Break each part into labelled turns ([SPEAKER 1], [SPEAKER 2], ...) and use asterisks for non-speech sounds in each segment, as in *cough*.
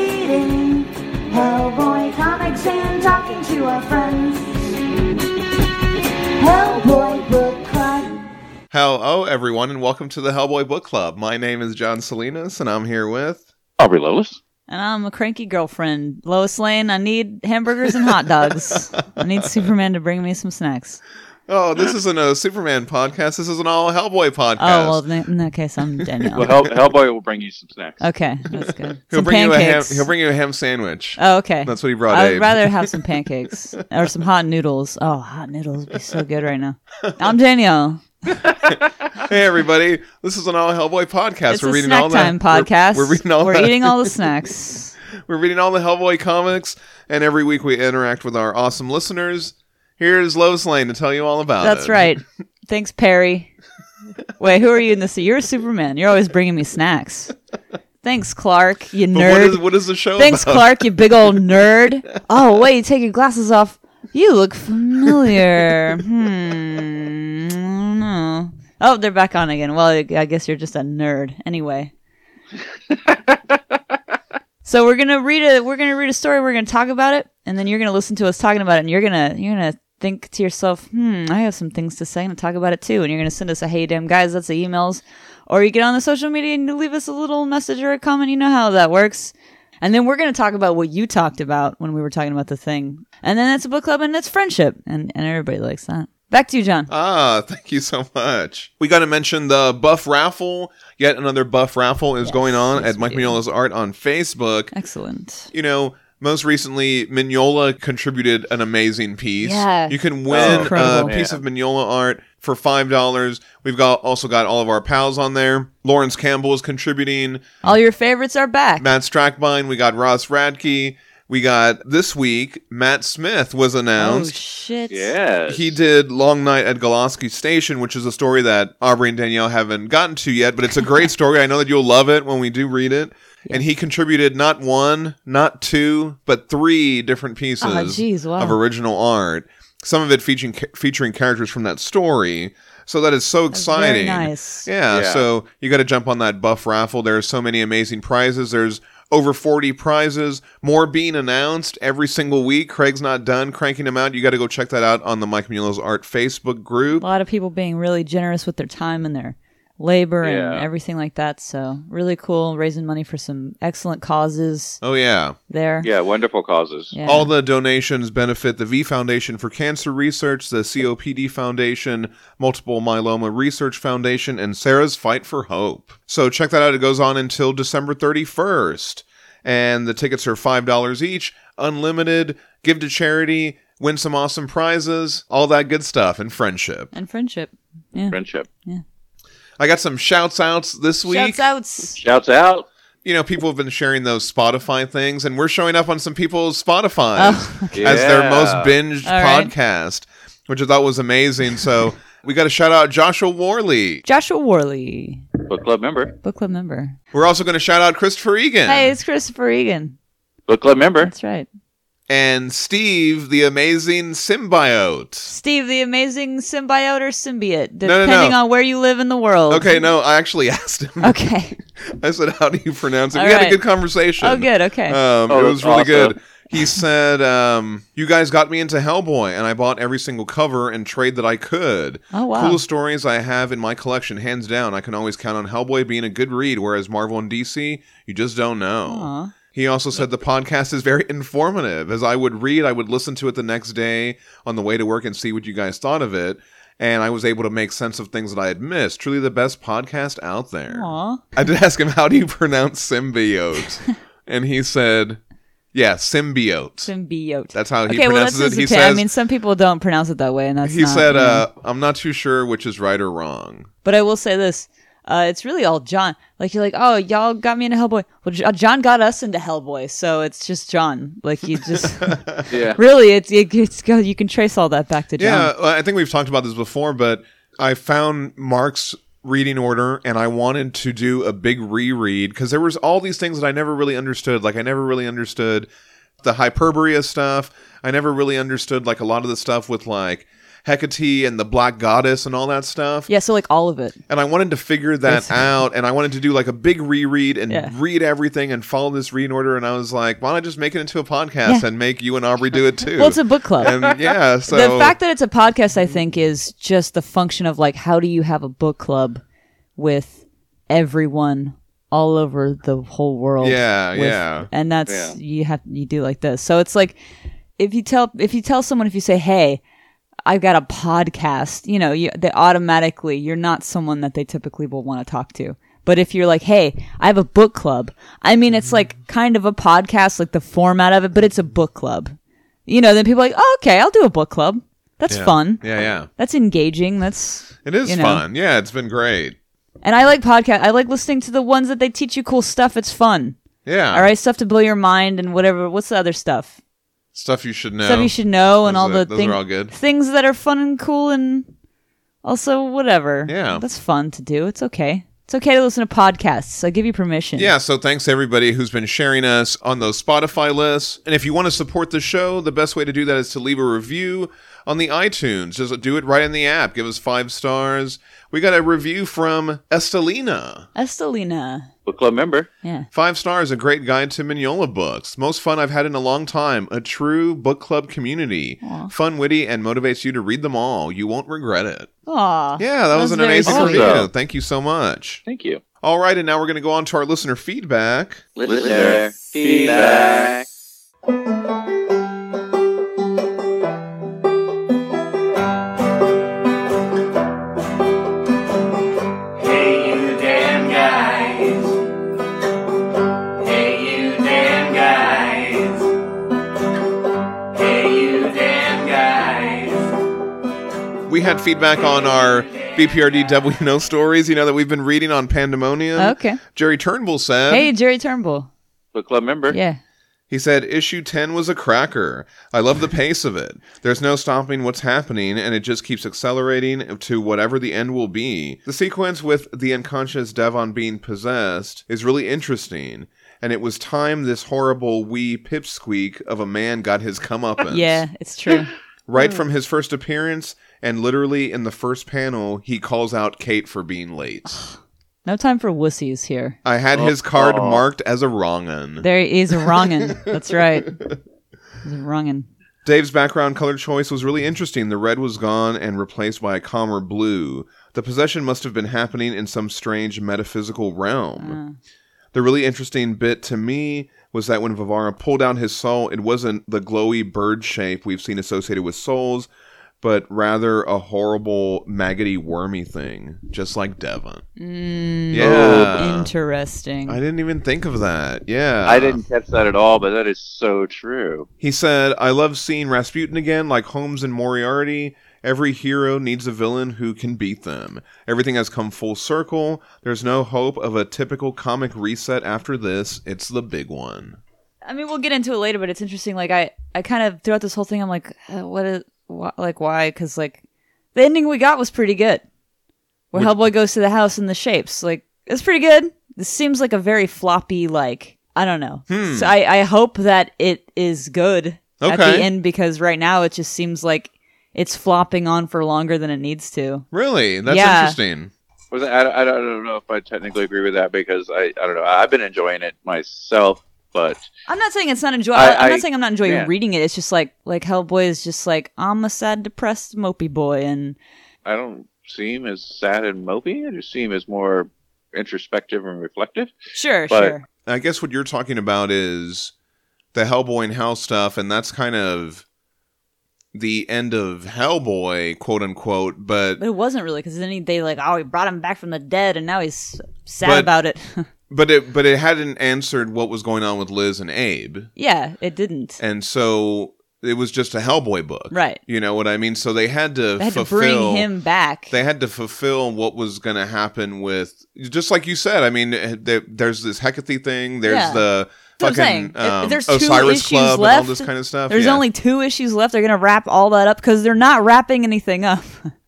[SPEAKER 1] reading Hellboy comics and talking to our friends. Hellboy Book Club.
[SPEAKER 2] Hello, everyone, and welcome to the Hellboy Book Club. My name is John Salinas, and I'm here with.
[SPEAKER 3] Aubrey Lois.
[SPEAKER 4] And I'm a cranky girlfriend. Lois Lane, I need hamburgers and hot dogs.
[SPEAKER 2] *laughs*
[SPEAKER 4] I need Superman to bring me some snacks.
[SPEAKER 2] Oh, this isn't a Superman podcast. This is an all Hellboy podcast.
[SPEAKER 4] Oh, well, then- in that case, I'm Danielle.
[SPEAKER 3] Well, Hell- Hellboy will bring you some snacks.
[SPEAKER 4] Oh. okay, that's good.
[SPEAKER 2] *laughs* he'll
[SPEAKER 4] some
[SPEAKER 2] bring
[SPEAKER 4] pancakes.
[SPEAKER 2] you a ham. He'll bring you a ham sandwich.
[SPEAKER 4] oh, okay.
[SPEAKER 2] That's what he brought.
[SPEAKER 4] I would
[SPEAKER 2] Abe.
[SPEAKER 4] rather
[SPEAKER 2] *laughs*
[SPEAKER 4] have some pancakes or some hot noodles. Oh, hot noodles would be so good
[SPEAKER 2] *laughs*
[SPEAKER 4] right now. I'm Danielle.
[SPEAKER 2] Hey, everybody! This is an all Hellboy podcast.
[SPEAKER 4] it's
[SPEAKER 2] we're
[SPEAKER 4] a
[SPEAKER 2] reading
[SPEAKER 4] snack
[SPEAKER 2] all the
[SPEAKER 4] time
[SPEAKER 2] we're-
[SPEAKER 4] podcast.
[SPEAKER 2] We're, reading all.
[SPEAKER 4] We're
[SPEAKER 2] the,
[SPEAKER 4] eating all the snacks.
[SPEAKER 2] *laughs* We're reading all the Hellboy comics, and every week we interact with our awesome listeners. Here's Lois Lane to tell you all about.
[SPEAKER 4] That's
[SPEAKER 2] it.
[SPEAKER 4] right. Thanks, Perry. Wait, who are you in this? You're Superman. You're always bringing me snacks. Thanks, Clark. You
[SPEAKER 2] But what
[SPEAKER 4] nerd.
[SPEAKER 2] is what is the show?
[SPEAKER 4] Thanks,
[SPEAKER 2] about?
[SPEAKER 4] Clark, you big old nerd. Oh, wait, you take your glasses off. You look familiar. Hmm. I don't know. Oh, they're back on again. Well, I I guess you're just a nerd anyway. so we're gonna read a we're gonna read a story. We're gonna talk about it, and then you're gonna listen to us talking about it, and you're gonna you're gonna think to yourself, hmm, I have some things to say and talk about it too. And you're gonna send us a hey damn guys, that's the emails, or you get on the social media and you leave us a little message or a comment. You know how that works. And then we're going to talk about what you talked about when we were talking about the thing. And then that's a book club and that's friendship. And, and everybody likes that. Back to you, John.
[SPEAKER 2] Ah, *laughs* thank you so much. We got to mention the buff raffle. Yet another buff raffle is going on
[SPEAKER 4] yes,
[SPEAKER 2] at Mike
[SPEAKER 4] we do.
[SPEAKER 2] Mignola's Art on Facebook.
[SPEAKER 4] Excellent.
[SPEAKER 2] You know, most recently, Mignola contributed an amazing piece.
[SPEAKER 4] Yeah.
[SPEAKER 2] You can
[SPEAKER 3] Oh,
[SPEAKER 2] win a
[SPEAKER 4] incredible.
[SPEAKER 2] piece of Mignola art for $5. We've got also got all of our pals on there. Lawrence Campbell is contributing.
[SPEAKER 4] All your favorites are back.
[SPEAKER 2] Matt Strackbine. We got Ross Radke. We got this week, Matt Smith was
[SPEAKER 4] oh,
[SPEAKER 2] announced.
[SPEAKER 4] shit.
[SPEAKER 3] Yeah.
[SPEAKER 2] He did Long Night at Goloski Station, which is a story that Aubrey and Danielle haven't gotten to yet, but it's a
[SPEAKER 4] *laughs*
[SPEAKER 2] great story. I know that you'll love it when we do read it. And he contributed not one, not two, but three different pieces
[SPEAKER 4] Ah, jeez, wow.
[SPEAKER 2] of original art. Some of it featuring featuring characters from that story. So that is so
[SPEAKER 4] Very
[SPEAKER 2] exciting.
[SPEAKER 4] nice.
[SPEAKER 2] Yeah,
[SPEAKER 3] Yeah.
[SPEAKER 2] so you got to jump on that buff raffle. There are so many amazing prizes. There's over 40 prizes, more being announced every single week. Craig's not done cranking them out. You got to go check that out on the Mike Munoz Art Facebook
[SPEAKER 4] A
[SPEAKER 2] group.
[SPEAKER 4] lot of people being really generous with their time and their labor
[SPEAKER 3] Yeah.
[SPEAKER 4] and everything like that. So, really cool. Raising money for some excellent causes
[SPEAKER 2] Oh, yeah.
[SPEAKER 4] there.
[SPEAKER 3] Yeah, wonderful causes.
[SPEAKER 4] Yeah.
[SPEAKER 2] All the donations benefit the V Foundation for Cancer Research, the COPD Foundation, Multiple Myeloma Research Foundation, and Sarah's Fight for Hope. So check that out. It goes on until December 31st. And the tickets are $5 each, unlimited, give to charity, win some awesome prizes, all that good stuff, and friendship.
[SPEAKER 4] and friendship. Yeah.
[SPEAKER 3] Friendship.
[SPEAKER 2] I got some shouts outs this week.
[SPEAKER 4] Shouts outs.
[SPEAKER 3] Shouts out.
[SPEAKER 2] You know, people have been sharing those Spotify things, and we're showing up on some people's Spotify.
[SPEAKER 4] Oh, *laughs*
[SPEAKER 2] as their most
[SPEAKER 3] Yeah.
[SPEAKER 2] binged
[SPEAKER 4] All right.
[SPEAKER 2] podcast, which I thought was amazing. So we got to shout out Joshua Warley.
[SPEAKER 4] Joshua Worley,
[SPEAKER 3] book club member.
[SPEAKER 4] book club member.
[SPEAKER 2] We're also going to shout out Christopher Egan
[SPEAKER 4] Hey, it's Christopher Egan.
[SPEAKER 3] Book club member.
[SPEAKER 4] That's right.
[SPEAKER 2] and Steve, the amazing symbiote.
[SPEAKER 4] Steve, the amazing symbiote or symbiote,
[SPEAKER 2] No, no,
[SPEAKER 4] depending
[SPEAKER 2] no.
[SPEAKER 4] on where you live in the world.
[SPEAKER 2] Okay, no, I actually *laughs* asked him. *laughs*
[SPEAKER 4] Okay.
[SPEAKER 2] I said, "How do you pronounce it?"
[SPEAKER 4] All
[SPEAKER 2] we had a
[SPEAKER 4] right.
[SPEAKER 2] good conversation.
[SPEAKER 4] Oh, good. Okay.
[SPEAKER 2] Um,
[SPEAKER 3] Oh,
[SPEAKER 2] it
[SPEAKER 3] that's
[SPEAKER 2] was really
[SPEAKER 3] awesome.
[SPEAKER 2] good.
[SPEAKER 4] *laughs*
[SPEAKER 2] He said, um, "You guys got me into Hellboy, and I bought every single cover and trade that I could.
[SPEAKER 4] oh, wow.
[SPEAKER 2] Coolest stories I have in my collection, hands down. I can always count on Hellboy being a good read, whereas Marvel and DC, you just don't know."
[SPEAKER 4] Aw.
[SPEAKER 2] He also said the podcast is very *laughs* informative. As I would read, I would listen to it the next day on the way to work and see what you guys thought of it. And I was able to make sense of things that I had missed. Truly the best podcast out there.
[SPEAKER 4] Aw.
[SPEAKER 2] I did ask him, how do you *laughs* pronounce
[SPEAKER 4] *laughs*
[SPEAKER 2] symbiote? and he said, yeah, symbiote.
[SPEAKER 4] Symbiote.
[SPEAKER 2] that's how he
[SPEAKER 4] okay, well, that's
[SPEAKER 2] pronounces
[SPEAKER 4] his
[SPEAKER 2] it. He
[SPEAKER 4] opinion.
[SPEAKER 2] says,
[SPEAKER 4] I mean, some people don't pronounce it that way, and that's
[SPEAKER 2] he
[SPEAKER 4] not,
[SPEAKER 2] said,
[SPEAKER 4] you know.
[SPEAKER 2] uh, I'm not too sure which is right or wrong.
[SPEAKER 4] But I will say this. Uh, it's really all John. Like you're like, oh, y'all got me into Hellboy. Well, J- uh, John got us into Hellboy, so it's just John. Like
[SPEAKER 2] *laughs*
[SPEAKER 4] you just
[SPEAKER 3] Yeah.
[SPEAKER 4] really, it's, it, it's you can trace all that back to John.
[SPEAKER 2] Yeah, well, I think we've talked about this before, but I found Mark's reading order and I wanted to do a big reread because there was all these things that I never really understood. Like I never really understood the hyperborea stuff. I never really understood like a lot of the stuff with like Hecate and the Black Goddess and all that stuff.
[SPEAKER 4] Yeah, so like all of it.
[SPEAKER 2] And I wanted to figure
[SPEAKER 4] *laughs*
[SPEAKER 2] that out, and I wanted to do like a big reread and
[SPEAKER 4] Yeah.
[SPEAKER 2] read everything and follow this read order. And I was like, why don't I just make it into a podcast
[SPEAKER 4] Yeah.
[SPEAKER 2] and make you and Aubrey
[SPEAKER 4] *laughs*
[SPEAKER 2] do it too?
[SPEAKER 4] Well, it's a book club.
[SPEAKER 2] and yeah, so
[SPEAKER 4] *laughs* the fact that it's a podcast, I think, is just the function of like how do you have a book club with everyone all over the whole world?
[SPEAKER 2] Yeah,
[SPEAKER 4] with-
[SPEAKER 2] yeah.
[SPEAKER 4] And that's you have you do like this. So it's like if you tell if you tell someone if you say, "Hey, I've got a podcast," you know, you, they automatically you're not someone that they typically will want to talk to. But if you're like, "Hey, I have a book club," I mean, it's
[SPEAKER 2] Mm-hmm.
[SPEAKER 4] like kind of a podcast, like the format of it, but it's a book club. You know, then people are like, "Oh, okay, I'll do a book club. That's
[SPEAKER 2] Yeah.
[SPEAKER 4] fun.
[SPEAKER 2] Yeah, yeah.
[SPEAKER 4] That's engaging. That's
[SPEAKER 2] It is
[SPEAKER 4] you know.
[SPEAKER 2] fun. Yeah, it's been great.
[SPEAKER 4] and I like podcast. I like listening to the ones that they teach you cool stuff. It's fun.
[SPEAKER 2] Yeah.
[SPEAKER 4] All right, stuff to blow your mind and whatever. What's the other stuff?
[SPEAKER 2] Stuff you should know.
[SPEAKER 4] stuff you should know and
[SPEAKER 2] Those
[SPEAKER 4] all
[SPEAKER 2] are-
[SPEAKER 4] the
[SPEAKER 2] those
[SPEAKER 4] thing-
[SPEAKER 2] are all good.
[SPEAKER 4] things that are fun and cool and also whatever.
[SPEAKER 2] Yeah.
[SPEAKER 4] that's fun to do. It's okay. It's okay to listen to podcasts. I give you permission.
[SPEAKER 2] Yeah, so thanks to everybody who's been sharing us on those Spotify lists. And if you want to support the show, the best way to do that is to leave a review on the iTunes. Just do it right in the app. Give us five stars. We got a review from Estelina.
[SPEAKER 4] Estelina.
[SPEAKER 3] Book club member.
[SPEAKER 4] Yeah,
[SPEAKER 2] Five stars, a great guide to Mignola books. Most fun I've had in a long time. A true book club community. Fun, witty, and motivates you to read them all. You won't regret it.
[SPEAKER 4] Aw.
[SPEAKER 2] Yeah, that was an
[SPEAKER 4] very
[SPEAKER 2] amazing
[SPEAKER 4] sweet.
[SPEAKER 2] review.
[SPEAKER 3] Awesome.
[SPEAKER 2] Thank you so much.
[SPEAKER 3] Thank you.
[SPEAKER 2] All right, and now we're going to go on to our listener feedback.
[SPEAKER 3] Listener feedback.
[SPEAKER 5] Hey you damn guys. Hey you damn guys. Hey you damn guys.
[SPEAKER 2] We had feedback on our BPRDW stories, you know, that we've been reading on Pandemonium.
[SPEAKER 4] Okay.
[SPEAKER 2] Jerry Turnbull said,
[SPEAKER 4] Hey, Jerry Turnbull.
[SPEAKER 3] Book club member.
[SPEAKER 4] Yeah.
[SPEAKER 2] he said, issue 10 was a cracker. I love the pace of it. There's no stopping what's happening, and it just keeps accelerating to whatever the end will be. The sequence with the unconscious Devon being possessed is really interesting, and it was time this horrible wee pipsqueak of a man got his comeuppance.
[SPEAKER 4] Yeah, it's true.
[SPEAKER 2] Right from his first appearance, and literally in the first panel, he calls out Kate for being late.
[SPEAKER 4] No time for wussies here.
[SPEAKER 2] I had his card
[SPEAKER 3] Oh.
[SPEAKER 2] marked as a wrong'un.
[SPEAKER 4] There is a wrongin.
[SPEAKER 2] *laughs*
[SPEAKER 4] That's right. He's a wrongin.
[SPEAKER 2] Dave's background color choice was really interesting. The red was gone and replaced by a calmer blue. The possession must have been happening in some strange metaphysical realm. The really interesting bit to me was that when Vivara pulled out his soul, it wasn't the glowy bird shape we've seen associated with souls, but rather a horrible, maggoty, wormy thing, just like Devon. yeah.
[SPEAKER 4] Mm, Interesting.
[SPEAKER 2] I didn't even think of that. Yeah.
[SPEAKER 3] I didn't catch that at all, but that is so true.
[SPEAKER 2] He said, I love seeing Rasputin again, like Holmes and Moriarty. Every hero needs a villain who can beat them. Everything has come full circle. There's no hope of a typical comic reset after this. It's the big one.
[SPEAKER 4] I mean, we'll get into it later, but it's interesting. Like, I, I kind of throughout this whole thing, I'm like, uh, what is, why, like, why? Because like, the ending we got was pretty good, where Hellboy goes to the house in the shapes. Like, it's pretty good. This seems like a very floppy, like, I don't know.
[SPEAKER 3] Hmm.
[SPEAKER 4] So I, I hope that it is good at
[SPEAKER 2] Okay.
[SPEAKER 4] the end because right now it just seems like it's flopping on for longer than it needs to.
[SPEAKER 2] Really? That's
[SPEAKER 4] Yeah.
[SPEAKER 2] interesting.
[SPEAKER 3] Was I, I, I don't know if I technically agree with that because I, I don't know. I've been enjoying it myself, but
[SPEAKER 4] I'm not saying it's not enjoy.
[SPEAKER 3] I-
[SPEAKER 4] I, am
[SPEAKER 3] I-
[SPEAKER 4] not saying I'm not enjoying
[SPEAKER 3] yeah.
[SPEAKER 4] reading it. It's just like like Hellboy is just like I'm a sad, depressed, mopey boy, and
[SPEAKER 3] I don't seem as sad and mopey. I just seem as more introspective and reflective.
[SPEAKER 4] sure,
[SPEAKER 3] But-
[SPEAKER 4] sure.
[SPEAKER 2] I guess what you're talking about is the Hellboy and Hell stuff, and that's kind of the end of Hellboy, quote unquote, but
[SPEAKER 4] But it wasn't really because then he, they like, oh, he brought him back from the dead, and now he's sad
[SPEAKER 2] But-
[SPEAKER 4] about it. *laughs*
[SPEAKER 2] but it but it hadn't answered what was going on with Liz and Abe.
[SPEAKER 4] yeah, it didn't.
[SPEAKER 2] and so it was just a Hellboy book,
[SPEAKER 4] Right.
[SPEAKER 2] You know what I mean? So they had to
[SPEAKER 4] They had to
[SPEAKER 2] fulfill,
[SPEAKER 4] bring him back.
[SPEAKER 2] They had to fulfill what was going to happen with, just like you said. I mean, eh, there, there's this Hecate thing. There's
[SPEAKER 4] Yeah.
[SPEAKER 2] the
[SPEAKER 4] That's what
[SPEAKER 2] fucking
[SPEAKER 4] I'm saying. If- if
[SPEAKER 2] um,
[SPEAKER 4] there's two
[SPEAKER 2] Osiris
[SPEAKER 4] issues
[SPEAKER 2] Club and all
[SPEAKER 4] left,
[SPEAKER 2] this kind of stuff.
[SPEAKER 4] There's
[SPEAKER 2] Yeah.
[SPEAKER 4] only two issues left. They're gonna wrap all that up because they're not wrapping anything up.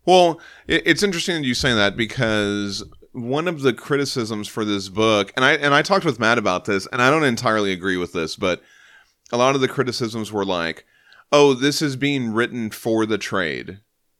[SPEAKER 2] Well, it, it's interesting that you say that because one of the criticisms for this book, and I and I talked with Matt about this, and I don't entirely agree with this, but a lot of the criticisms were like, "Oh, this is being written for the trade."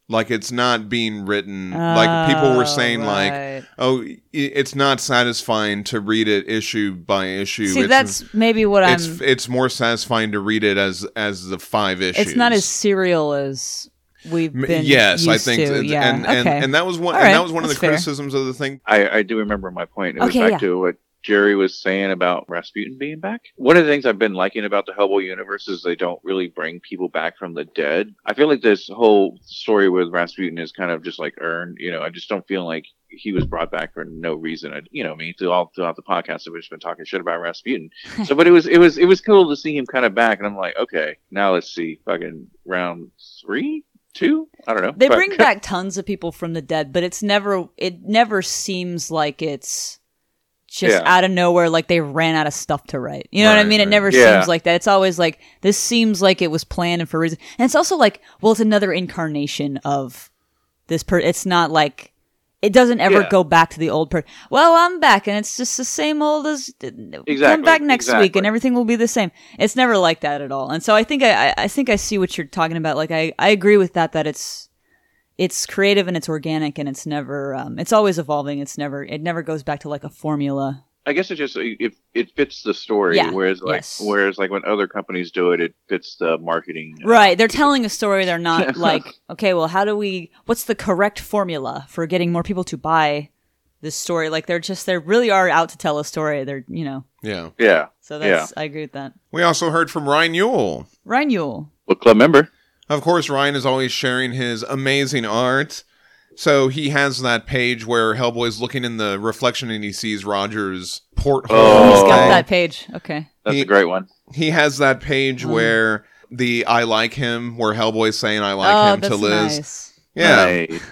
[SPEAKER 2] Like it's not being written. like people were saying, like,
[SPEAKER 4] Oh, Right.
[SPEAKER 2] oh, i- it's not satisfying to read it issue by issue.
[SPEAKER 4] See,
[SPEAKER 2] it's,
[SPEAKER 4] that's maybe what I'm.
[SPEAKER 2] it's it's more satisfying to read it as as the five issues.
[SPEAKER 4] It's not as serial as we've
[SPEAKER 2] M-
[SPEAKER 4] been.
[SPEAKER 2] yes, I
[SPEAKER 4] used
[SPEAKER 2] think,
[SPEAKER 4] to.
[SPEAKER 2] and,
[SPEAKER 4] yeah.
[SPEAKER 2] and, and
[SPEAKER 4] okay.
[SPEAKER 2] and that was one.
[SPEAKER 4] All
[SPEAKER 2] and
[SPEAKER 4] right,
[SPEAKER 2] that was one of the
[SPEAKER 4] that's fair.
[SPEAKER 2] criticisms of the thing.
[SPEAKER 3] I, I do remember my point. It was
[SPEAKER 4] Okay,
[SPEAKER 3] back
[SPEAKER 4] yeah.
[SPEAKER 3] to what Jerry was saying about Rasputin being back. One of the things I've been liking about the Hellboy universe is they don't really bring people back from the dead. I feel like this whole story with Rasputin is kind of just like earned. You know, I just don't feel like he was brought back for no reason. I, you know, I mean, through all throughout the podcast, I've just been talking shit about
[SPEAKER 4] *laughs*
[SPEAKER 3] Rasputin. so, but it was it was it was cool to see him kind of back, and I'm like, okay, now let's see, fucking round three, two, I don't know.
[SPEAKER 4] they
[SPEAKER 3] Fuck. *laughs*
[SPEAKER 4] bring back tons of people from the dead, but it's never. It never seems like it's just
[SPEAKER 3] Yeah.
[SPEAKER 4] out of nowhere. Like they ran out of stuff to write. You know what I
[SPEAKER 2] Right,
[SPEAKER 4] mean? It
[SPEAKER 2] right.
[SPEAKER 4] never
[SPEAKER 3] Yeah.
[SPEAKER 4] seems like that. It's always like this seems like it was planned and for a reason. And it's also like, well, it's another incarnation of this per. It's not like. It doesn't ever
[SPEAKER 3] Yeah.
[SPEAKER 4] go back to the old per. Well, I'm back, and it's just the same old as
[SPEAKER 3] Exactly,
[SPEAKER 4] come back next week and
[SPEAKER 3] exactly.
[SPEAKER 4] everything will be the same it's never like that at all and so i think i I- i think i see what you're talking about like i i agree with that that it's it's creative and it's organic and it's never um it's always evolving it's never it never goes back to like a formula
[SPEAKER 3] I guess it just it, it fits the story,
[SPEAKER 4] Yeah,
[SPEAKER 3] whereas like
[SPEAKER 4] yes.
[SPEAKER 3] whereas like when other companies do it, it fits the marketing.
[SPEAKER 4] right they're telling a story
[SPEAKER 2] *laughs*
[SPEAKER 4] they're not like okay well how do we what's the correct formula for getting more people to buy this story like they're just they really are out to tell a story they're you know
[SPEAKER 2] Yeah.
[SPEAKER 3] Yeah,
[SPEAKER 4] so that's i agree with that
[SPEAKER 2] We also heard from Ryan Yule.
[SPEAKER 4] ryan yule
[SPEAKER 3] book club member.
[SPEAKER 2] Of course, Ryan is always sharing his amazing art. So he has that page where Hellboy's looking in the reflection and he sees Roger's porthole.
[SPEAKER 3] Oh.
[SPEAKER 4] he's got
[SPEAKER 3] Okay.
[SPEAKER 4] that page okay
[SPEAKER 3] That's
[SPEAKER 2] He-
[SPEAKER 3] a great one.
[SPEAKER 2] He has that page
[SPEAKER 4] Mm.
[SPEAKER 2] where the I like him, where Hellboy's saying I like
[SPEAKER 4] oh
[SPEAKER 2] him
[SPEAKER 4] that's
[SPEAKER 2] to Liz.
[SPEAKER 4] nice
[SPEAKER 2] Yeah.
[SPEAKER 3] Nice.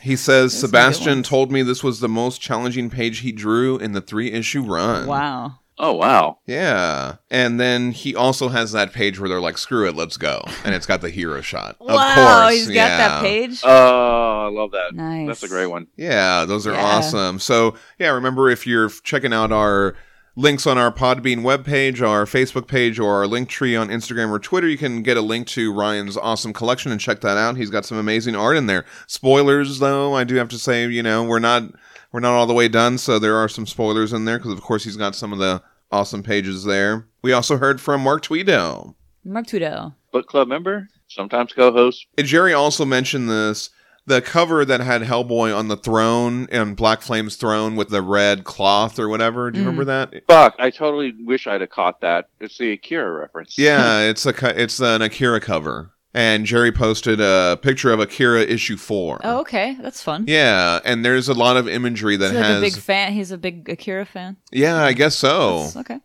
[SPEAKER 2] He says
[SPEAKER 4] Those are good
[SPEAKER 2] Sebastian
[SPEAKER 4] ones.
[SPEAKER 2] told me this was the most challenging page he drew in the three issue run.
[SPEAKER 4] wow
[SPEAKER 3] Oh wow.
[SPEAKER 2] Yeah. And then he also has that page where they're like, screw it, let's go. And it's got the hero shot. of
[SPEAKER 4] wow,
[SPEAKER 2] course.
[SPEAKER 4] he's got
[SPEAKER 2] yeah.
[SPEAKER 4] that page.
[SPEAKER 3] Oh, I love that.
[SPEAKER 4] nice.
[SPEAKER 3] That's a great one.
[SPEAKER 2] Yeah, those are
[SPEAKER 4] Yeah.
[SPEAKER 2] awesome. So, yeah, remember if you're checking out our links on our Podbean webpage, our Facebook page, or our link tree on Instagram or Twitter, you can get a link to Ryan's awesome collection and check that out. He's got some amazing art in there. Spoilers, though, I do have to say, you know, we're not we're not all the way done, so there are some spoilers in there because, of course, he's got some of the awesome pages there. We also heard from Mark Tweedo.
[SPEAKER 4] Mark Tudo.
[SPEAKER 3] Book club member, sometimes co-host.
[SPEAKER 2] And Jerry also mentioned this. The cover that had Hellboy on the throne and Black Flame's throne with the red cloth or whatever. Do you
[SPEAKER 4] Mm.
[SPEAKER 2] remember that?
[SPEAKER 3] Fuck, I totally wish I'd have caught that. It's the Akira reference.
[SPEAKER 4] *laughs*
[SPEAKER 2] Yeah, it's a co- it's an Akira cover, and Jerry posted a picture of Akira issue four.
[SPEAKER 4] Oh, okay, that's fun.
[SPEAKER 2] Yeah, and there's a lot of imagery that
[SPEAKER 4] he's like
[SPEAKER 2] has. Oh.
[SPEAKER 4] a big fan. He's a big Akira fan.
[SPEAKER 2] yeah, I guess so.
[SPEAKER 4] That's- okay.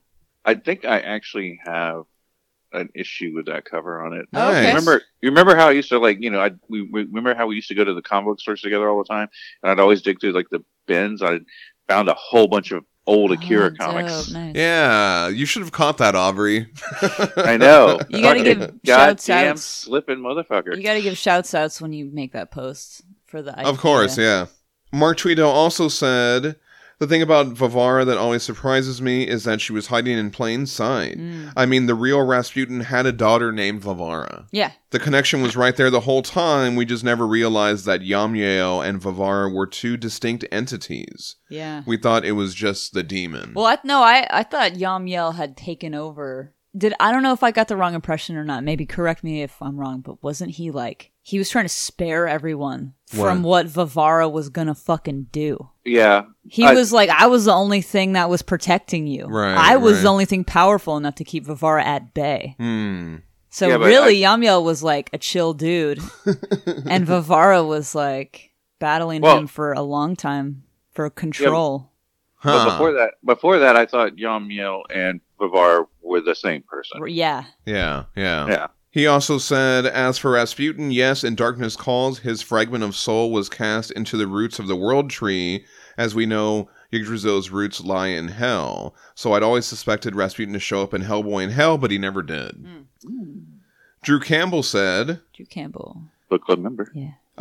[SPEAKER 3] I think I actually have an issue with that cover on it.
[SPEAKER 4] Oh, okay.
[SPEAKER 2] Nice.
[SPEAKER 3] Remember, you remember how I used to like, you know, I we, we remember how we used to go to the comic book stores together all the time, and I'd always dig through like the bins. I found a whole bunch of old Akira
[SPEAKER 4] Oh, dope,
[SPEAKER 3] comics.
[SPEAKER 4] nice.
[SPEAKER 2] Yeah, you should have caught that, Aubrey.
[SPEAKER 3] I know.
[SPEAKER 4] *laughs* You gotta
[SPEAKER 3] Fucking
[SPEAKER 4] give
[SPEAKER 3] *laughs* goddamn
[SPEAKER 4] shouts outs.
[SPEAKER 3] slipping motherfucker.
[SPEAKER 4] You got to give shouts outs when you make that post for the.
[SPEAKER 2] Of course,
[SPEAKER 4] Akira.
[SPEAKER 2] yeah. Mark Tweedo also said the thing about Vivara that always surprises me is that she was hiding in plain sight.
[SPEAKER 4] Mm.
[SPEAKER 2] I mean, the real Rasputin had a daughter named Vivara.
[SPEAKER 4] Yeah.
[SPEAKER 2] The connection was right there the whole time. We just never realized that Yamyeo and Vivara were two distinct entities.
[SPEAKER 4] Yeah.
[SPEAKER 2] We thought it was just the demon.
[SPEAKER 4] Well, I, no, I I thought Yam Yell had taken over. Did I don't know if I got the wrong impression or not. Maybe correct me if I'm wrong, but wasn't he like he was trying to spare everyone from what Vivara was gonna fucking do?
[SPEAKER 3] Yeah,
[SPEAKER 4] He
[SPEAKER 3] I-
[SPEAKER 4] was like, I was the only thing that was protecting you.
[SPEAKER 2] Right,
[SPEAKER 4] I was
[SPEAKER 2] right.
[SPEAKER 4] the only thing powerful enough to keep Vivara at bay.
[SPEAKER 2] Hmm.
[SPEAKER 4] So
[SPEAKER 3] Yeah, but
[SPEAKER 4] really, Yamyel was like a chill
[SPEAKER 2] *laughs*
[SPEAKER 4] dude, and Vivara was like battling
[SPEAKER 3] Well-
[SPEAKER 4] him for a long time for control.
[SPEAKER 2] Huh.
[SPEAKER 3] but before that, before that, I thought Yom Yel and Vivar were the same person.
[SPEAKER 4] R- Yeah,
[SPEAKER 2] Yeah, yeah.
[SPEAKER 3] Yeah.
[SPEAKER 2] He also said, As for Rasputin, yes, in Darkness Calls, his fragment of soul was cast into the roots of the world tree. As we know, Yggdrasil's roots lie in hell. So I'd always suspected Rasputin to show up in Hellboy in hell, but he never did. Drew Campbell said,
[SPEAKER 4] Drew Campbell.
[SPEAKER 3] Book club member.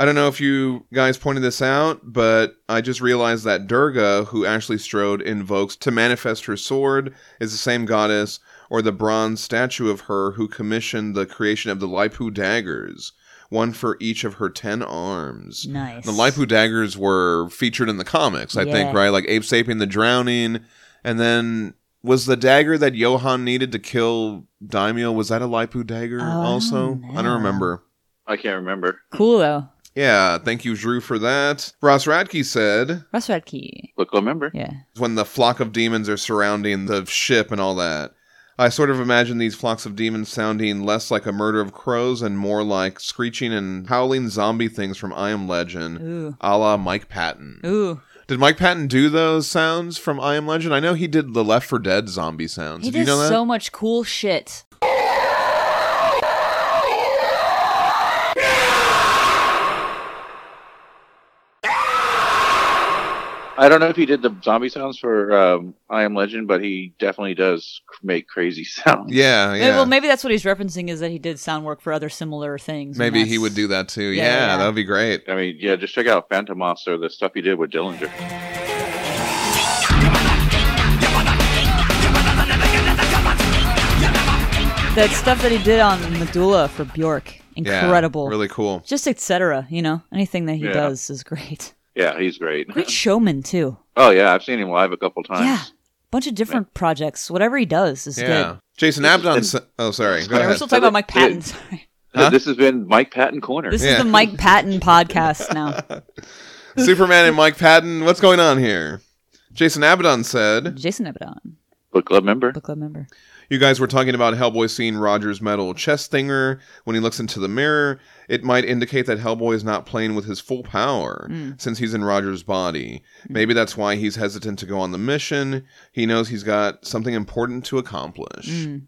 [SPEAKER 2] I don't know if you guys pointed this out, but I just realized that Durga, who Ashley Strode invokes to manifest her sword, is the same goddess or the bronze statue of her who commissioned the creation of the Laipu daggers, one for each of her 10 arms.
[SPEAKER 4] Nice.
[SPEAKER 2] The Laipu daggers were featured in the comics, I
[SPEAKER 4] Yeah.
[SPEAKER 2] think, right? Like Ape Sapien the Drowning. And then was the dagger that Johan needed to kill Daimyo, was that a Laipu dagger
[SPEAKER 4] Oh, I
[SPEAKER 2] also?
[SPEAKER 4] don't
[SPEAKER 2] I
[SPEAKER 4] know.
[SPEAKER 2] don't remember.
[SPEAKER 3] I can't remember.
[SPEAKER 4] Cool though.
[SPEAKER 2] Yeah, thank you, Drew, for that. Ross Radke said,
[SPEAKER 4] Russ Radke.
[SPEAKER 3] Look, I remember.
[SPEAKER 4] Yeah.
[SPEAKER 2] when the flock of demons are surrounding the ship and all that. I sort of imagine these flocks of demons sounding less like a murder of crows and more like screeching and howling zombie things from I Am Legend,
[SPEAKER 4] Ooh.
[SPEAKER 2] a la Mike Patton.
[SPEAKER 4] Ooh.
[SPEAKER 2] Did Mike Patton do those sounds from I Am Legend? I know he did the Left for Dead zombie sounds.
[SPEAKER 4] He
[SPEAKER 2] did you
[SPEAKER 4] does
[SPEAKER 2] know that?
[SPEAKER 4] so much cool shit.
[SPEAKER 3] I don't know if he did the zombie sounds for um, I Am Legend, but he definitely does c- make crazy *laughs* sounds.
[SPEAKER 2] yeah,
[SPEAKER 4] Maybe-
[SPEAKER 2] yeah.
[SPEAKER 4] Well, maybe that's what he's referencing is that he did sound work for other similar things. and
[SPEAKER 2] Maybe he
[SPEAKER 4] that's-
[SPEAKER 2] would do that too.
[SPEAKER 4] Yeah,
[SPEAKER 2] Yeah,
[SPEAKER 4] yeah, yeah.
[SPEAKER 2] that would be great.
[SPEAKER 3] I mean, yeah, just check out Phantom Monster, the stuff he did with Dillinger.
[SPEAKER 4] that stuff that he did on Medulla for Bjork.
[SPEAKER 2] Yeah,
[SPEAKER 4] Incredible.
[SPEAKER 2] really cool.
[SPEAKER 4] Just etc. You know, anything that he
[SPEAKER 3] Yeah.
[SPEAKER 4] does is great.
[SPEAKER 3] Yeah, he's great.
[SPEAKER 4] Great showman too.
[SPEAKER 3] oh yeah, I've seen him live a couple
[SPEAKER 4] Yeah.
[SPEAKER 3] times.
[SPEAKER 4] Bunch of different projects. Whatever he does is
[SPEAKER 2] yeah.
[SPEAKER 4] good.
[SPEAKER 2] Jason
[SPEAKER 3] This has
[SPEAKER 2] Abdon.
[SPEAKER 3] been-
[SPEAKER 2] sa- oh, sorry. Go
[SPEAKER 4] But we're
[SPEAKER 2] ahead.
[SPEAKER 4] still talking about Mike
[SPEAKER 3] Yeah.
[SPEAKER 4] Patton. Sorry.
[SPEAKER 2] Huh?
[SPEAKER 3] This has been Mike Patton Corner.
[SPEAKER 4] This
[SPEAKER 2] Yeah.
[SPEAKER 4] is the Mike Patton podcast now. *laughs*
[SPEAKER 2] Superman and Mike Patton. What's going on here? Jason Abaddon said,
[SPEAKER 4] Jason Abaddon,
[SPEAKER 3] Book club member.
[SPEAKER 4] book club member.
[SPEAKER 2] You guys were talking about Hellboy seeing Roger's metal chest thinger when he looks into the mirror. It might indicate that Hellboy is not playing with his full power
[SPEAKER 4] Mm.
[SPEAKER 2] since he's in Roger's body. Maybe that's why he's hesitant to go on the mission. He knows he's got something important to accomplish.
[SPEAKER 4] Mm.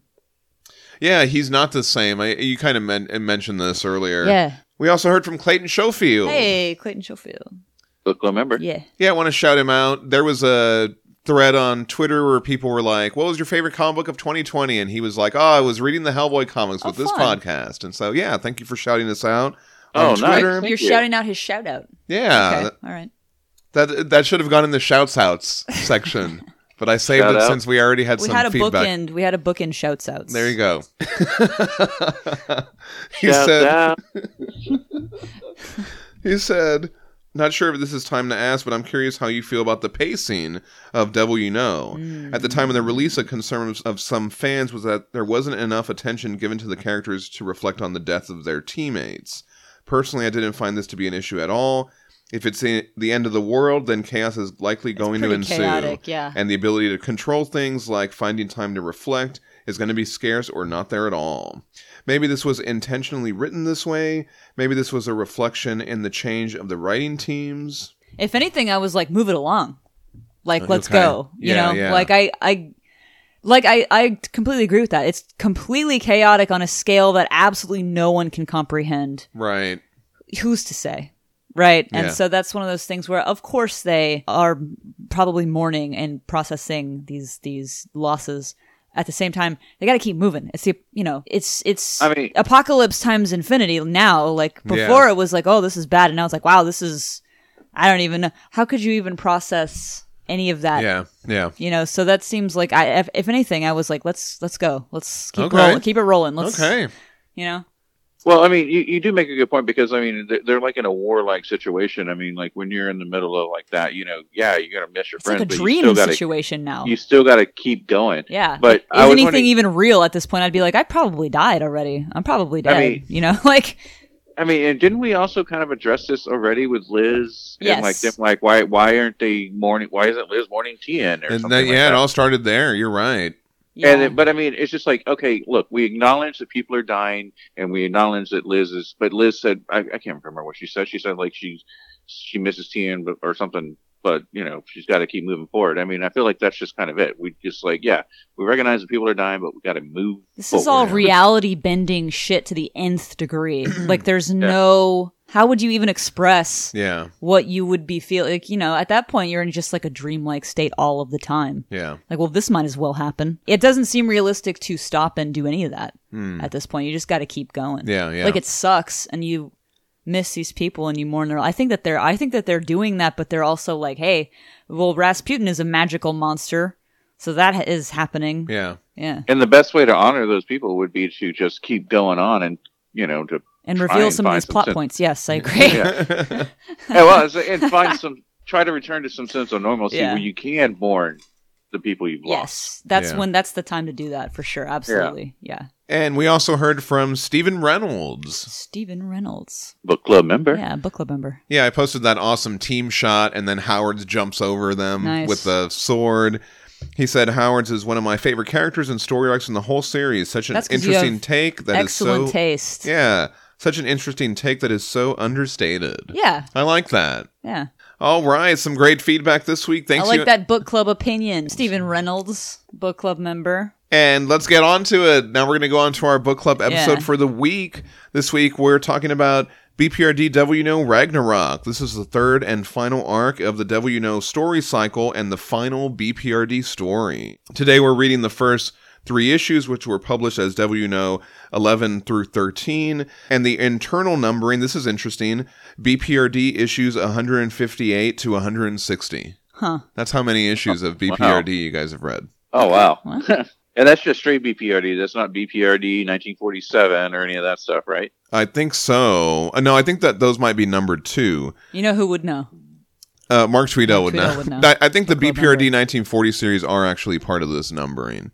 [SPEAKER 2] Yeah, he's not the same. I, you kind of men- mentioned this earlier.
[SPEAKER 4] Yeah.
[SPEAKER 2] We also heard from Clayton Schofield.
[SPEAKER 4] Hey, Clayton Schofield.
[SPEAKER 3] Book club member.
[SPEAKER 4] Yeah.
[SPEAKER 2] Yeah, I want to shout him out. There was a thread on Twitter where people were like, "What was your favorite comic book of 2020?" And he was like, "Oh, I was reading the Hellboy comics
[SPEAKER 4] Oh,
[SPEAKER 2] with this
[SPEAKER 4] fun.
[SPEAKER 2] podcast." And so, yeah, thank you for shouting us out
[SPEAKER 3] Oh,
[SPEAKER 2] on
[SPEAKER 3] nice.
[SPEAKER 2] Twitter.
[SPEAKER 3] Thank
[SPEAKER 4] You're
[SPEAKER 3] you.
[SPEAKER 4] shouting out his shout out.
[SPEAKER 2] Yeah,
[SPEAKER 4] okay. All right.
[SPEAKER 2] that that should have gone in the shouts outs
[SPEAKER 4] *laughs*
[SPEAKER 2] section, but I saved
[SPEAKER 3] Shout
[SPEAKER 2] it
[SPEAKER 3] out.
[SPEAKER 2] since we already had
[SPEAKER 4] We
[SPEAKER 2] some
[SPEAKER 4] had a
[SPEAKER 2] feedback.
[SPEAKER 4] bookend. We had a bookend shouts outs.
[SPEAKER 2] There you go. *laughs* he
[SPEAKER 3] Shout
[SPEAKER 2] said,
[SPEAKER 3] out.
[SPEAKER 2] He said, Not sure if this is time to ask, but I'm curious how you feel about the pacing of Devil You Know. At the time of the release, a concern of- of some fans was that there wasn't enough attention given to the characters to reflect on the death of their teammates. Personally, I didn't find this to be an issue at all. If it's i- the end of the world, then chaos is likely going to
[SPEAKER 4] pretty
[SPEAKER 2] ensue.
[SPEAKER 4] chaotic, yeah.
[SPEAKER 2] And the ability to control things, like finding time to reflect, is going to be scarce or not there at all. Maybe this was intentionally written this way. Maybe this was a reflection in the change of the writing teams.
[SPEAKER 4] If anything, I was like, move it along. Like, let's
[SPEAKER 2] Okay.
[SPEAKER 4] go. You
[SPEAKER 2] Yeah,
[SPEAKER 4] know,
[SPEAKER 2] yeah.
[SPEAKER 4] like I, I, like I, I completely agree with that. It's completely chaotic on a scale that absolutely no one can comprehend.
[SPEAKER 2] Right.
[SPEAKER 4] who's to say right and
[SPEAKER 2] Yeah.
[SPEAKER 4] so that's one of those things where of course they are probably mourning and processing these these losses at the same time they got to keep moving it's the you know it's it's
[SPEAKER 3] I mean-
[SPEAKER 4] apocalypse times infinity now like
[SPEAKER 2] Yeah.
[SPEAKER 4] before it was like oh this is bad and now it's like wow this is i don't even know how could you even process any of that
[SPEAKER 2] Yeah. Yeah.
[SPEAKER 4] you know so that seems like i if, if anything i was like let's let's go let's keep
[SPEAKER 2] Okay.
[SPEAKER 4] rolling keep it rolling let's
[SPEAKER 2] Okay.
[SPEAKER 4] you know
[SPEAKER 3] Well, I mean, you, you do make a good point because I mean they're, they're like in a warlike situation. I mean, like when you're in the middle of like that, you know, yeah, you're gonna miss your
[SPEAKER 4] it's
[SPEAKER 3] friends,
[SPEAKER 4] like a
[SPEAKER 3] but
[SPEAKER 4] dream
[SPEAKER 3] you still gotta
[SPEAKER 4] situation now
[SPEAKER 3] you still gotta keep going.
[SPEAKER 4] Yeah.
[SPEAKER 3] But
[SPEAKER 4] is
[SPEAKER 3] I was
[SPEAKER 4] anything
[SPEAKER 3] wondering-
[SPEAKER 4] even real at this point? I'd be like, I probably died already. I'm probably dead.
[SPEAKER 3] I mean-
[SPEAKER 4] you know, *laughs* like
[SPEAKER 3] I mean, and didn't we also kind of address this already with Liz?
[SPEAKER 4] Yes.
[SPEAKER 3] And like, them, like why why aren't they morning? Why isn't Liz morning TN or
[SPEAKER 2] And
[SPEAKER 3] something?
[SPEAKER 2] that,
[SPEAKER 3] like
[SPEAKER 2] yeah, it
[SPEAKER 3] that?
[SPEAKER 2] all started there. You're right.
[SPEAKER 4] yeah.
[SPEAKER 3] And it, but I mean, it's just like okay, look, we acknowledge that people are dying, and we acknowledge that Liz is. But Liz said, I, I can't remember what she said. She said like she's she misses TN but- or something, but you know she's got to keep moving forward. I mean, I feel like that's just kind of it. We just like yeah, we recognize that people are dying, but we got to move.
[SPEAKER 4] this is all
[SPEAKER 3] forward.
[SPEAKER 4] reality bending shit to the
[SPEAKER 3] *clears throat*
[SPEAKER 4] nth degree. like there's no how would you even express
[SPEAKER 2] Yeah.
[SPEAKER 4] what you would be feeling? Like, you know, at that point you're in just like a dreamlike state all of the time.
[SPEAKER 2] Yeah.
[SPEAKER 4] Like, well, this might as well happen. It doesn't seem realistic to stop and do any of that
[SPEAKER 2] Hmm.
[SPEAKER 4] at this point. You just got to keep going.
[SPEAKER 2] Yeah. Yeah.
[SPEAKER 4] Like it sucks and you miss these people and you mourn their I think that they're I think that they're doing that, but they're also like, hey, well Rasputin is a magical monster. So that ha- is happening. Yeah.
[SPEAKER 2] yeah.
[SPEAKER 4] *laughs*
[SPEAKER 3] And the best way to honor those people would be to just keep going on and you know to
[SPEAKER 4] and
[SPEAKER 3] Try
[SPEAKER 4] reveal
[SPEAKER 3] and
[SPEAKER 4] some of
[SPEAKER 3] find
[SPEAKER 4] these
[SPEAKER 3] some
[SPEAKER 4] plot
[SPEAKER 3] sense.
[SPEAKER 4] points.
[SPEAKER 2] *laughs*
[SPEAKER 4] Yes, I agree.
[SPEAKER 3] *laughs* Yeah. Yeah, well, it's- and find some, try to return to some sense of normalcy
[SPEAKER 4] Yeah.
[SPEAKER 3] where you can mourn the people you've lost.
[SPEAKER 4] Yes, that's
[SPEAKER 2] Yeah.
[SPEAKER 4] when that's the time to do that for sure. Absolutely, yeah.
[SPEAKER 2] *laughs* and we also heard from Stephen Reynolds.
[SPEAKER 4] Stephen Reynolds,
[SPEAKER 3] Book club member.
[SPEAKER 4] yeah, book club member.
[SPEAKER 2] Yeah, I posted that awesome team shot, and then Howard's jumps over them
[SPEAKER 4] Nice.
[SPEAKER 2] with the sword. He said Howard's is one of my favorite characters and story arcs in the whole series. Such an
[SPEAKER 4] That's 'cause you have
[SPEAKER 2] interesting take that is
[SPEAKER 4] Excellent
[SPEAKER 2] so
[SPEAKER 4] taste.
[SPEAKER 2] yeah, such an interesting take that is so understated.
[SPEAKER 4] yeah,
[SPEAKER 2] I like that.
[SPEAKER 4] yeah.
[SPEAKER 2] All right, some great feedback this week. Thanks
[SPEAKER 4] I like
[SPEAKER 2] you.
[SPEAKER 4] that book club opinion. Stephen Reynolds, book club member.
[SPEAKER 2] And let's get on to it. Now we're going to go on to our book club episode
[SPEAKER 4] Yeah.
[SPEAKER 2] for the week. This week we're talking about BPRD Devil You Know Ragnarok. This is the third and final arc of the Devil You Know story cycle and the final BPRD story. Today we're reading the first three issues, which were published as Devil You Know 11 through 13. And the internal numbering, this is interesting BPRD issues 158 to 160.
[SPEAKER 4] Huh.
[SPEAKER 2] That's how many issues of BPRD you guys have read.
[SPEAKER 3] Oh, wow. *laughs*
[SPEAKER 4] What?
[SPEAKER 3] and that's just straight BPRD. That's not BPRD 1947 or any of that stuff, right?
[SPEAKER 2] I think so. Uh, No, I think that those might be numbered two.
[SPEAKER 4] You know who would know?
[SPEAKER 2] Uh, Mark Tweedale
[SPEAKER 4] Mark
[SPEAKER 2] would,
[SPEAKER 4] Tweedell
[SPEAKER 2] know. *laughs*
[SPEAKER 4] would know.
[SPEAKER 2] I- I think the,
[SPEAKER 4] The club
[SPEAKER 2] BPRD
[SPEAKER 4] number.
[SPEAKER 2] 1940 series are actually part of this numbering.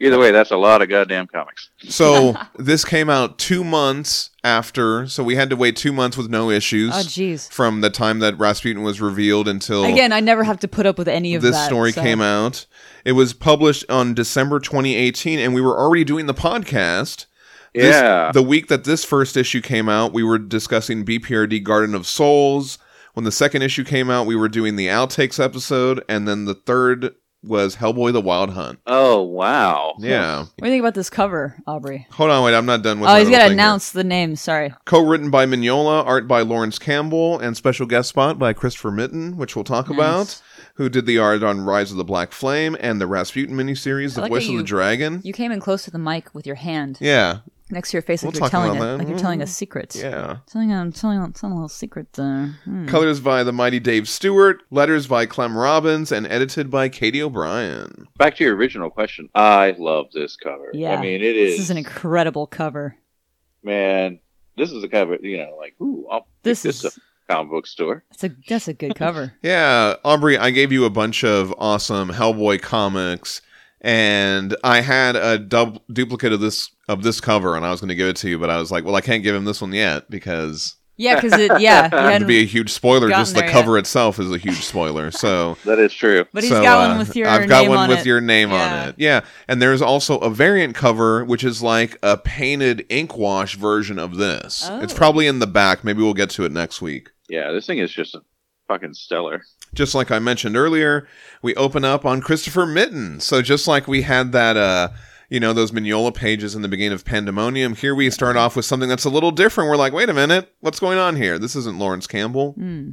[SPEAKER 3] Either way, that's a lot of goddamn comics.
[SPEAKER 4] *laughs*
[SPEAKER 2] So this came out two months after, so we had to wait two months with no issues
[SPEAKER 4] Oh, jeez.
[SPEAKER 2] from the time that Rasputin was revealed until
[SPEAKER 4] Again, I never have to put up with any of
[SPEAKER 2] this
[SPEAKER 4] that,
[SPEAKER 2] story
[SPEAKER 4] so-
[SPEAKER 2] came out. It was published on December 2018, and we were already doing the podcast. This-
[SPEAKER 3] Yeah.
[SPEAKER 2] The week that this first issue came out, we were discussing BPRD Garden of Souls. When the second issue came out, we were doing the outtakes episode, and then the third was Hellboy the Wild Hunt.
[SPEAKER 3] oh, wow.
[SPEAKER 2] Yeah.
[SPEAKER 4] What do you think about this cover, Aubrey?
[SPEAKER 2] Hold on, wait, I'm not done with
[SPEAKER 4] oh,
[SPEAKER 2] my
[SPEAKER 4] he's
[SPEAKER 2] little
[SPEAKER 4] got to
[SPEAKER 2] thing here.
[SPEAKER 4] announce the name. Sorry.
[SPEAKER 2] Co-written by Mignola, art by Lawrence Campbell, and special guest spot by Christopher Mitten, which we'll talk
[SPEAKER 4] Nice.
[SPEAKER 2] about, who did the art on Rise of the Black Flame and the Rasputin miniseries, The
[SPEAKER 4] like
[SPEAKER 2] Voice
[SPEAKER 4] that
[SPEAKER 2] of the
[SPEAKER 4] you-
[SPEAKER 2] Dragon.
[SPEAKER 4] You came in close to the mic with your hand
[SPEAKER 2] yeah.
[SPEAKER 4] next to your face,
[SPEAKER 2] We'll
[SPEAKER 4] like you're
[SPEAKER 2] talk
[SPEAKER 4] telling it,
[SPEAKER 2] about that. Mm.
[SPEAKER 4] like you're telling a secret.
[SPEAKER 2] Yeah.
[SPEAKER 4] Telling, I'm telling, I'm telling a little secret there. Hmm.
[SPEAKER 2] Colors by the mighty Dave Stewart, letters by Clem Robbins, and edited by Katie O'Brien.
[SPEAKER 3] Back to your original question. I love this cover.
[SPEAKER 4] Yeah.
[SPEAKER 3] I mean, it is.
[SPEAKER 4] This is an incredible cover.
[SPEAKER 3] man, this is the cover, you know, like, ooh, I'll
[SPEAKER 4] This
[SPEAKER 3] this pick this
[SPEAKER 4] is-
[SPEAKER 3] up at a comic book store.
[SPEAKER 4] That's a that's
[SPEAKER 2] *laughs*
[SPEAKER 4] a good cover.
[SPEAKER 2] Yeah, Aubrey, I gave you a bunch of awesome Hellboy comics, and I had a dub- duplicate of this of this cover, and I was going to give it to you, but I was like, well, I can't give him this one yet because
[SPEAKER 4] Yeah, because
[SPEAKER 2] *laughs*
[SPEAKER 4] it yeah. you
[SPEAKER 2] it'd
[SPEAKER 4] hadn't-
[SPEAKER 2] be a huge spoiler.
[SPEAKER 4] gotten
[SPEAKER 2] Just the
[SPEAKER 4] there
[SPEAKER 2] cover itself is a huge spoiler. So.
[SPEAKER 3] That is true.
[SPEAKER 4] *laughs* but he's
[SPEAKER 2] So,
[SPEAKER 4] got
[SPEAKER 2] uh,
[SPEAKER 4] one with your
[SPEAKER 2] I've got
[SPEAKER 4] name
[SPEAKER 2] one
[SPEAKER 4] on
[SPEAKER 2] with
[SPEAKER 4] it.
[SPEAKER 2] your name on
[SPEAKER 4] Yeah.
[SPEAKER 2] it. Yeah, and there's also a variant cover which is like a painted ink wash version of this. It's
[SPEAKER 4] Oh.
[SPEAKER 2] probably in the back. Maybe we'll get to it next week.
[SPEAKER 3] Yeah, this thing is just a fucking stellar.
[SPEAKER 2] Just like I mentioned earlier, we open up on Christopher Mitten. So just like we had that uh you know those Mignola pages in the beginning of Pandemonium. Here we start off with something that's a little different. We're like, wait a minute, what's going on here? This isn't Lawrence Campbell.
[SPEAKER 4] Hmm.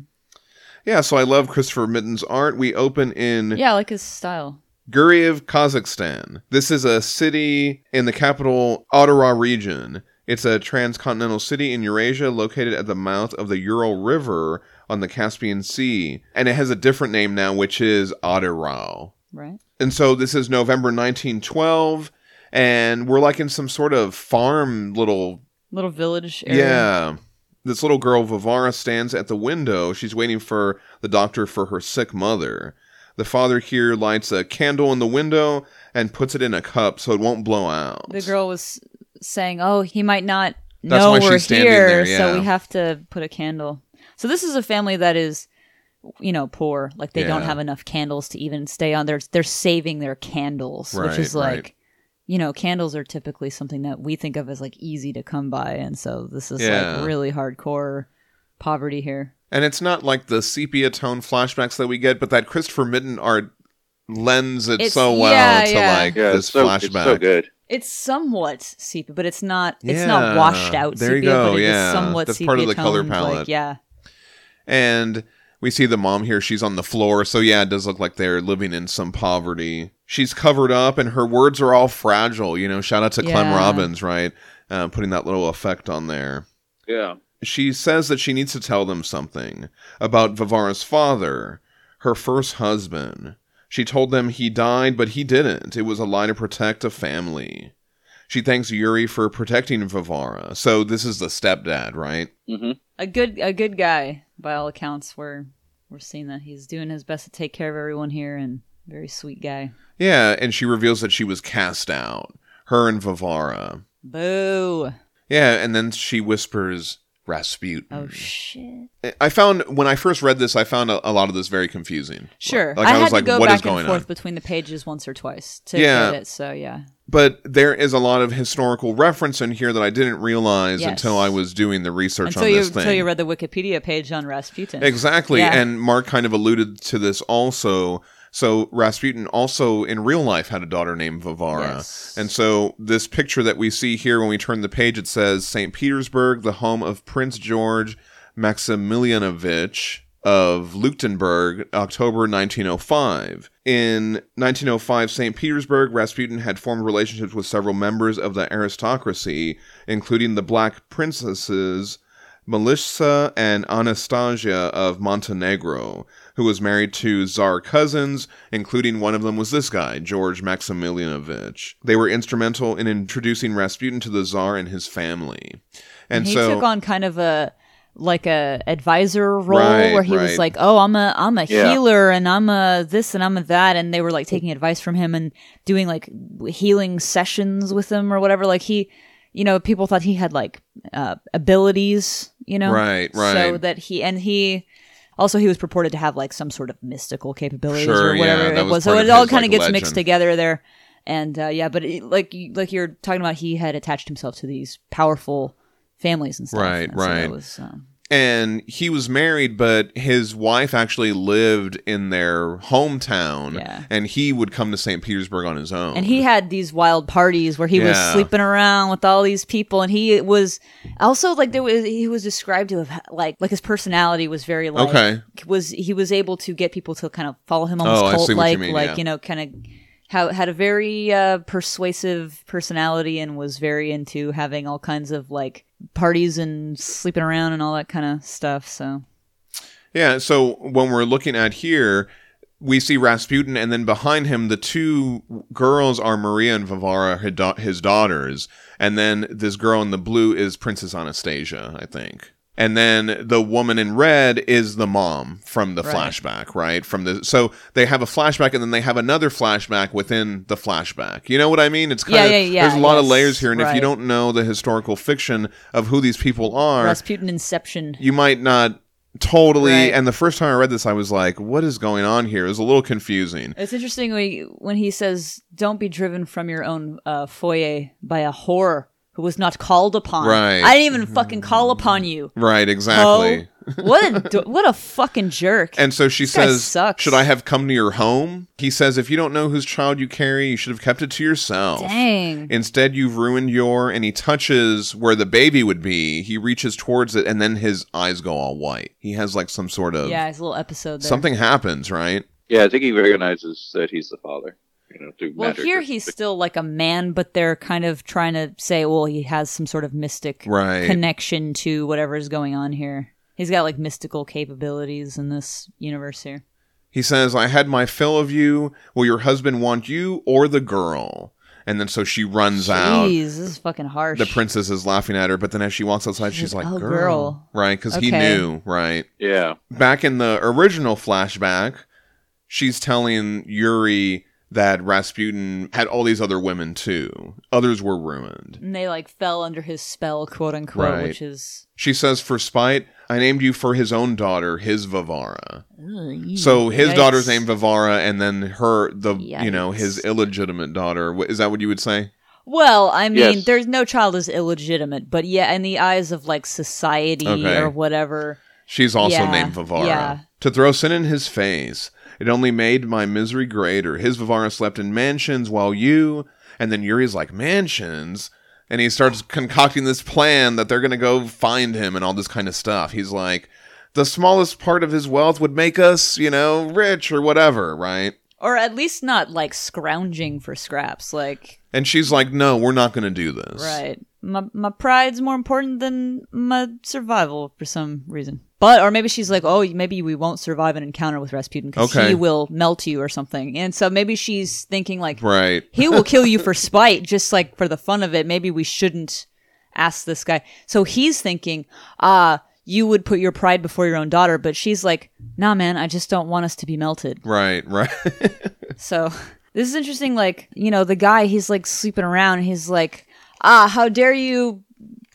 [SPEAKER 2] Yeah, so I love Christopher Mitten's art. We open in
[SPEAKER 4] Yeah, I like his style.
[SPEAKER 2] Guriev, Kazakhstan. This is a city in the capital Ottawa region. It's a transcontinental city in Eurasia located at the mouth of the Ural River on the Caspian Sea. And it has a different name now, which is Otterau.
[SPEAKER 4] Right.
[SPEAKER 2] And so this is November 1912. And we're like in some sort of farm little
[SPEAKER 4] Little village area.
[SPEAKER 2] yeah. This little girl, Vivara, stands at the window. She's waiting for the doctor for her sick mother. The father here lights a candle in the window and puts it in a cup so it won't blow out.
[SPEAKER 4] The girl was saying, "Oh, he might not
[SPEAKER 2] That's
[SPEAKER 4] know
[SPEAKER 2] why
[SPEAKER 4] we're
[SPEAKER 2] she's standing
[SPEAKER 4] here,
[SPEAKER 2] there, yeah.
[SPEAKER 4] so we have to put a candle." So this is a family that is, you know, poor. Like they don't
[SPEAKER 2] Yeah.
[SPEAKER 4] have enough candles to even stay on. They're they're saving their candles,
[SPEAKER 2] Right,
[SPEAKER 4] which is
[SPEAKER 2] right.
[SPEAKER 4] like, you know, candles are typically something that we think of as like easy to come by, and so this is
[SPEAKER 2] Yeah.
[SPEAKER 4] like really hardcore poverty here.
[SPEAKER 2] And it's not like the sepia tone flashbacks that we get, but that Christopher Mitten art lends it
[SPEAKER 4] It's-
[SPEAKER 2] so well
[SPEAKER 4] yeah,
[SPEAKER 2] to
[SPEAKER 4] yeah.
[SPEAKER 2] like
[SPEAKER 3] Yeah,
[SPEAKER 2] this
[SPEAKER 3] it's so,
[SPEAKER 2] flashback.
[SPEAKER 3] it's so good.
[SPEAKER 4] It's somewhat sepia, but it's not. It's
[SPEAKER 2] Yeah.
[SPEAKER 4] not washed out.
[SPEAKER 2] There you
[SPEAKER 4] sepia,
[SPEAKER 2] go,
[SPEAKER 4] But it is
[SPEAKER 2] yeah.
[SPEAKER 4] somewhat
[SPEAKER 2] That's part of the color
[SPEAKER 4] sepia-toned, like,
[SPEAKER 2] palette.
[SPEAKER 4] yeah.
[SPEAKER 2] And we see the mom here. She's on the floor. So, yeah, it does look like they're living in some poverty. She's covered up and her words are all fragile. You know, shout out to Clem
[SPEAKER 4] Yeah.
[SPEAKER 2] Robbins, right? Uh, putting that little effect on there.
[SPEAKER 3] Yeah.
[SPEAKER 2] She says that she needs to tell them something about Vivara's father, her first husband. She told them he died, but he didn't. It was a lie to protect a family. She thanks Yuri for protecting Vivara. So this is the stepdad, right?
[SPEAKER 3] hmm
[SPEAKER 4] a good a good guy by all accounts. We're we're seeing that he's doing his best to take care of everyone here and very sweet guy.
[SPEAKER 2] Yeah, and she reveals that she was cast out, her and Vivara.
[SPEAKER 4] Boo!
[SPEAKER 2] Yeah, and then she whispers Rasputin.
[SPEAKER 4] Oh shit!
[SPEAKER 2] I found when I first read this, I found a, a lot of this very confusing.
[SPEAKER 4] Sure,
[SPEAKER 2] Like,
[SPEAKER 4] I,
[SPEAKER 2] I was
[SPEAKER 4] had
[SPEAKER 2] like,
[SPEAKER 4] to go
[SPEAKER 2] what is
[SPEAKER 4] back
[SPEAKER 2] going
[SPEAKER 4] and forth
[SPEAKER 2] on?
[SPEAKER 4] between the pages once or twice to
[SPEAKER 2] Yeah.
[SPEAKER 4] get it. So yeah,
[SPEAKER 2] But there is a lot of historical reference in here that I didn't realize
[SPEAKER 4] Yes.
[SPEAKER 2] until I was doing the research
[SPEAKER 4] until
[SPEAKER 2] on
[SPEAKER 4] you
[SPEAKER 2] this thing.
[SPEAKER 4] until you read the Wikipedia page on Rasputin.
[SPEAKER 2] Exactly.
[SPEAKER 4] Yeah.
[SPEAKER 2] And Mark kind of alluded to this also. So Rasputin also in real life had a daughter named Vivara.
[SPEAKER 4] Yes.
[SPEAKER 2] And so this picture that we see here when we turn the page, it says St. Petersburg, the home of Prince George Maximilianovich of Leuchtenberg, October 1905. In 1905, St. Petersburg, Rasputin had formed relationships with several members of the aristocracy, including the black princesses Melissa and Anastasia of Montenegro, who was married to Tsar cousins, including one of them was this guy, George Maximilianovich. They were instrumental in introducing Rasputin to the Tsar and his family. And,
[SPEAKER 4] he
[SPEAKER 2] so
[SPEAKER 4] took on kind of a like a advisor role
[SPEAKER 2] Right,
[SPEAKER 4] where he was
[SPEAKER 2] right.
[SPEAKER 4] like, "Oh, I'm a I'm a
[SPEAKER 3] Yeah.
[SPEAKER 4] healer and I'm a this and I'm a that," and they were like taking advice from him and doing like healing sessions with him or whatever. Like he, you know, people thought he had like uh, abilities, you know,
[SPEAKER 2] Right,
[SPEAKER 4] So
[SPEAKER 2] right.
[SPEAKER 4] that he and he. Also, he was purported to have like some sort of mystical capabilities
[SPEAKER 2] Sure,
[SPEAKER 4] or
[SPEAKER 2] yeah,
[SPEAKER 4] whatever
[SPEAKER 2] that
[SPEAKER 4] it
[SPEAKER 2] was
[SPEAKER 4] was. So
[SPEAKER 2] part
[SPEAKER 4] it
[SPEAKER 2] of
[SPEAKER 4] all
[SPEAKER 2] his,
[SPEAKER 4] kind of
[SPEAKER 2] like,
[SPEAKER 4] gets mixed
[SPEAKER 2] legend.
[SPEAKER 4] together there, and uh, yeah. But it, like you- like you're talking about, he had attached himself to these powerful families and stuff.
[SPEAKER 2] Right,
[SPEAKER 4] And so that
[SPEAKER 2] right.
[SPEAKER 4] was, um,
[SPEAKER 2] and he was married, but his wife actually lived in their hometown,
[SPEAKER 4] Yeah.
[SPEAKER 2] and he would come to St. Petersburg on his own.
[SPEAKER 4] and he had these wild parties where he
[SPEAKER 2] Oh, Yeah.
[SPEAKER 4] was sleeping around with all these people, and he was also like there was he was described to have ha- like like his personality was very like
[SPEAKER 2] Okay.
[SPEAKER 4] was he was able to get people to kind of follow him on
[SPEAKER 2] Oh, I
[SPEAKER 4] this
[SPEAKER 2] see what
[SPEAKER 4] cult
[SPEAKER 2] you
[SPEAKER 4] like
[SPEAKER 2] mean,
[SPEAKER 4] like
[SPEAKER 2] yeah.
[SPEAKER 4] you know kind of. How, had a very uh, persuasive personality and was very into having all kinds of like parties and sleeping around and all that kind of stuff. So
[SPEAKER 2] Yeah, so when we're looking at here, we see Rasputin, and then behind him, the two girls are Maria and Vivara, her da- his daughters. And then this girl in the blue is Princess Anastasia, I think. And then the woman in red is the mom from the
[SPEAKER 4] Right.
[SPEAKER 2] flashback, right? From the so they have a flashback, and then they have another flashback within the flashback. You know what I mean? It's kind
[SPEAKER 4] Yeah,
[SPEAKER 2] of
[SPEAKER 4] yeah, yeah,
[SPEAKER 2] there's a lot of
[SPEAKER 4] yes,
[SPEAKER 2] layers here, and if you
[SPEAKER 4] right.
[SPEAKER 2] don't know the historical fiction of who these people are,
[SPEAKER 4] Rasputin Inception.
[SPEAKER 2] you might not totally
[SPEAKER 4] Right.
[SPEAKER 2] and the first time i read this i was like what is going on here it was a little confusing
[SPEAKER 4] It's interesting when he, when he says, "Don't be driven from your own uh, foyer by a whore who was not called upon."
[SPEAKER 2] Right.
[SPEAKER 4] I didn't even fucking call upon you.
[SPEAKER 2] right exactly
[SPEAKER 4] Ho. What a do- what a fucking jerk.
[SPEAKER 2] *laughs* and so she
[SPEAKER 4] Oh. guy
[SPEAKER 2] says
[SPEAKER 4] sucks.
[SPEAKER 2] should i have come to your home he says if you don't know whose child you carry you should have kept it to yourself
[SPEAKER 4] Dang.
[SPEAKER 2] instead you've ruined your and he touches where the baby would be he reaches towards it and then his eyes go all white he has like some sort of
[SPEAKER 4] yeah, it's a little episode there.
[SPEAKER 2] something happens right
[SPEAKER 3] Yeah, I think he recognizes that he's the father. You know, through
[SPEAKER 4] Well,
[SPEAKER 3] magic
[SPEAKER 4] here
[SPEAKER 3] or
[SPEAKER 4] he's
[SPEAKER 3] something.
[SPEAKER 4] still like a man, but they're kind of trying to say, well, he has some sort of mystic
[SPEAKER 2] Right.
[SPEAKER 4] connection to whatever is going on here. He's got like mystical capabilities in this universe here.
[SPEAKER 2] He says, I had my fill of you. Will your husband want you or the girl? And then so she runs out.
[SPEAKER 4] Jeez, this is fucking harsh.
[SPEAKER 2] The princess is laughing at her, but then as she walks outside, she's like,
[SPEAKER 4] like, "Oh,
[SPEAKER 2] girl.
[SPEAKER 4] girl."
[SPEAKER 2] Right? Because he
[SPEAKER 4] Okay.
[SPEAKER 2] knew, right?
[SPEAKER 3] Yeah.
[SPEAKER 2] Back in the original flashback, she's telling Yuri that Rasputin had all these other women too. Others were ruined.
[SPEAKER 4] and they like fell under his spell, quote unquote,
[SPEAKER 2] Right.
[SPEAKER 4] which is
[SPEAKER 2] She says, For spite, I named you for his own daughter, his Vivara. So his
[SPEAKER 4] Yikes.
[SPEAKER 2] daughter's named Vivara, and then her, the you know,
[SPEAKER 4] Yikes.
[SPEAKER 2] his illegitimate daughter. Wh- Is that what you would say?
[SPEAKER 4] Well, I mean,
[SPEAKER 3] Yes.
[SPEAKER 4] there's no child is illegitimate, but yeah, in the eyes of like society
[SPEAKER 2] Okay.
[SPEAKER 4] or whatever,
[SPEAKER 2] She's also
[SPEAKER 4] Yeah,
[SPEAKER 2] named Vivara.
[SPEAKER 4] yeah.
[SPEAKER 2] To throw sin in his face, it only made my misery greater. His Vivara slept in mansions while you, and then Yuri's like, mansions? And he starts concocting this plan that they're going to go find him and all this kind of stuff. He's like, the smallest part of his wealth would make us, you know, rich or whatever, right?
[SPEAKER 4] or at least not like scrounging for scraps, like
[SPEAKER 2] And she's like, no, we're not going to do this.
[SPEAKER 4] right. My my pride's more important than my survival for some reason. But or maybe she's like, oh, maybe we won't survive an encounter with Rasputin because
[SPEAKER 2] Okay.
[SPEAKER 4] he will melt you or something. And so maybe she's thinking like,
[SPEAKER 2] Right.
[SPEAKER 4] he will kill
[SPEAKER 2] *laughs*
[SPEAKER 4] you for spite, just like for the fun of it. Maybe we shouldn't ask this guy. So he's thinking, ah, you would put your pride before your own daughter, but she's like, nah, man, I just don't want us to be melted.
[SPEAKER 2] Right. Right. *laughs*
[SPEAKER 4] So *laughs* this is interesting. Like, you know, the guy, he's like sleeping around. He's like, ah, how dare you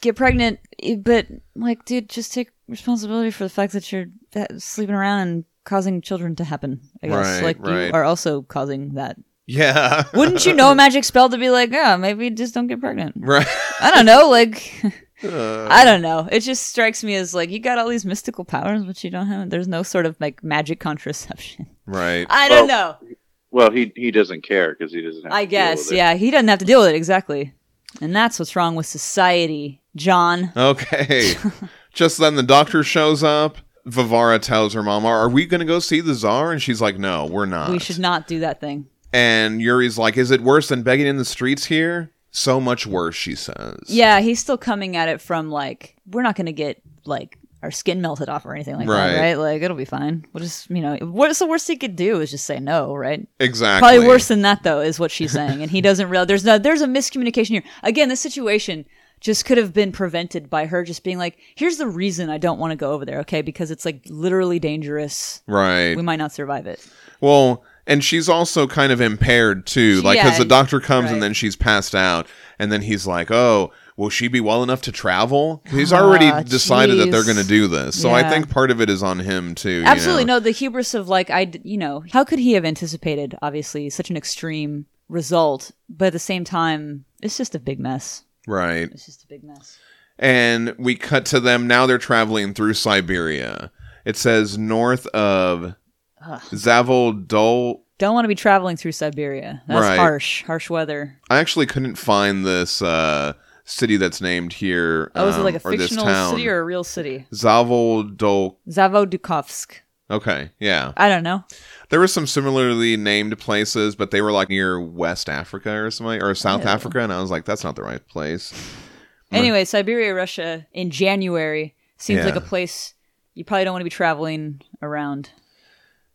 [SPEAKER 4] get pregnant? Eh, But like, dude, just take responsibility for the fact that you're that- sleeping around and causing children to happen. I guess
[SPEAKER 2] Right,
[SPEAKER 4] like
[SPEAKER 2] right.
[SPEAKER 4] you are also causing that.
[SPEAKER 2] yeah.
[SPEAKER 4] Wouldn't you know a magic spell to be like, yeah, maybe just don't get pregnant?
[SPEAKER 2] *laughs* right.
[SPEAKER 4] I don't know. Like, *laughs*
[SPEAKER 2] Uh,
[SPEAKER 4] I don't know. It just strikes me as like you got all these mystical powers, but you don't have. There's no sort of like magic contraception. *laughs*
[SPEAKER 2] right.
[SPEAKER 4] I don't
[SPEAKER 3] Well,
[SPEAKER 4] know.
[SPEAKER 3] Well, he he doesn't care because he doesn't. Have
[SPEAKER 4] I
[SPEAKER 3] to deal
[SPEAKER 4] guess.
[SPEAKER 3] with it.
[SPEAKER 4] Yeah, he doesn't have to deal with it exactly, and that's what's wrong with society, John. *laughs*
[SPEAKER 2] Okay. Just then the doctor shows up. Vivara tells her mom, Are we going to go see the czar? And she's like, No, we're not.
[SPEAKER 4] We should not do that thing.
[SPEAKER 2] And Yuri's like, Is it worse than begging in the streets here? So much worse, she says.
[SPEAKER 4] Yeah, he's still coming at it from like we're not going to get like our skin melted off or anything like
[SPEAKER 2] Right.
[SPEAKER 4] that, right? Like it'll be fine. We'll just you know, what's the worst he could do is just say no, right?
[SPEAKER 2] Exactly.
[SPEAKER 4] Probably worse than that though, is what
[SPEAKER 3] *laughs*
[SPEAKER 4] she's saying, and he doesn't realize there's no there's a miscommunication here. Again, this situation just could have been prevented by her just being like, "Here's the reason I don't want to go over there, okay? Because it's like literally dangerous.
[SPEAKER 2] Right.
[SPEAKER 4] We might not survive it."
[SPEAKER 2] Well, and she's also kind of impaired too,
[SPEAKER 4] She-
[SPEAKER 2] like because
[SPEAKER 4] yeah,
[SPEAKER 2] the doctor comes
[SPEAKER 4] right.
[SPEAKER 2] and then she's passed out, and then he's like, "Oh, will she be well enough to travel?" He's already
[SPEAKER 4] Ah,
[SPEAKER 2] decided that they're
[SPEAKER 4] jeez.
[SPEAKER 2] going to do this, so I
[SPEAKER 4] Yeah.
[SPEAKER 2] think part of it is on him too. you
[SPEAKER 4] Absolutely
[SPEAKER 2] know?
[SPEAKER 4] no. The hubris of like I, d- you know, how could he have anticipated obviously such an extreme result? But at the same time, it's just a big mess.
[SPEAKER 2] right.
[SPEAKER 4] It's just a big mess.
[SPEAKER 2] And we cut to them now. They're traveling through Siberia. It says north of Zavol
[SPEAKER 4] Don't want to be traveling through Siberia. That's
[SPEAKER 2] Right.
[SPEAKER 4] harsh, harsh weather.
[SPEAKER 2] I actually couldn't find this uh, city that's named here.
[SPEAKER 4] Oh, is it
[SPEAKER 2] um,
[SPEAKER 4] like a
[SPEAKER 2] or this
[SPEAKER 4] fictional
[SPEAKER 2] town.
[SPEAKER 4] city or a real city?
[SPEAKER 2] Zavodol?
[SPEAKER 4] Zavodukovsk.
[SPEAKER 2] Okay, yeah.
[SPEAKER 4] I don't know.
[SPEAKER 2] There were some similarly named places, but they were like near West Africa or something, or South
[SPEAKER 4] Yeah.
[SPEAKER 2] Africa, and I was like, that's not the right place.
[SPEAKER 4] Anyway, Siberia, Russia in January seems
[SPEAKER 2] Yeah.
[SPEAKER 4] like a place you probably don't want to be traveling around.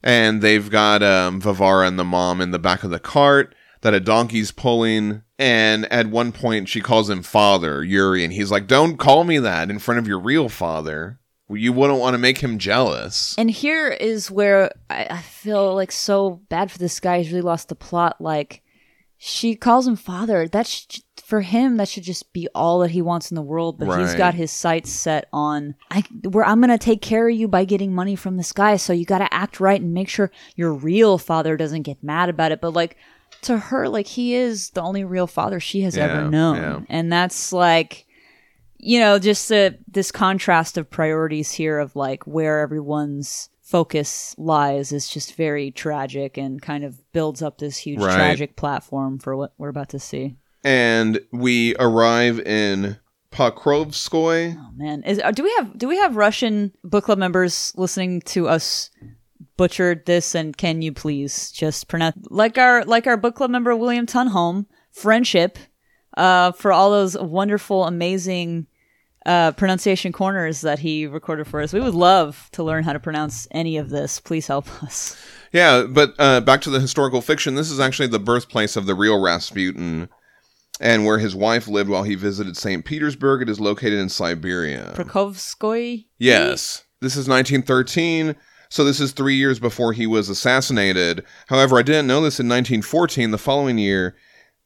[SPEAKER 2] And they've got um, Vivara and the mom in the back of the cart that a donkey's pulling. And at one point, she calls him father, Yuri, and he's like, don't call me that in front of your real father. You wouldn't want to make him jealous.
[SPEAKER 4] And here is where I, I feel like so bad for this guy. He's really lost the plot. Like she calls him father. That sh- for him, that should just be all that he wants in the world. But he's
[SPEAKER 2] Right.
[SPEAKER 4] got his sights set on I, where I'm gonna take care of you by getting money from this guy. So you got to act right and make sure your real father doesn't get mad about it. But like to her, like he is the only real father she has
[SPEAKER 2] Yeah,
[SPEAKER 4] ever known,
[SPEAKER 2] yeah.
[SPEAKER 4] and that's like you know, just the this contrast of priorities here of like where everyone's focus lies is just very tragic and kind of builds up this huge
[SPEAKER 2] Right.
[SPEAKER 4] tragic platform for what we're about to see.
[SPEAKER 2] And we arrive in Pokrovskoy.
[SPEAKER 4] Oh man, is uh, do we have do we have Russian book club members listening to us butchered this and can you please just pronounce like our like our book club member William Tunholm friendship uh, for all those wonderful amazing uh, pronunciation corners that he recorded for us. We would love to learn how to pronounce any of this. Please help us.
[SPEAKER 2] Yeah, but uh, back to the historical fiction. This is actually the birthplace of the real Rasputin, and where his wife lived while he visited St. Petersburg. It is located in Siberia.
[SPEAKER 4] Prokovskoy.
[SPEAKER 2] yes, this is 1913. So this is three years before he was assassinated. However, I didn't know this in 1914. The following year,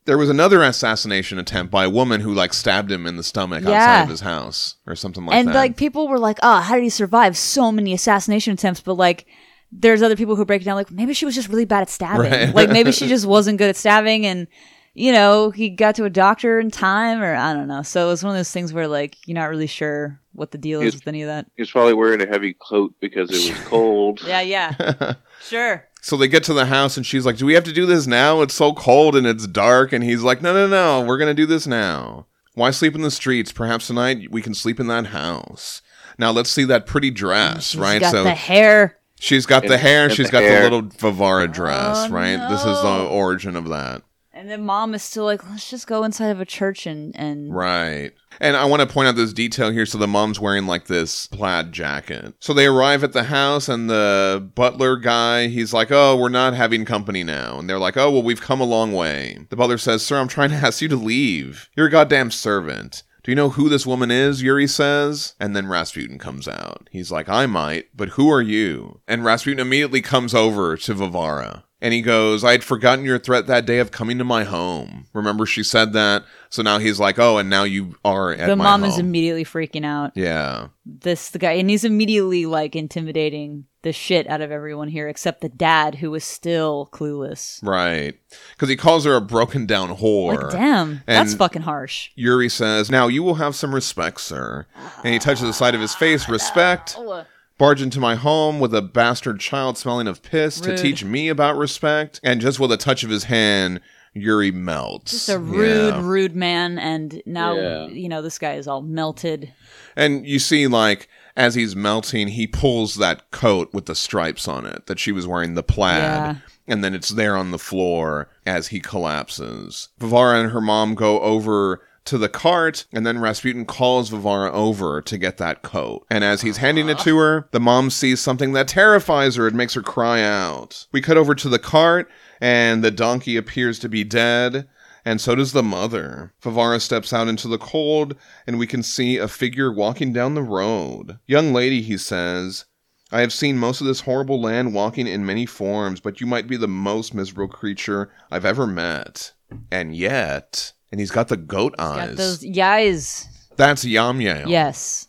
[SPEAKER 2] there was another assassination attempt by a woman who like stabbed him in the stomach outside
[SPEAKER 4] Yeah.
[SPEAKER 2] of his house or something like
[SPEAKER 4] and
[SPEAKER 2] that.
[SPEAKER 4] like people were like, "Oh, how did he survive so many assassination attempts?" But like, there's other people who break it down like, maybe she was just really bad at stabbing.
[SPEAKER 2] Right.
[SPEAKER 4] *laughs* Like
[SPEAKER 2] *laughs*
[SPEAKER 4] maybe she just wasn't good at stabbing, and you know, he got to a doctor in time, or I don't know. So it was one of those things where like you're not really sure what the deal is
[SPEAKER 3] It's-
[SPEAKER 4] with any of that.
[SPEAKER 3] He was probably wearing a heavy coat because it
[SPEAKER 4] *laughs*
[SPEAKER 3] was cold.
[SPEAKER 2] *laughs*
[SPEAKER 4] Yeah, yeah, sure.
[SPEAKER 2] So they get to the house and she's like, Do we have to do this now? It's so cold and it's dark. And he's like, No, no, no. We're going to do this now. Why sleep in the streets? Perhaps tonight we can sleep in that house. Now let's see that pretty dress,
[SPEAKER 4] She's
[SPEAKER 2] right?
[SPEAKER 4] got
[SPEAKER 2] so
[SPEAKER 4] the hair.
[SPEAKER 2] she's got the
[SPEAKER 3] And-
[SPEAKER 2] hair.
[SPEAKER 3] and
[SPEAKER 2] She's
[SPEAKER 3] the
[SPEAKER 2] got the
[SPEAKER 3] hair.
[SPEAKER 2] little Vivara dress,
[SPEAKER 4] Oh,
[SPEAKER 2] right? This is the
[SPEAKER 4] no.
[SPEAKER 2] origin of that.
[SPEAKER 4] And then mom is still like, let's just go inside of a church and and
[SPEAKER 2] Right. And I want to point out this detail here. So the mom's wearing like this plaid jacket. So they arrive at the house, and the butler guy, he's like, Oh, we're not having company now. And they're like, Oh, well, we've come a long way. The butler says, Sir, I'm trying to ask you to leave. You're a goddamn servant. Do you know who this woman is? Yuri says. And then Rasputin comes out. He's like, I might, but who are you? And Rasputin immediately comes over to Vivara. And he goes, I had forgotten your threat that day of coming to my home. Remember, she said that. So now he's like, Oh, and now you are at
[SPEAKER 4] the
[SPEAKER 2] my
[SPEAKER 4] mom is
[SPEAKER 2] home."
[SPEAKER 4] immediately freaking out.
[SPEAKER 2] yeah.
[SPEAKER 4] This the guy and he's immediately like intimidating the shit out of everyone here except the dad who is still clueless.
[SPEAKER 2] Right. Because he calls her a broken down whore.
[SPEAKER 4] like damn, that's
[SPEAKER 2] and-
[SPEAKER 4] fucking harsh.
[SPEAKER 2] Yuri says, Now you will have some respect, sir. And he touches the side of his face, respect.
[SPEAKER 3] Oh, uh,
[SPEAKER 2] Barge into my home with a bastard child smelling of piss
[SPEAKER 4] Rude.
[SPEAKER 2] to teach me about respect. And just with a touch of his hand, Yuri melts.
[SPEAKER 4] Just a rude,
[SPEAKER 2] Yeah.
[SPEAKER 4] rude man, and now
[SPEAKER 3] Yeah.
[SPEAKER 4] you know this guy is all melted.
[SPEAKER 2] And you see, like, as he's melting, he pulls that coat with the stripes on it that she was wearing, the plaid.
[SPEAKER 4] Yeah.
[SPEAKER 2] And then it's there on the floor as he collapses. Vivara and her mom go over to the cart, and then Rasputin calls Vivara over to get that coat. And as he's handing it to her, the mom sees something that terrifies her. It makes her cry out. We cut over to the cart, and the donkey appears to be dead. And so does the mother. Favara steps out into the cold, and we can see a figure walking down the road. Young lady, he says, I have seen most of this horrible land walking in many forms, but you might be the most miserable creature I've ever met. And yet, and he's got the goat eyes.
[SPEAKER 4] Got those guys.
[SPEAKER 2] That's Yam Yam,
[SPEAKER 4] Yes.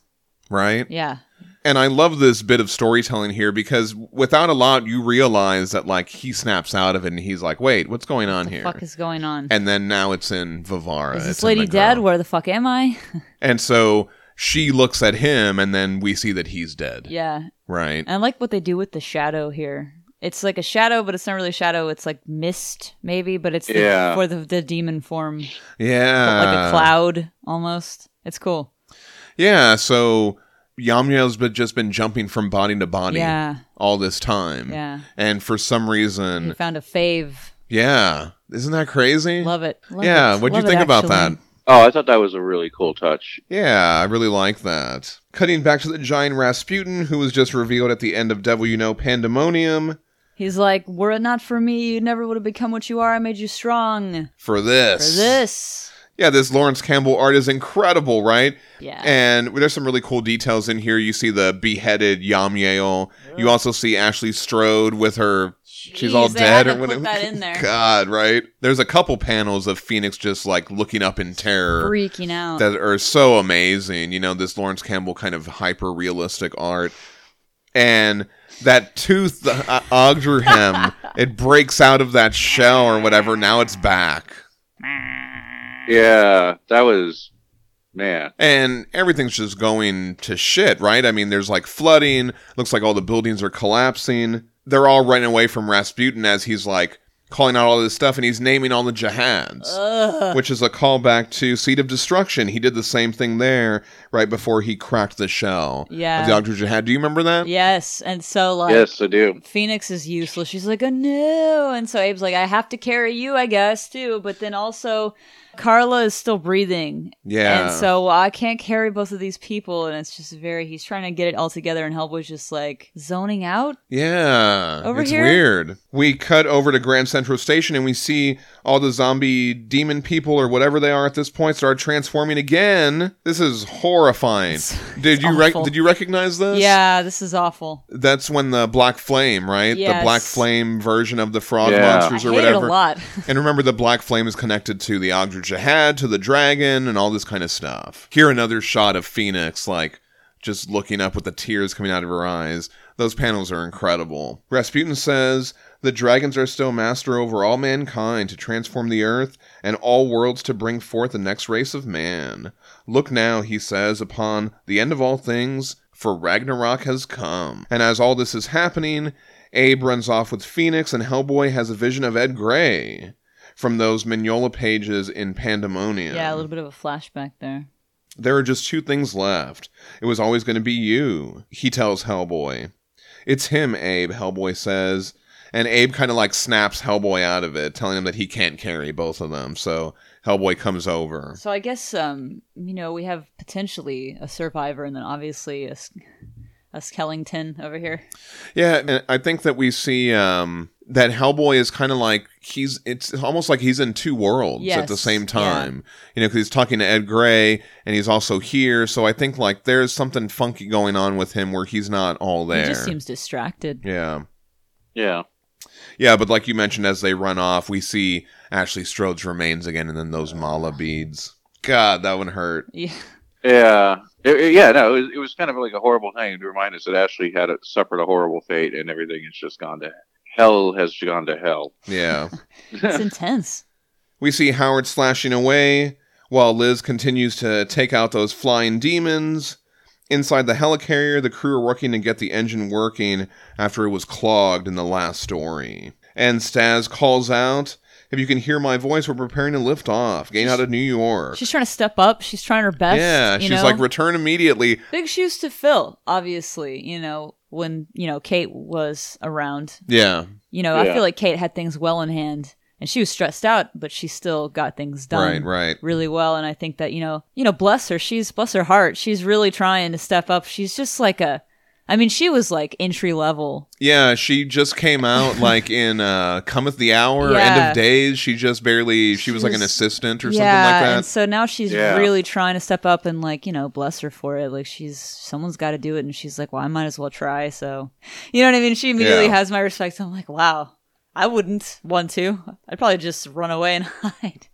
[SPEAKER 2] right?
[SPEAKER 4] Yeah.
[SPEAKER 2] And I love this bit of storytelling here because without a lot, you realize that like he snaps out of it and he's like, "Wait, what's going on here?"
[SPEAKER 4] Fuck is going on?
[SPEAKER 2] and then now it's in Vivara.
[SPEAKER 4] is
[SPEAKER 2] it's
[SPEAKER 4] this
[SPEAKER 2] in
[SPEAKER 4] lady
[SPEAKER 2] the girl.
[SPEAKER 4] dead? Where the fuck am I?
[SPEAKER 2] And so she looks at him, and then we see that he's dead.
[SPEAKER 4] yeah. And
[SPEAKER 2] Right.
[SPEAKER 4] I like what they do with the shadow here. It's like a shadow, but it's not really a shadow. It's like mist, maybe, but it's the,
[SPEAKER 3] Yeah.
[SPEAKER 4] for the, the demon form,
[SPEAKER 2] Yeah.
[SPEAKER 4] like a cloud almost. It's cool.
[SPEAKER 2] Yeah. So Yamya's been just been jumping from body to body
[SPEAKER 4] Yeah.
[SPEAKER 2] all this time.
[SPEAKER 4] Yeah.
[SPEAKER 2] And for some
[SPEAKER 4] You
[SPEAKER 2] reason,
[SPEAKER 4] found a fave.
[SPEAKER 2] yeah. Isn't that crazy?
[SPEAKER 4] Love it. Love
[SPEAKER 2] yeah.
[SPEAKER 4] it.
[SPEAKER 2] What'd you
[SPEAKER 4] Love it,
[SPEAKER 2] think about that?
[SPEAKER 4] actually.
[SPEAKER 3] Oh, I thought that was a really cool touch.
[SPEAKER 2] Yeah, I really like that. Cutting back to the giant Rasputin, who was just revealed at the end of Devil You Know Pandemonium.
[SPEAKER 4] He's like, were it not for me, you never would have become what you are. I made you strong
[SPEAKER 2] For
[SPEAKER 4] for
[SPEAKER 2] this.
[SPEAKER 4] this.
[SPEAKER 2] Yeah, this Lawrence Campbell art is incredible, right?
[SPEAKER 4] Yeah.
[SPEAKER 2] And there's some really cool details in here. You see the beheaded Yam Yale. You also see Ashley Strode with her. She's
[SPEAKER 4] Jeez,
[SPEAKER 2] all
[SPEAKER 4] they had
[SPEAKER 2] dead or
[SPEAKER 4] to
[SPEAKER 2] whatever.
[SPEAKER 4] Put that in there.
[SPEAKER 2] *laughs* God, right? There's a couple panels of Phoenix just like looking up in terror
[SPEAKER 4] Freaking out.
[SPEAKER 2] that are so amazing. You know, this Lawrence Campbell kind of hyper realistic art. And that tooth, uh,
[SPEAKER 4] *laughs*
[SPEAKER 2] Ogdurham, it breaks out of that shell or whatever. Now it's back.
[SPEAKER 3] Yeah, that was man.
[SPEAKER 2] And everything's just going to shit, right? I mean, there's like flooding. Looks like all the buildings are collapsing. They're all running away from Rasputin as he's like calling out all this stuff and he's naming all the jihads, which is a callback to Seed of Destruction. He did the same thing there right before he cracked the shell.
[SPEAKER 4] Yeah.
[SPEAKER 2] Of the Ogre Jihad. Do you remember that?
[SPEAKER 4] yes. And so, like,
[SPEAKER 3] yes, I do.
[SPEAKER 4] Phoenix is useless. She's like, oh no. And so Abe's like, I have to carry you, I guess, too. But then also, Carla is still breathing.
[SPEAKER 2] Yeah.
[SPEAKER 4] And so I can't carry both of these people. And it's just very, he's trying to get it all together. And Hellboy's just like zoning out.
[SPEAKER 2] Yeah.
[SPEAKER 4] Over
[SPEAKER 2] it's
[SPEAKER 4] here?
[SPEAKER 2] weird. We cut over to Grand Central Station and we see all the zombie demon people or whatever they are at this point start transforming again. This is horrifying.
[SPEAKER 4] It's- *laughs*
[SPEAKER 2] did
[SPEAKER 4] it's
[SPEAKER 2] you rec-
[SPEAKER 4] awful.
[SPEAKER 2] did you recognize this?
[SPEAKER 4] Yeah, this is awful.
[SPEAKER 2] That's when the Black Flame, right? The
[SPEAKER 4] Yes.
[SPEAKER 2] Black Flame version of the Frog
[SPEAKER 3] Yeah.
[SPEAKER 2] Monsters
[SPEAKER 4] I
[SPEAKER 2] or
[SPEAKER 4] hate
[SPEAKER 2] whatever.
[SPEAKER 4] it a lot. *laughs*
[SPEAKER 2] And remember, the Black Flame is connected to the Ogre Jihad, to the dragon, and all this kind of stuff. Here, another shot of Phoenix, like just looking up with the tears coming out of her eyes. Those panels are incredible. Rasputin says the dragons are still master over all mankind to transform the earth and all worlds to bring forth the next race of man. Look now, he says, upon the end of all things, for Ragnarok has come. And as all this is happening, Abe runs off with Phoenix, and Hellboy has a vision of Ed Gray from those Mignola pages in Pandemonium.
[SPEAKER 4] yeah, a little bit of a flashback there.
[SPEAKER 2] There are just two things left. It was always going to be you, he tells Hellboy. It's him, Abe, Hellboy says. And Abe kind of like snaps Hellboy out of it, telling him that he can't carry both of them. So Hellboy comes over.
[SPEAKER 4] So I guess um, you know we have potentially a survivor, and then obviously a, s- a Skellington over here.
[SPEAKER 2] Yeah, and I think that we see um, that Hellboy is kind of like he's. It's almost like he's in two worlds at the
[SPEAKER 4] Yes,
[SPEAKER 2] same
[SPEAKER 4] yeah.
[SPEAKER 2] time. You know, because he's talking to Ed Gray and he's also here. So I think like there's something funky going on with him where he's not all there.
[SPEAKER 4] He just seems distracted.
[SPEAKER 2] yeah.
[SPEAKER 3] Yeah.
[SPEAKER 2] Yeah, but like you mentioned, as they run off, we see Ashley Strode's remains again, and then those mala beads. God, that one hurt.
[SPEAKER 4] Yeah,
[SPEAKER 3] Yeah. It- it- yeah, no, it was, it was kind of like a horrible thing to remind us that Ashley had a, suffered a horrible fate and everything has just gone to hell has gone to hell. *laughs*
[SPEAKER 2] Yeah. *laughs*
[SPEAKER 4] it's intense.
[SPEAKER 2] we see Howard slashing away while Liz continues to take out those flying demons. Inside the helicarrier, the crew are working to get the engine working after it was clogged in the last story. And Stas calls out, If you can hear my voice, we're preparing to lift off, getting out of New York.
[SPEAKER 4] She's trying to step up. She's trying her best.
[SPEAKER 2] Yeah,
[SPEAKER 4] you
[SPEAKER 2] she's
[SPEAKER 4] know?
[SPEAKER 2] like, Return immediately.
[SPEAKER 4] big shoes to fill. Obviously, you know when you know Kate was around.
[SPEAKER 2] Yeah.
[SPEAKER 4] You know, I
[SPEAKER 3] Yeah.
[SPEAKER 4] feel like Kate had things well in hand, and she was stressed out, but she still got things done.
[SPEAKER 2] Right, right.
[SPEAKER 4] really well and i think that you know you know bless her she's bless her heart she's really trying to step up she's just like a i mean she was like entry level
[SPEAKER 2] Yeah, she just came
[SPEAKER 4] *laughs*
[SPEAKER 2] out like in uh Cometh the Hour, End
[SPEAKER 4] Yeah.
[SPEAKER 2] of Days. She just barely she was like an
[SPEAKER 4] She's-
[SPEAKER 2] assistant or
[SPEAKER 4] yeah
[SPEAKER 2] something like
[SPEAKER 4] and
[SPEAKER 2] that.
[SPEAKER 4] so now she's
[SPEAKER 3] Yeah.
[SPEAKER 4] really trying to step up and like you know bless her for it like she's someone's got to do it and she's like well i might as well try so you know what i mean she immediately
[SPEAKER 2] Yeah.
[SPEAKER 4] has my respect i'm like wow i wouldn't want to i'd probably just run away and *laughs* hide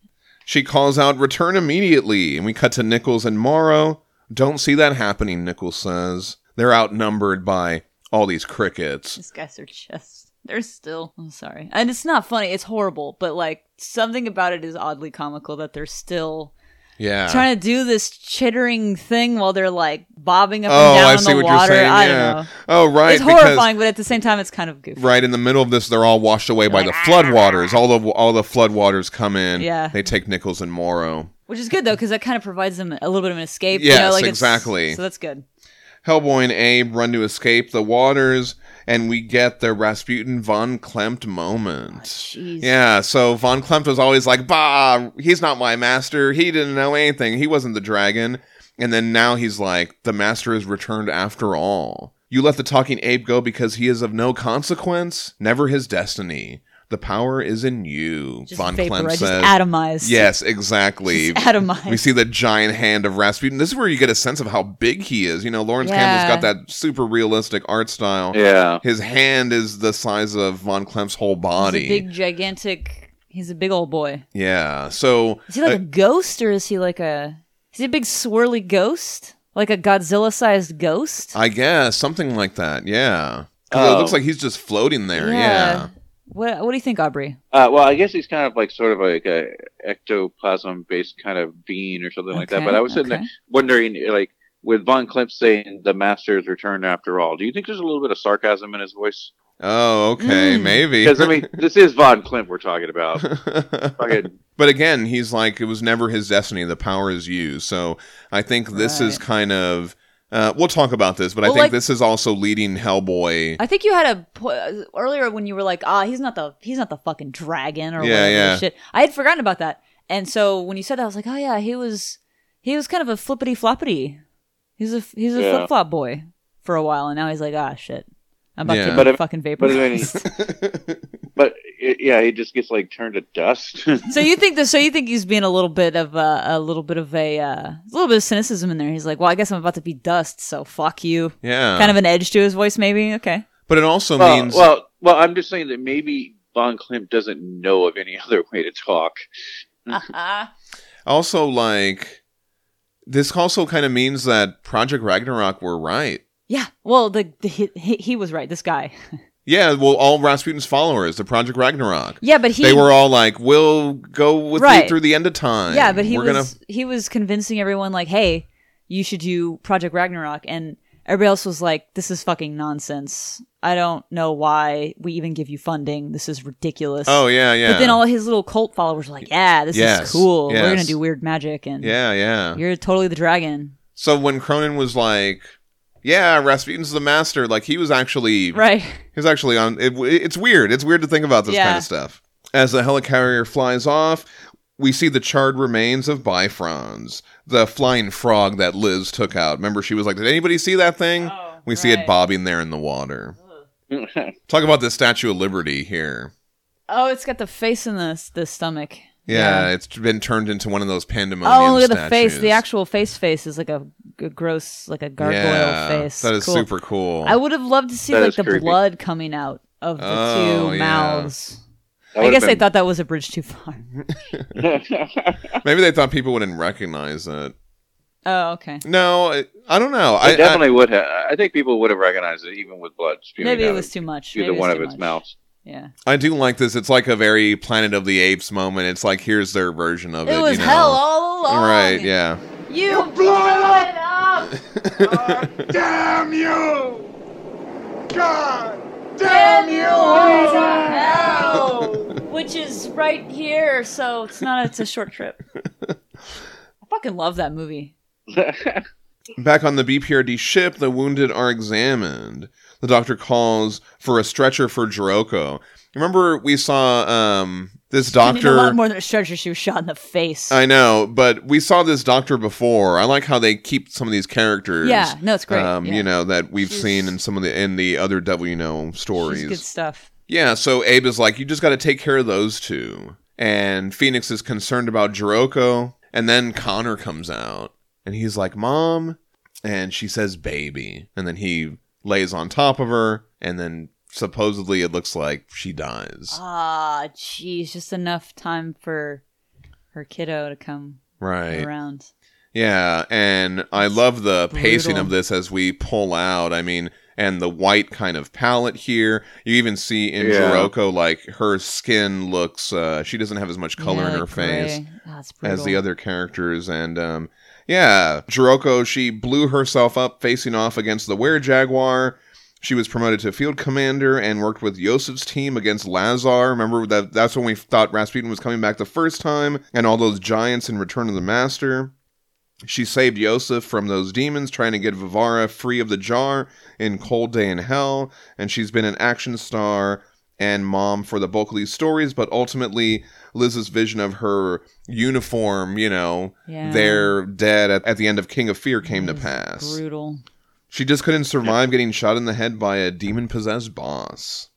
[SPEAKER 2] She calls out return immediately and we cut to Nichols and Morrow. Don't see that happening, Nichols says. They're outnumbered by all these crickets.
[SPEAKER 4] these guys are just they're still i'm sorry and it's not funny it's horrible but like something about it is oddly comical that they're still
[SPEAKER 2] Yeah.
[SPEAKER 4] trying to do this chittering thing while they're like bobbing up
[SPEAKER 2] oh,
[SPEAKER 4] and down
[SPEAKER 2] I
[SPEAKER 4] in
[SPEAKER 2] see
[SPEAKER 4] the
[SPEAKER 2] what
[SPEAKER 4] water.
[SPEAKER 2] you're saying.
[SPEAKER 4] I don't
[SPEAKER 2] yeah.
[SPEAKER 4] know.
[SPEAKER 2] Oh, right.
[SPEAKER 4] it's
[SPEAKER 2] because-
[SPEAKER 4] horrifying, but at the same time, it's kind of goofy.
[SPEAKER 2] Right in the middle of this, they're all washed away by the floodwaters. All the all the floodwaters come in.
[SPEAKER 4] Yeah.
[SPEAKER 2] they take Nichols and Morrow.
[SPEAKER 4] Which is good though, because that kind of provides them a little bit of an escape. you
[SPEAKER 2] Yes,
[SPEAKER 4] know, like it's-
[SPEAKER 2] exactly.
[SPEAKER 4] So that's good.
[SPEAKER 2] Hellboy and Abe run to escape the waters, and we get the Rasputin von Klempt moment.
[SPEAKER 4] Ah, Jeez.
[SPEAKER 2] yeah, so von Klempt was always like, "Bah, he's not my master. He didn't know anything. He wasn't the dragon." And then now he's like, "The master is returned after all. You let the talking ape go because he is of no consequence, never his destiny. The power is in you."
[SPEAKER 4] Just
[SPEAKER 2] von
[SPEAKER 4] vapor,
[SPEAKER 2] Klempt
[SPEAKER 4] just
[SPEAKER 2] says.
[SPEAKER 4] atomized.
[SPEAKER 2] Yes, exactly.
[SPEAKER 4] *laughs* Just atomized.
[SPEAKER 2] We see the giant hand of Rasputin. This is where you get a sense of how big he is. You know, Lawrence
[SPEAKER 4] Yeah.
[SPEAKER 2] Campbell's got that super realistic art style.
[SPEAKER 3] Yeah.
[SPEAKER 2] His hand is the size of Von Klemp's whole
[SPEAKER 4] He's
[SPEAKER 2] body.
[SPEAKER 4] a big gigantic. He's a big old boy.
[SPEAKER 2] yeah. So
[SPEAKER 4] Is he like
[SPEAKER 2] uh,
[SPEAKER 4] a ghost or is he like a? Is he a big swirly ghost? Like a Godzilla-sized ghost?
[SPEAKER 2] I guess something like that. Yeah. 'Cause It
[SPEAKER 3] Oh.
[SPEAKER 2] looks like he's just floating there. Yeah.
[SPEAKER 4] What What do you think, Aubrey?
[SPEAKER 3] Uh, well, I guess he's kind of like sort of like a ectoplasm based kind of being or something like that.
[SPEAKER 4] Okay,
[SPEAKER 3] But I was sitting
[SPEAKER 4] okay.
[SPEAKER 3] there wondering, like, with Von Klimp saying the master's returned after all, do you think there's a little bit of sarcasm in his voice?
[SPEAKER 2] Oh, okay.
[SPEAKER 4] Mm.
[SPEAKER 2] Maybe.
[SPEAKER 3] Because, I
[SPEAKER 4] *laughs*
[SPEAKER 3] mean, this is Von Klimp we're talking about. Fucking,
[SPEAKER 2] *laughs* But again, he's like, it was never his destiny. The power is you. So I think this is
[SPEAKER 4] Right.
[SPEAKER 2] kind of. Uh, we'll talk about this, but I
[SPEAKER 4] Well,
[SPEAKER 2] think
[SPEAKER 4] like-
[SPEAKER 2] this is also leading Hellboy.
[SPEAKER 4] I think you had a po- earlier when you were like, ah, he's not the he's not the fucking dragon or
[SPEAKER 2] Yeah,
[SPEAKER 4] whatever
[SPEAKER 2] yeah.
[SPEAKER 4] shit. I had forgotten about that, and so when you said that, I was like, oh yeah, he was he was kind of a flippity floppity. He's a he's a
[SPEAKER 3] Yeah.
[SPEAKER 4] flip flop boy for a while, and now he's like, ah shit, I'm about
[SPEAKER 2] Yeah.
[SPEAKER 4] to
[SPEAKER 2] But
[SPEAKER 4] get
[SPEAKER 3] if-
[SPEAKER 4] fucking
[SPEAKER 3] but I mean,
[SPEAKER 4] *laughs* vaporized.
[SPEAKER 3] but it, yeah, he just gets like turned to
[SPEAKER 4] *laughs*
[SPEAKER 3] dust.
[SPEAKER 4] so you think that? So you think he's being a little bit of uh, a little bit of a uh, a little bit of cynicism in there? He's like, well, I guess I'm about to be dust, so fuck you.
[SPEAKER 2] yeah.
[SPEAKER 4] Kind of an edge to his voice, maybe. Okay.
[SPEAKER 2] But it also
[SPEAKER 3] well,
[SPEAKER 2] means
[SPEAKER 3] well, well, I'm just saying that maybe Von Klimp doesn't know of any *laughs* other way to talk.
[SPEAKER 2] also like this also kind of means that Project Ragnarok were right.
[SPEAKER 4] yeah. Well, the, the he, he he was right. This guy.
[SPEAKER 2] Yeah, well, all Rasputin's followers, the Project Ragnarok,
[SPEAKER 4] Yeah, but he
[SPEAKER 2] they were all like, "We'll go with you
[SPEAKER 4] Right.
[SPEAKER 2] through the end of time."
[SPEAKER 4] Yeah, but he
[SPEAKER 2] we're
[SPEAKER 4] was he was convincing everyone like, "Hey, you should do Project Ragnarok," and everybody else was like, "This is fucking nonsense. I don't know why we even give you funding. This is ridiculous."
[SPEAKER 2] Oh yeah, yeah.
[SPEAKER 4] But then all his little cult followers were like, "Yeah, this
[SPEAKER 2] Yes,
[SPEAKER 4] is cool. We're gonna
[SPEAKER 2] yes.
[SPEAKER 4] do weird magic, and
[SPEAKER 2] yeah, yeah.
[SPEAKER 4] you're totally the dragon."
[SPEAKER 2] So when Cronin was like, yeah, Rasputin's the master. Like he was actually
[SPEAKER 4] Right.
[SPEAKER 2] He was actually on. It, it's weird. It's weird to think about this
[SPEAKER 4] Yeah.
[SPEAKER 2] kind of stuff. As the helicarrier flies off, we see the charred remains of Bifrons, the flying frog that Liz took out. Remember, she was like, "Did anybody see that thing?"
[SPEAKER 4] Oh,
[SPEAKER 2] *laughs* we see it
[SPEAKER 4] right.
[SPEAKER 2] bobbing there in the water. Talk about the Statue of Liberty here.
[SPEAKER 4] Oh, it's got the face in the the stomach.
[SPEAKER 2] Yeah, it's been turned into one of those pandemonium.
[SPEAKER 4] Oh, look at the
[SPEAKER 2] statues.
[SPEAKER 4] face. The actual face face is like a, g- gross, like a gargoyle
[SPEAKER 2] Yeah,
[SPEAKER 4] face.
[SPEAKER 2] That is
[SPEAKER 4] Cool.
[SPEAKER 2] super cool.
[SPEAKER 4] I would have loved to see
[SPEAKER 3] That
[SPEAKER 4] like
[SPEAKER 3] is
[SPEAKER 4] the
[SPEAKER 3] creepy.
[SPEAKER 4] blood coming out of the
[SPEAKER 2] Oh,
[SPEAKER 4] two
[SPEAKER 2] yeah.
[SPEAKER 4] mouths.
[SPEAKER 3] That
[SPEAKER 4] I
[SPEAKER 3] would've
[SPEAKER 4] guess they
[SPEAKER 3] been- *laughs*
[SPEAKER 4] thought that was a bridge too far. *laughs*
[SPEAKER 2] Maybe they thought people wouldn't recognize it.
[SPEAKER 4] Oh, okay.
[SPEAKER 2] No, I- I don't know. I,
[SPEAKER 3] I
[SPEAKER 2] I
[SPEAKER 3] definitely would have. I think people would have recognized it, even with blood spewing
[SPEAKER 4] Maybe it
[SPEAKER 3] out
[SPEAKER 4] was
[SPEAKER 3] of
[SPEAKER 4] too much.
[SPEAKER 3] either
[SPEAKER 4] Maybe it was
[SPEAKER 3] one of
[SPEAKER 4] too
[SPEAKER 3] its
[SPEAKER 4] much.
[SPEAKER 3] *laughs* mouths.
[SPEAKER 4] Yeah.
[SPEAKER 2] I do like this. It's like a very Planet of the Apes moment. It's like here's their version of it.
[SPEAKER 4] It
[SPEAKER 2] you
[SPEAKER 4] was
[SPEAKER 2] know?
[SPEAKER 4] hell all along.
[SPEAKER 2] Right? Yeah.
[SPEAKER 4] You blew it up.
[SPEAKER 5] Damn you! God
[SPEAKER 4] Damn you hell. Which is right here, so it's not. It's a short trip. *laughs* I fucking love that movie.
[SPEAKER 2] Back on the BPRD ship, the wounded are examined. The doctor calls for a stretcher for Jiroko. Remember, we saw um, this
[SPEAKER 4] I mean, a lot
[SPEAKER 2] doctor.
[SPEAKER 4] more than a stretcher. She was shot in the face.
[SPEAKER 2] I know, but we saw this doctor before. I like how they keep some of these characters.
[SPEAKER 4] Yeah, no, it's great.
[SPEAKER 2] Um,
[SPEAKER 4] Yeah.
[SPEAKER 2] You know that we've
[SPEAKER 4] She's-
[SPEAKER 2] seen in some of the in the other devil you know stories.
[SPEAKER 4] She's good stuff.
[SPEAKER 2] Yeah, so Abe is like, you just got to take care of those two. And Phoenix is concerned about Jiroko. And then Connor comes out and he's like, Mom. And she says, Baby. And then he lays on top of her. And then supposedly it looks like she dies.
[SPEAKER 4] Ah, geez, just enough time for her kiddo to come
[SPEAKER 2] right.
[SPEAKER 4] around.
[SPEAKER 2] Yeah. And I love the pacing
[SPEAKER 4] Brutal.
[SPEAKER 2] of this as we pull out. I mean, and the white kind of palette here. You even see in
[SPEAKER 3] Yeah.
[SPEAKER 2] Jiroko, like, her skin looks, uh, she doesn't have as much color
[SPEAKER 4] Yeah,
[SPEAKER 2] in her
[SPEAKER 4] like
[SPEAKER 2] face.
[SPEAKER 4] gray. Ah, it's
[SPEAKER 2] as the
[SPEAKER 4] brutal.
[SPEAKER 2] other characters and um yeah Jiroko she blew herself up facing off against the Were Jaguar she was promoted to field commander and worked with Yosef's team against Lazar remember that that's when we thought Rasputin was coming back the first time and all those giants in Return of the Master she saved Yosef from those demons trying to get Vivara free of the jar in Cold Day in Hell and she's been an action star and mom for the bulk of these stories but ultimately Liz's vision of her uniform, you know,
[SPEAKER 4] Yeah.
[SPEAKER 2] they're dead at, at the end of King of Fear came to
[SPEAKER 4] It's
[SPEAKER 2] pass.
[SPEAKER 4] Brutal.
[SPEAKER 2] She just couldn't survive getting shot in the head by a demon possessed boss.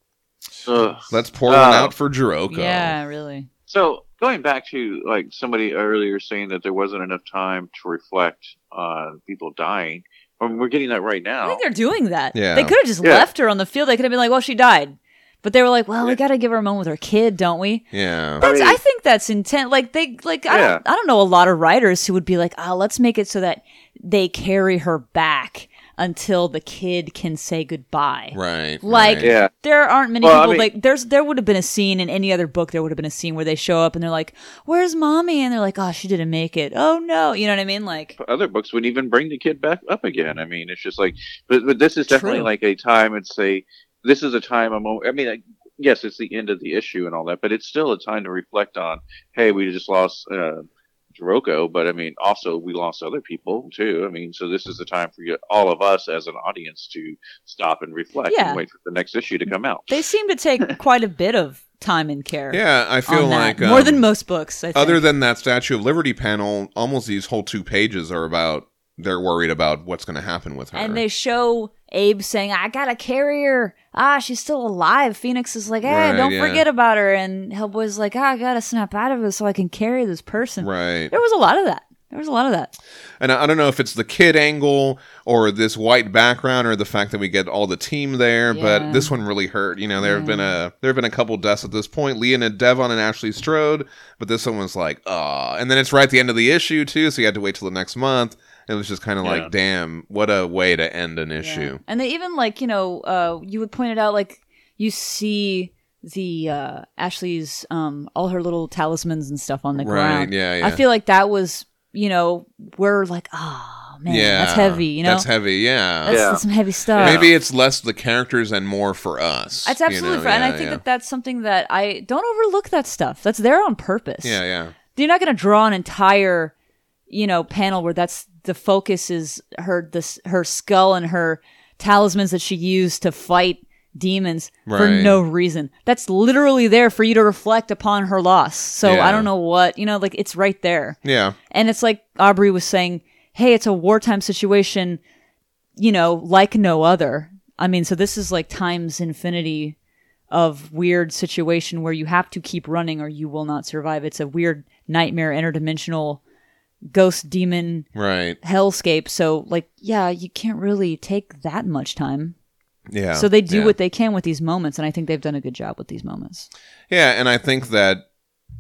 [SPEAKER 3] Ugh.
[SPEAKER 2] Let's pour
[SPEAKER 3] Oh.
[SPEAKER 2] one out for Jiroko.
[SPEAKER 4] Yeah, really.
[SPEAKER 3] So going back to like somebody earlier saying that there wasn't enough time to reflect on people dying, I mean, we're getting that right
[SPEAKER 4] I
[SPEAKER 3] now.
[SPEAKER 4] think they're doing that.
[SPEAKER 2] Yeah.
[SPEAKER 4] They could have just
[SPEAKER 3] Yeah.
[SPEAKER 4] left her on the field. They could have been like, well, she died. But they were like, well, we
[SPEAKER 3] Yeah.
[SPEAKER 4] got to give her a moment with her kid, don't we?
[SPEAKER 2] Yeah.
[SPEAKER 4] That's,
[SPEAKER 3] mean-
[SPEAKER 4] I think that's intent. Like they, like I,
[SPEAKER 3] Yeah.
[SPEAKER 4] don't, I don't know a lot of writers who would be like, ah, let's make it so that they carry her back until the kid can say goodbye.
[SPEAKER 2] Right.
[SPEAKER 4] Like
[SPEAKER 2] right.
[SPEAKER 3] Yeah.
[SPEAKER 4] there aren't many
[SPEAKER 3] Well, I
[SPEAKER 4] people
[SPEAKER 3] mean-
[SPEAKER 4] like there's there would have been a scene in any other book there would have been a scene where they show up and they're like, "Where's mommy?" and they're like, "Oh, she didn't make it." Oh no, you know what I mean? Like
[SPEAKER 3] Other books wouldn't even bring the kid back up again. I mean, it's just like, but, but this is definitely
[SPEAKER 4] True.
[SPEAKER 3] like a time. and say this is a time. A moment. I mean, like, yes, it's the end of the issue and all that, but it's still a time to reflect on. Hey, we just lost uh, Jiroko, but I mean, also we lost other people too. I mean, so this is the time for you, all of us as an audience to stop and reflect
[SPEAKER 4] Yeah.
[SPEAKER 3] and wait for the next issue to come out.
[SPEAKER 4] they seem
[SPEAKER 2] *laughs*
[SPEAKER 4] to take quite a bit of time and care.
[SPEAKER 2] Yeah, I feel
[SPEAKER 4] on that.
[SPEAKER 2] like um,
[SPEAKER 4] more than most books. I think.
[SPEAKER 2] other than that Statue of Liberty panel, almost these whole two pages are about they're worried about what's going to happen with her.
[SPEAKER 4] and they show Abe saying, "I got a carrier. Ah, she's still alive." Phoenix is like, "Hey,
[SPEAKER 2] Right,
[SPEAKER 4] don't
[SPEAKER 2] yeah.
[SPEAKER 4] forget about her." And Hellboy's like, ah, "I gotta snap out of it so I can carry this person."
[SPEAKER 2] right.
[SPEAKER 4] There was a lot of that. There was a lot of that.
[SPEAKER 2] And I I don't know if it's the kid angle or this white background or the fact that we get all the team there, but
[SPEAKER 4] Yeah.
[SPEAKER 2] this one really hurt. You know, there have been a there have been a couple deaths at this point, Leona Devon and Ashley Strode, but this one was like, ah, and then it's right at the end of the issue too, so you had to wait till the next month. It was just kind of
[SPEAKER 3] Yeah.
[SPEAKER 2] like, damn, what a way to end an issue.
[SPEAKER 4] And they even like you know, uh, you would point it out like you see the uh, Ashley's um, all her little talismans and stuff on the
[SPEAKER 2] Right?
[SPEAKER 4] ground.
[SPEAKER 2] Yeah, yeah.
[SPEAKER 4] I feel like that was you know we're like, oh man, that's heavy. You know,
[SPEAKER 2] that's heavy. Yeah.
[SPEAKER 4] That's-
[SPEAKER 3] Yeah.
[SPEAKER 4] that's some heavy stuff.
[SPEAKER 2] Maybe it's less the characters and more for us.
[SPEAKER 4] It's
[SPEAKER 2] you
[SPEAKER 4] absolutely
[SPEAKER 2] know?
[SPEAKER 4] fair, and I
[SPEAKER 2] Yeah,
[SPEAKER 4] think
[SPEAKER 2] yeah.
[SPEAKER 4] that that's something that I don't overlook. That stuff that's there on purpose.
[SPEAKER 2] yeah, yeah,
[SPEAKER 4] you're not going to draw an entire, you know, panel where that's the focus is her this her skull and her talismans that she used to fight demons for
[SPEAKER 2] Right.
[SPEAKER 4] no reason. That's literally there for you to reflect upon her loss. So
[SPEAKER 2] Yeah.
[SPEAKER 4] I don't know what you know, like it's right there.
[SPEAKER 2] Yeah.
[SPEAKER 4] And it's like Aubrey was saying, hey, it's a wartime situation, you know, like no other. I mean, so this is like times infinity of weird situation where you have to keep running or you will not survive. It's a weird nightmare interdimensional ghost demon
[SPEAKER 2] Right.
[SPEAKER 4] hellscape. So like, yeah, you can't really take that much time.
[SPEAKER 2] Yeah.
[SPEAKER 4] So they do
[SPEAKER 2] yeah.
[SPEAKER 4] what they can with these moments and I think they've done a good job with these moments.
[SPEAKER 2] Yeah, and I think that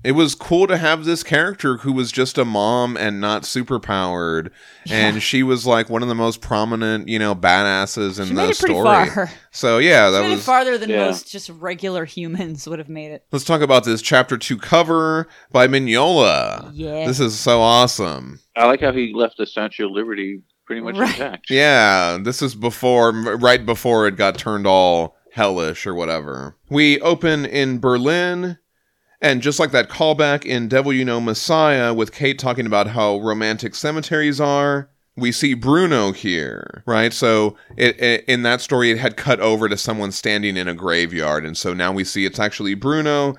[SPEAKER 2] it was cool to have this character who was just a mom and not super powered, and she was like one of the most prominent, you know, badasses in
[SPEAKER 4] *laughs* She
[SPEAKER 2] the
[SPEAKER 4] made it pretty
[SPEAKER 2] story.
[SPEAKER 4] far.
[SPEAKER 2] So yeah, that
[SPEAKER 4] Made it
[SPEAKER 2] was.
[SPEAKER 4] farther than
[SPEAKER 3] Yeah.
[SPEAKER 4] most just regular humans would have made it.
[SPEAKER 2] Let's talk about this chapter two cover by Mignola.
[SPEAKER 4] Yeah.
[SPEAKER 2] Uh, This is so awesome.
[SPEAKER 3] I like how he left Essential Liberty pretty much
[SPEAKER 4] Right.
[SPEAKER 3] intact.
[SPEAKER 2] Yeah, this is before, right before it got turned all hellish or whatever. We open in Berlin, and just like that callback in Devil You Know Messiah with Kate talking about how romantic cemeteries are, we see Bruno here, right? So it, it, in that story, it had cut over to someone standing in a graveyard, and so now we see it's actually Bruno.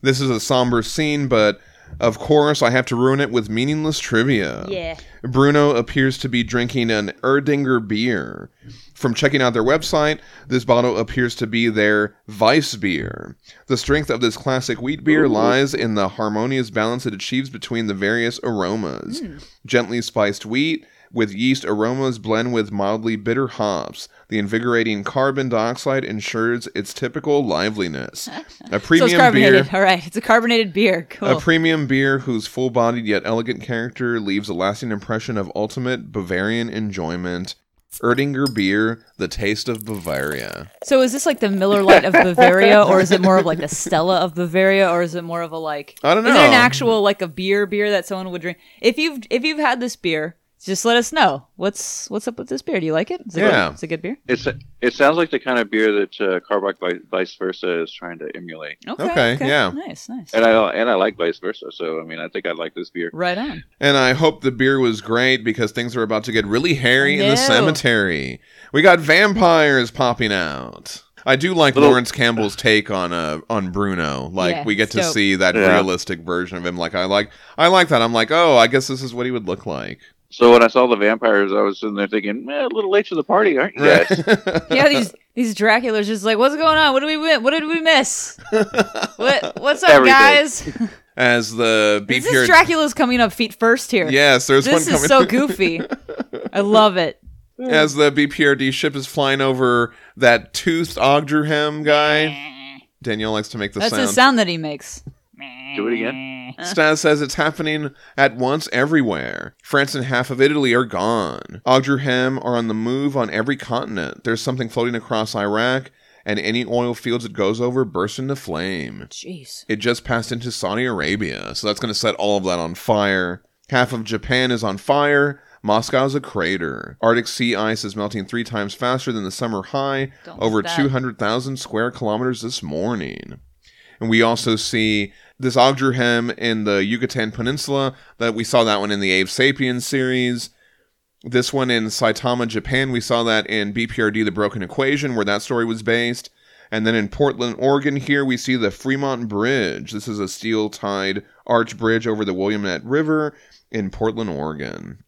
[SPEAKER 2] This is a somber scene, but of course, I have to ruin it with meaningless trivia.
[SPEAKER 4] Yeah.
[SPEAKER 2] Bruno appears to be drinking an Erdinger beer. From checking out their website, this bottle appears to be their Weiss beer. The strength of this classic wheat beer lies in the harmonious balance it achieves between the various aromas.
[SPEAKER 4] Hmm.
[SPEAKER 2] Gently spiced wheat with yeast aromas blend with mildly bitter hops. The invigorating carbon dioxide ensures its typical
[SPEAKER 4] *laughs*
[SPEAKER 2] liveliness. A
[SPEAKER 4] So it's
[SPEAKER 2] premium beer
[SPEAKER 4] carbonated. All right. It's a carbonated beer. Cool.
[SPEAKER 2] a premium beer whose full bodied yet elegant character leaves a lasting impression of ultimate Bavarian enjoyment. Erdinger beer, the taste of Bavaria.
[SPEAKER 4] So is this like the Miller Lite of Bavaria, or is it more of like the Stella of Bavaria, or is it more of a like?
[SPEAKER 2] I don't
[SPEAKER 4] Is it an
[SPEAKER 2] know.
[SPEAKER 4] actual like a beer beer that someone would drink? If you've if you've had this beer, just let us know. What's what's up with this beer? Do you like it? Is it
[SPEAKER 2] Yeah.
[SPEAKER 4] good? Is it good beer?
[SPEAKER 3] It's it sounds like the kind of beer that uh, Carbach Vi- vice versa is trying to emulate,
[SPEAKER 2] Okay, yeah.
[SPEAKER 4] Nice. Nice.
[SPEAKER 3] and I and I like vice versa. So I mean, I think I like this beer.
[SPEAKER 4] Right on.
[SPEAKER 2] And I hope the beer was great because things are about to get really hairy in the
[SPEAKER 4] No.
[SPEAKER 2] cemetery. We got vampires popping out. I do like
[SPEAKER 3] Little-
[SPEAKER 2] Lawrence Campbell's take on uh, on Bruno. Like
[SPEAKER 4] Yeah,
[SPEAKER 2] we get
[SPEAKER 4] it's
[SPEAKER 2] to
[SPEAKER 4] dope.
[SPEAKER 2] see that
[SPEAKER 3] Yeah.
[SPEAKER 2] realistic version of him. Like I like I like that. I'm like, oh, I guess this is what he would look like.
[SPEAKER 3] So when I saw the vampires, I was sitting there thinking, eh, a little late to the party, aren't you guys?
[SPEAKER 4] Yeah. These these Dracula's just like, what's going on? What did we mi- what did we
[SPEAKER 2] *laughs*
[SPEAKER 4] miss? What what's up,
[SPEAKER 3] Everything.
[SPEAKER 4] guys?
[SPEAKER 2] *laughs* As the be
[SPEAKER 4] This
[SPEAKER 2] pure.
[SPEAKER 4] is Dracula's coming up feet first here.
[SPEAKER 2] yes, there's one
[SPEAKER 4] This
[SPEAKER 2] coming.
[SPEAKER 4] is so goofy. I love it.
[SPEAKER 2] *laughs* as the BPRD ship is flying over that toothed Ogdurham guy. Danielle likes to make the
[SPEAKER 4] That's
[SPEAKER 2] sound.
[SPEAKER 4] the sound that he makes.
[SPEAKER 3] Do it again.
[SPEAKER 2] Stas says it's happening at once everywhere. France and half of Italy are gone. Ogdurham are on the move on every continent. There's something floating across Iraq, and any oil fields it goes over burst into flame.
[SPEAKER 4] Jeez.
[SPEAKER 2] It just passed into Saudi Arabia, so that's going to set all of that on fire. Half of Japan is on fire. Moscow's a crater. Arctic sea ice is melting three times faster than the summer high,
[SPEAKER 4] Don't
[SPEAKER 2] over
[SPEAKER 4] do that.
[SPEAKER 2] 200,000 square kilometers this morning. And we also see this Ogdurhem in the Yucatan Peninsula that we saw that one in the Ave Sapiens series. This one in Saitama, Japan, we saw that in BPRD The Broken Equation where that story was based. And then in Portland, Oregon here we see the Fremont Bridge. This is a steel-tied arch bridge over the Williamette River in Portland, Oregon.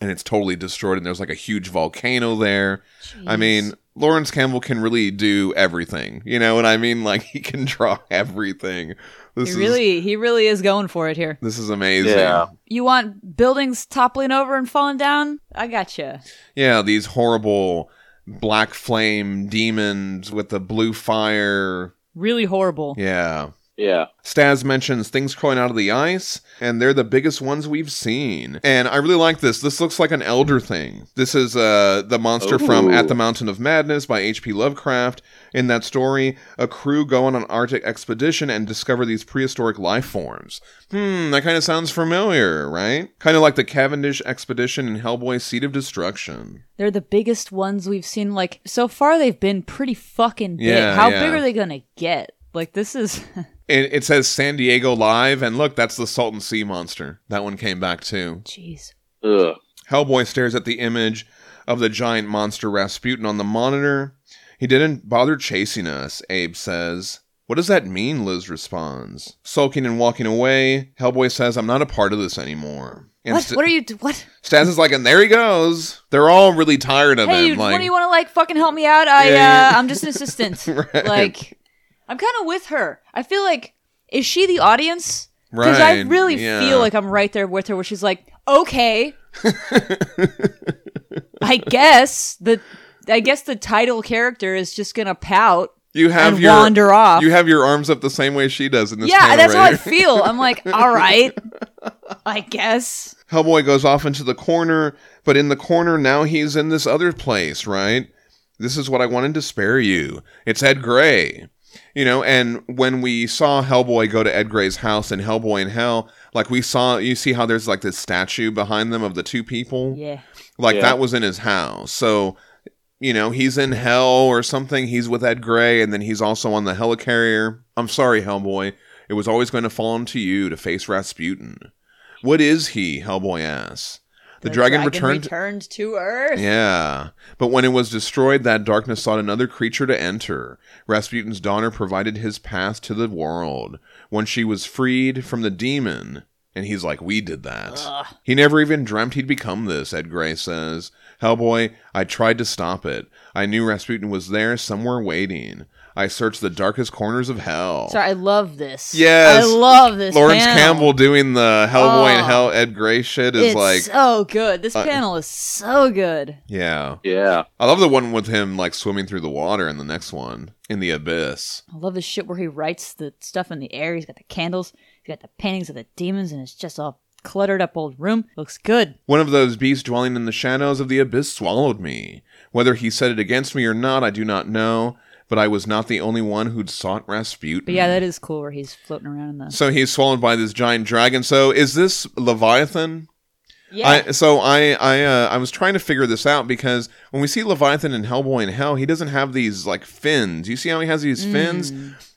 [SPEAKER 2] And it's totally destroyed and there's like a huge volcano there. I mean, Lawrence Campbell can really do everything. You know what I mean? *laughs* Like he can draw everything. This
[SPEAKER 4] He
[SPEAKER 2] is
[SPEAKER 4] really, he really is going for it here.
[SPEAKER 2] this is amazing.
[SPEAKER 3] Yeah.
[SPEAKER 4] You want buildings toppling over and falling down? I gotcha.
[SPEAKER 2] Yeah, these horrible black flame demons with the blue fire.
[SPEAKER 4] Really horrible.
[SPEAKER 2] Yeah.
[SPEAKER 3] Yeah,
[SPEAKER 2] Stas mentions things crawling out of the ice, and they're the biggest ones we've seen. And I really like this. This looks like an elder thing. This is uh, the monster from
[SPEAKER 3] Ooh.
[SPEAKER 2] At the Mountain of Madness by H.P. Lovecraft. In that story, a crew go on an Arctic expedition and discover these prehistoric life forms. Hmm, that kind of sounds familiar, right? Kind of like the Cavendish expedition in Hellboy Seed of Destruction.
[SPEAKER 4] They're the biggest ones we've seen. Like so far, they've been pretty fucking big.
[SPEAKER 2] Yeah,
[SPEAKER 4] How
[SPEAKER 2] yeah.
[SPEAKER 4] big are they gonna get? Like this is *laughs*
[SPEAKER 2] It, it says San Diego Live, and look, that's the Salton Sea monster. That one came back too.
[SPEAKER 4] jeez.
[SPEAKER 3] ugh.
[SPEAKER 2] Hellboy stares at the image of the giant monster Rasputin on the monitor. He didn't bother chasing us, Abe says. What does that mean? Liz responds. Sulking and walking away, Hellboy says, I'm not a part of this anymore. And
[SPEAKER 4] What?
[SPEAKER 2] St-
[SPEAKER 4] What are you? do-
[SPEAKER 2] *laughs*
[SPEAKER 4] What?
[SPEAKER 2] Stas is like, and there he goes. They're all really tired of
[SPEAKER 4] Hey,
[SPEAKER 2] him.
[SPEAKER 4] what
[SPEAKER 2] Like,
[SPEAKER 4] do you want to like? Fucking help me out. I
[SPEAKER 2] Yeah, yeah,
[SPEAKER 4] uh,
[SPEAKER 2] yeah.
[SPEAKER 4] I'm just an assistant.
[SPEAKER 2] *laughs* Right.
[SPEAKER 4] Like, I'm kind of with her. I feel like is she the audience? Because I
[SPEAKER 2] Right,
[SPEAKER 4] really
[SPEAKER 2] yeah.
[SPEAKER 4] feel like I'm right there with her, where she's like, okay, I guess the I guess the title character is just gonna pout.
[SPEAKER 2] You have
[SPEAKER 4] and
[SPEAKER 2] your
[SPEAKER 4] wander off.
[SPEAKER 2] You have your arms up the same way she does in this.
[SPEAKER 4] yeah,
[SPEAKER 2] panel
[SPEAKER 4] that's
[SPEAKER 2] right
[SPEAKER 4] how I
[SPEAKER 2] here.
[SPEAKER 4] feel.
[SPEAKER 2] *laughs*
[SPEAKER 4] I'm like, all right, I guess.
[SPEAKER 2] Hellboy goes off into the corner, but in the corner now he's in this other place, right? This is what I wanted to spare you. It's Ed Gray. You know, and when we saw Hellboy go to Ed Gray's house in Hellboy in Hell, like we saw you see how there's like this statue behind them of the two people?
[SPEAKER 4] Yeah.
[SPEAKER 2] Like
[SPEAKER 3] Yeah.
[SPEAKER 2] that was in his house. So, you know, he's in hell or something. He's with Ed Gray, and then he's also on the helicarrier. I'm sorry, Hellboy. It was always going to fall onto you to face Rasputin. What is he? Hellboy asks. The, dragon, returned.
[SPEAKER 4] returned to Earth.
[SPEAKER 2] yeah. But when it was destroyed, that darkness sought another creature to enter. Rasputin's daughter provided his path to the world. When she was freed from the demon, and he's like, We did that.
[SPEAKER 4] Ah.
[SPEAKER 2] He never even dreamt he'd become this, Ed Gray says. Hellboy, I tried to stop it. I knew Rasputin was there somewhere waiting. I searched the darkest corners of hell.
[SPEAKER 4] So I love this.
[SPEAKER 2] Yes.
[SPEAKER 4] I love this.
[SPEAKER 2] Lawrence
[SPEAKER 4] panel.
[SPEAKER 2] Campbell doing the Hellboy and
[SPEAKER 4] Oh.
[SPEAKER 2] Hell Ed Gray shit is
[SPEAKER 4] it's
[SPEAKER 2] like,
[SPEAKER 4] so good. This
[SPEAKER 2] Uh,
[SPEAKER 4] panel is so good.
[SPEAKER 2] yeah.
[SPEAKER 3] Yeah.
[SPEAKER 2] I love the one with him like swimming through the water in the next one in the abyss.
[SPEAKER 4] I love the shit where he writes the stuff in the air. He's got the candles. He's got the paintings of the demons, and it's just all cluttered up old room. Looks good.
[SPEAKER 2] One of those beasts dwelling in the shadows of the abyss swallowed me. Whether he set it against me or not, I do not know, but I was not the only one who'd sought Rasputin.
[SPEAKER 4] But yeah, that is cool where he's floating around in the.
[SPEAKER 2] So he's swallowed by this giant dragon. So is this Leviathan?
[SPEAKER 4] Yeah.
[SPEAKER 2] I, so I I uh, I was trying to figure this out because when we see Leviathan in Hellboy in Hell, he doesn't have these like fins. You see how he has
[SPEAKER 4] Mm.
[SPEAKER 2] these fins,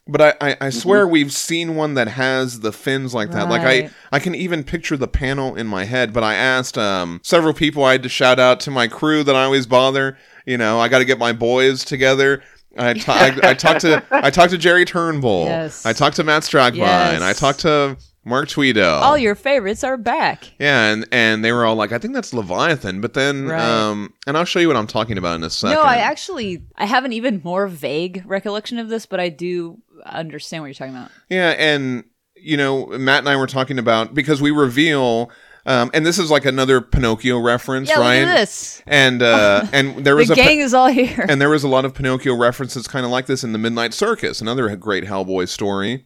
[SPEAKER 2] but I I, I swear we've seen one that has the fins like that. Like
[SPEAKER 4] Mm-hmm. Right.
[SPEAKER 2] I I can even picture the panel in my head. But I asked um several people. I had to shout out to my crew that I always bother. You know I got to get my boys together. I, ta- I, I talked
[SPEAKER 4] *laughs*
[SPEAKER 2] to I talked to Jerry Turnbull.
[SPEAKER 4] Yes.
[SPEAKER 2] I talked to Matt Stragbine.
[SPEAKER 4] Yes. Oh,
[SPEAKER 2] I talked to Mark Tweedo.
[SPEAKER 4] all your favorites are back.
[SPEAKER 2] Yeah, and and they were all like, I think that's Leviathan, but then
[SPEAKER 4] Right.
[SPEAKER 2] um and I'll show you what I'm talking about in a second.
[SPEAKER 4] No, I actually I have an even more vague recollection of this, but I do understand what you're talking about.
[SPEAKER 2] Yeah, and you know, Matt and I were talking about because we reveal um and this is like another Pinocchio reference,
[SPEAKER 4] Yeah,
[SPEAKER 2] right?
[SPEAKER 4] look at this.
[SPEAKER 2] And
[SPEAKER 4] *laughs*
[SPEAKER 2] uh and there was
[SPEAKER 4] The
[SPEAKER 2] a
[SPEAKER 4] gang is all here.
[SPEAKER 2] and there was a lot of Pinocchio references kind of like this in the Midnight Circus, another great Hellboy story.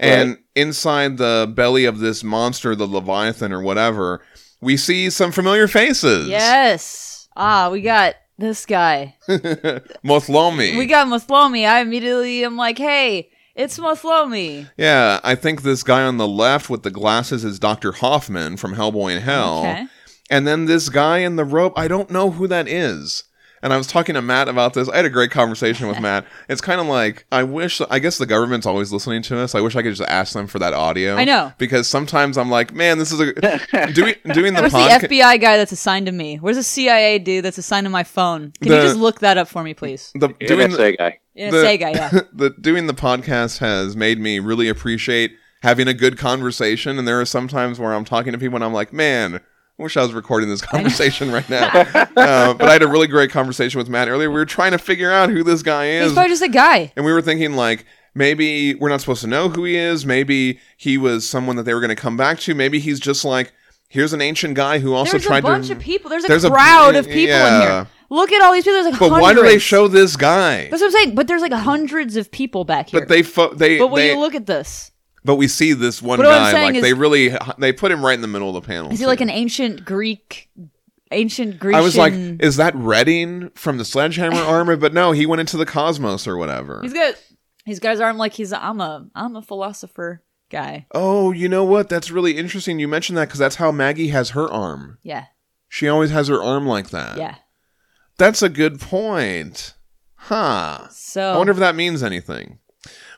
[SPEAKER 2] And inside the belly of this monster, the Leviathan or whatever, we see some familiar faces.
[SPEAKER 4] Yes. Ah, we got this guy.
[SPEAKER 2] Mothlomi.
[SPEAKER 4] We got Mothlomi. I immediately am like, hey, it's Mothlomi.
[SPEAKER 2] Yeah, I think this guy on the left with the glasses is Dr. Hoffman from Hellboy in Hell.
[SPEAKER 4] Okay.
[SPEAKER 2] And then this guy in the robe, I don't know who that is. And I was talking to Matt about this. I had a great conversation
[SPEAKER 4] *laughs*
[SPEAKER 2] with Matt. It's kind of like I wish I guess the government's always listening to us. I wish I could just ask them for that audio.
[SPEAKER 4] I know.
[SPEAKER 2] Because sometimes I'm like, man, this is
[SPEAKER 4] *laughs*
[SPEAKER 2] a doing doing the
[SPEAKER 4] Where's
[SPEAKER 2] podca-
[SPEAKER 4] the FBI guy that's assigned to me? Where's the CIA dude that's assigned to my phone? Can
[SPEAKER 2] The-
[SPEAKER 4] you just look that up for me, please?
[SPEAKER 2] the doing the-
[SPEAKER 3] NSA guy.
[SPEAKER 4] Yeah,
[SPEAKER 2] The-
[SPEAKER 4] CIA guy,
[SPEAKER 2] *laughs*
[SPEAKER 4] yeah.
[SPEAKER 2] the doing the podcast has made me really appreciate having a good conversation and there are some times where i'm talking to people and i'm like man I wish I was recording
[SPEAKER 4] *laughs*
[SPEAKER 2] this conversation right now. uh, but I had a really great conversation with Matt earlier. We were trying to figure out who this guy
[SPEAKER 4] He's
[SPEAKER 2] is.
[SPEAKER 4] probably just a guy.
[SPEAKER 2] And we were thinking like maybe we're not supposed to know who he is. Maybe he was someone that they were going to come back to. Maybe he's just like here's an ancient guy who also
[SPEAKER 4] There's
[SPEAKER 2] tried
[SPEAKER 4] a bunch
[SPEAKER 2] to.
[SPEAKER 4] of people. There's a
[SPEAKER 2] There's a-
[SPEAKER 4] crowd of people in
[SPEAKER 2] yeah.
[SPEAKER 4] here. Look at all these people. There's like
[SPEAKER 2] but why do they
[SPEAKER 4] hundreds.
[SPEAKER 2] show this guy?
[SPEAKER 4] That's what I'm saying. But there's like hundreds of people back here.
[SPEAKER 2] But they fo- they
[SPEAKER 4] But when
[SPEAKER 2] they,
[SPEAKER 4] you look at this,
[SPEAKER 2] But we see this one
[SPEAKER 4] But what I'm
[SPEAKER 2] guy,
[SPEAKER 4] saying
[SPEAKER 2] like
[SPEAKER 4] is-
[SPEAKER 2] they really they put him right in the middle of the panel.
[SPEAKER 4] is he
[SPEAKER 2] too.
[SPEAKER 4] like an ancient Greek, ancient Grecian?
[SPEAKER 2] I was like, is that Redding from the
[SPEAKER 4] *laughs*
[SPEAKER 2] Sledgehammer armor? But no, he went into the cosmos or whatever.
[SPEAKER 4] he's got he's got his arm like he's I'm a I'm a philosopher guy.
[SPEAKER 2] oh, you know what? That's really interesting. You mentioned that because that's how Maggie has her arm.
[SPEAKER 4] Yeah,
[SPEAKER 2] She always has her arm like that.
[SPEAKER 4] yeah.
[SPEAKER 2] That's a good point. Huh.
[SPEAKER 4] So
[SPEAKER 2] I wonder if that means anything.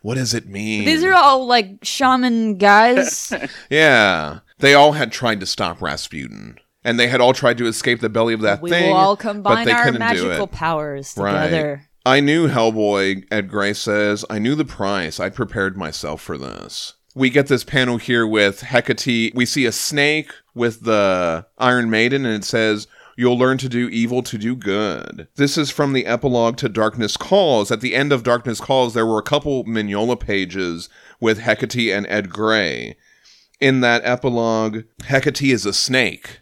[SPEAKER 2] What does it mean?
[SPEAKER 4] Oh. these are all like shaman guys.
[SPEAKER 2] *laughs* yeah. They all had tried to stop Rasputin. and they had all tried to escape the belly of that
[SPEAKER 4] we
[SPEAKER 2] thing.
[SPEAKER 4] will all
[SPEAKER 2] but
[SPEAKER 4] combine
[SPEAKER 2] they
[SPEAKER 4] our
[SPEAKER 2] couldn't do
[SPEAKER 4] magical
[SPEAKER 2] it.
[SPEAKER 4] powers
[SPEAKER 2] Right.
[SPEAKER 4] together.
[SPEAKER 2] I knew Hellboy, Ed Gray says. I knew the price. I'd prepared myself for this. We get this panel here with Hecate. We see a snake with the Iron Maiden, and it says, You'll learn to do evil to do good. This is from the epilogue to Darkness Calls. At the end of Darkness Calls, there were a couple Mignola pages with Hecate and Ed Gray. In that epilogue, Hecate is a snake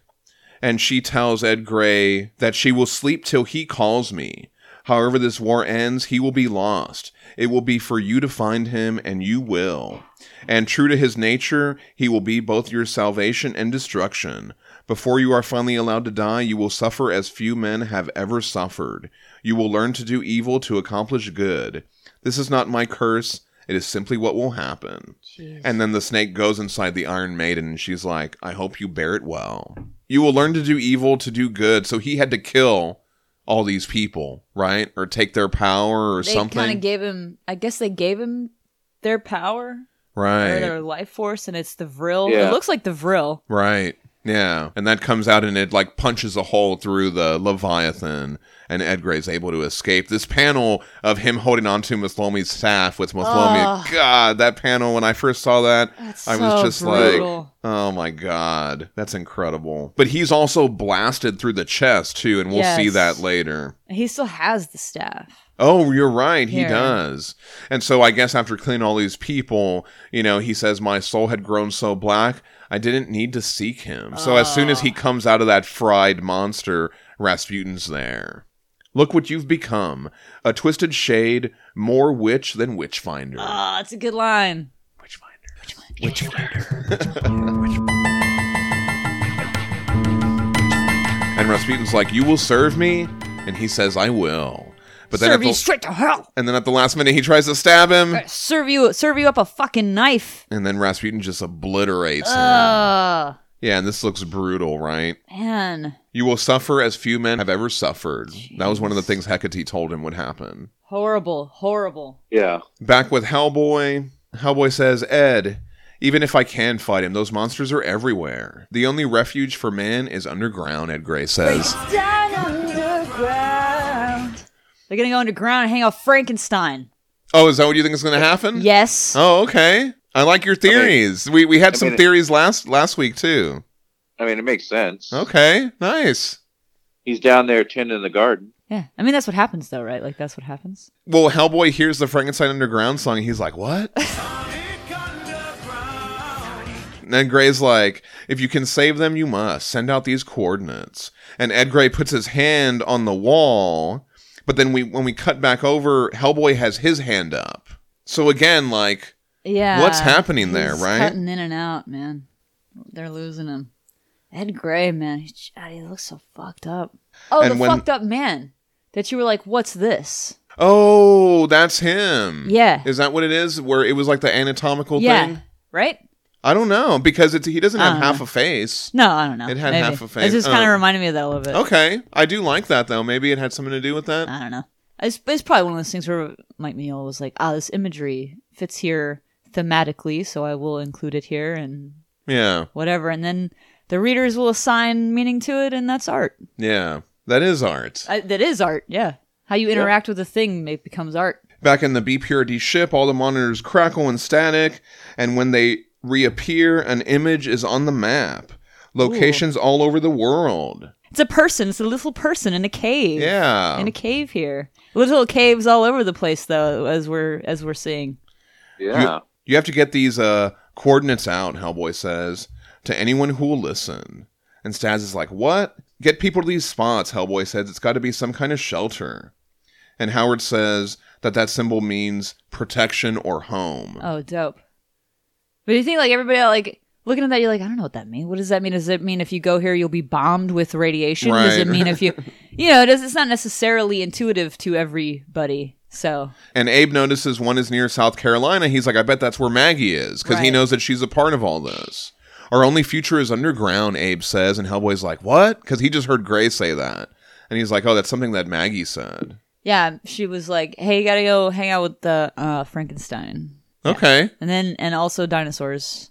[SPEAKER 2] and she tells Ed Gray that she will sleep till he calls me. However, this war ends, he will be lost. It will be for you to find him, and you will. And true to his nature, he will be both your salvation and destruction. Before you are finally allowed to die, you will suffer as few men have ever suffered. You will learn to do evil to accomplish good. This is not my curse, it is simply what will happen. And then the snake goes inside the Iron Maiden, and she's like, I hope you bear it well. You will learn to do evil to do good. So he had to kill all these people, right? Or take their power or
[SPEAKER 4] They kind
[SPEAKER 2] something.
[SPEAKER 4] of gave him. I guess they gave him their power or
[SPEAKER 2] right.
[SPEAKER 4] their life force, and it's the Vril.
[SPEAKER 3] Yeah.
[SPEAKER 4] It looks like the Vril.
[SPEAKER 2] Right. Yeah. And that comes out and it like punches a hole through the Leviathan and Ed Gray's able to escape. This panel of him holding onto Mathlomi's staff with Mathlomi. God, that panel when I first saw that,
[SPEAKER 4] That's
[SPEAKER 2] I was
[SPEAKER 4] so
[SPEAKER 2] just like
[SPEAKER 4] brutal.
[SPEAKER 2] Oh my god. That's incredible. But he's also blasted through the chest too, and we'll see
[SPEAKER 4] Yes.
[SPEAKER 2] that later.
[SPEAKER 4] He still has the staff.
[SPEAKER 2] Oh, you're right. He
[SPEAKER 4] Here.
[SPEAKER 2] does. And so I guess after killing all these people, you know, he says, My soul had grown so black, I didn't need to seek him. So as soon as he comes out of that fried monster, Rasputin's there. Look what you've become a twisted shade, more witch than witchfinder.
[SPEAKER 4] Ah, it's a good line.
[SPEAKER 2] and Rasputin's like, You will serve me? And he says, I will. But then, at
[SPEAKER 4] serve you
[SPEAKER 2] the,
[SPEAKER 4] straight to hell.
[SPEAKER 2] and then at the last minute, he tries to stab him.
[SPEAKER 4] Serve you, serve you up a fucking knife.
[SPEAKER 2] And then Rasputin just obliterates
[SPEAKER 4] Uh.
[SPEAKER 2] him.
[SPEAKER 4] Ugh,
[SPEAKER 2] Yeah, and this looks brutal, right?
[SPEAKER 4] man,
[SPEAKER 2] You will suffer as few men have ever suffered. That was one of the things Hecate told him would happen.
[SPEAKER 4] horrible, horrible.
[SPEAKER 3] Yeah.
[SPEAKER 2] Back with Hellboy, Hellboy says, Ed, even if I can fight him, those monsters are everywhere. The only refuge for man is underground, Ed Gray says.
[SPEAKER 4] They're gonna go underground and hang out Frankenstein.
[SPEAKER 2] Oh, is that what you think is going to happen?
[SPEAKER 4] Yes.
[SPEAKER 2] Oh, okay. I like your theories. we, we had
[SPEAKER 3] I
[SPEAKER 2] some
[SPEAKER 3] mean-
[SPEAKER 2] theories last last week, too.
[SPEAKER 3] I mean, it makes sense.
[SPEAKER 2] Okay, nice.
[SPEAKER 3] He's down there tending the garden.
[SPEAKER 4] Yeah. I mean, that's what happens, though, right? Like that's what happens.
[SPEAKER 2] Well, Hellboy hears the Frankenstein Underground song. And he's like,
[SPEAKER 4] *laughs*
[SPEAKER 2] what? And Ed Gray's like, if you can save them, you must. Send out these coordinates. And Ed Gray puts his hand on the wall, but then we when we cut back over, Hellboy has his hand up. So again, like,
[SPEAKER 4] Yeah.
[SPEAKER 2] What's happening there,
[SPEAKER 4] He's
[SPEAKER 2] right?
[SPEAKER 4] Cutting in and out, man. They're losing him. Ed Gray, man, he, God, he looks so fucked up. Oh,
[SPEAKER 2] And
[SPEAKER 4] the
[SPEAKER 2] when-
[SPEAKER 4] fucked up man that you were like, "What's this?"
[SPEAKER 2] oh, that's him.
[SPEAKER 4] Yeah.
[SPEAKER 2] Is that what it is? Where it was like the anatomical
[SPEAKER 4] yeah. Uh.
[SPEAKER 2] thing?
[SPEAKER 4] Right?
[SPEAKER 2] I don't know, because it's he doesn't have
[SPEAKER 4] don't
[SPEAKER 2] half
[SPEAKER 4] know.
[SPEAKER 2] a face.
[SPEAKER 4] No, I don't know.
[SPEAKER 2] It had
[SPEAKER 4] Maybe.
[SPEAKER 2] half a face.
[SPEAKER 4] It just kind
[SPEAKER 2] Oh.
[SPEAKER 4] of reminded me of that a little bit.
[SPEAKER 2] Okay. I do like that though. Maybe it had something to do with that.
[SPEAKER 4] I don't know. It's, it's probably one of those things where Mike Meal was like, ah, this imagery fits here thematically, so I will include it here and
[SPEAKER 2] Yeah.
[SPEAKER 4] whatever. And then the readers will assign meaning to it, and that's art.
[SPEAKER 2] Yeah. That is art.
[SPEAKER 4] I, that is art, yeah. How you interact with a thing it becomes art.
[SPEAKER 2] Back in the BPRD ship, all the monitors crackle and static, and when they reappear, an image is on the map. Locations all over the world.
[SPEAKER 4] It's a person. It's a little person in a cave.
[SPEAKER 2] Yeah.
[SPEAKER 4] In a cave here. Little caves all over the place, though, as we're as we're seeing.
[SPEAKER 3] Yeah.
[SPEAKER 2] You have to get these uh, coordinates out, Hellboy says, to anyone who will listen. And Staz is like, What? Get people to these spots, Hellboy says. It's got to be some kind of shelter. And Howard says that that symbol means protection or home.
[SPEAKER 4] Oh, dope. But you think like everybody like looking at that, you're like, I don't know what that means. What does that mean? Does it mean if you go here, you'll be bombed with radiation? Does it
[SPEAKER 2] Right.
[SPEAKER 4] mean if *laughs* you, you know, it does, it's not necessarily intuitive to everybody. So
[SPEAKER 2] And Abe notices one is near South Carolina. He's like, I bet that's where Maggie is because he
[SPEAKER 4] Right.
[SPEAKER 2] knows that she's a part of all this. Our only future is underground, Abe says. And Hellboy's like, What? Because he just heard Gray say that. And he's like, Oh, that's something that Maggie said.
[SPEAKER 4] yeah, she was like, Hey, you gotta go hang out with the uh, Frankenstein,
[SPEAKER 2] Okay,
[SPEAKER 4] and then and also dinosaurs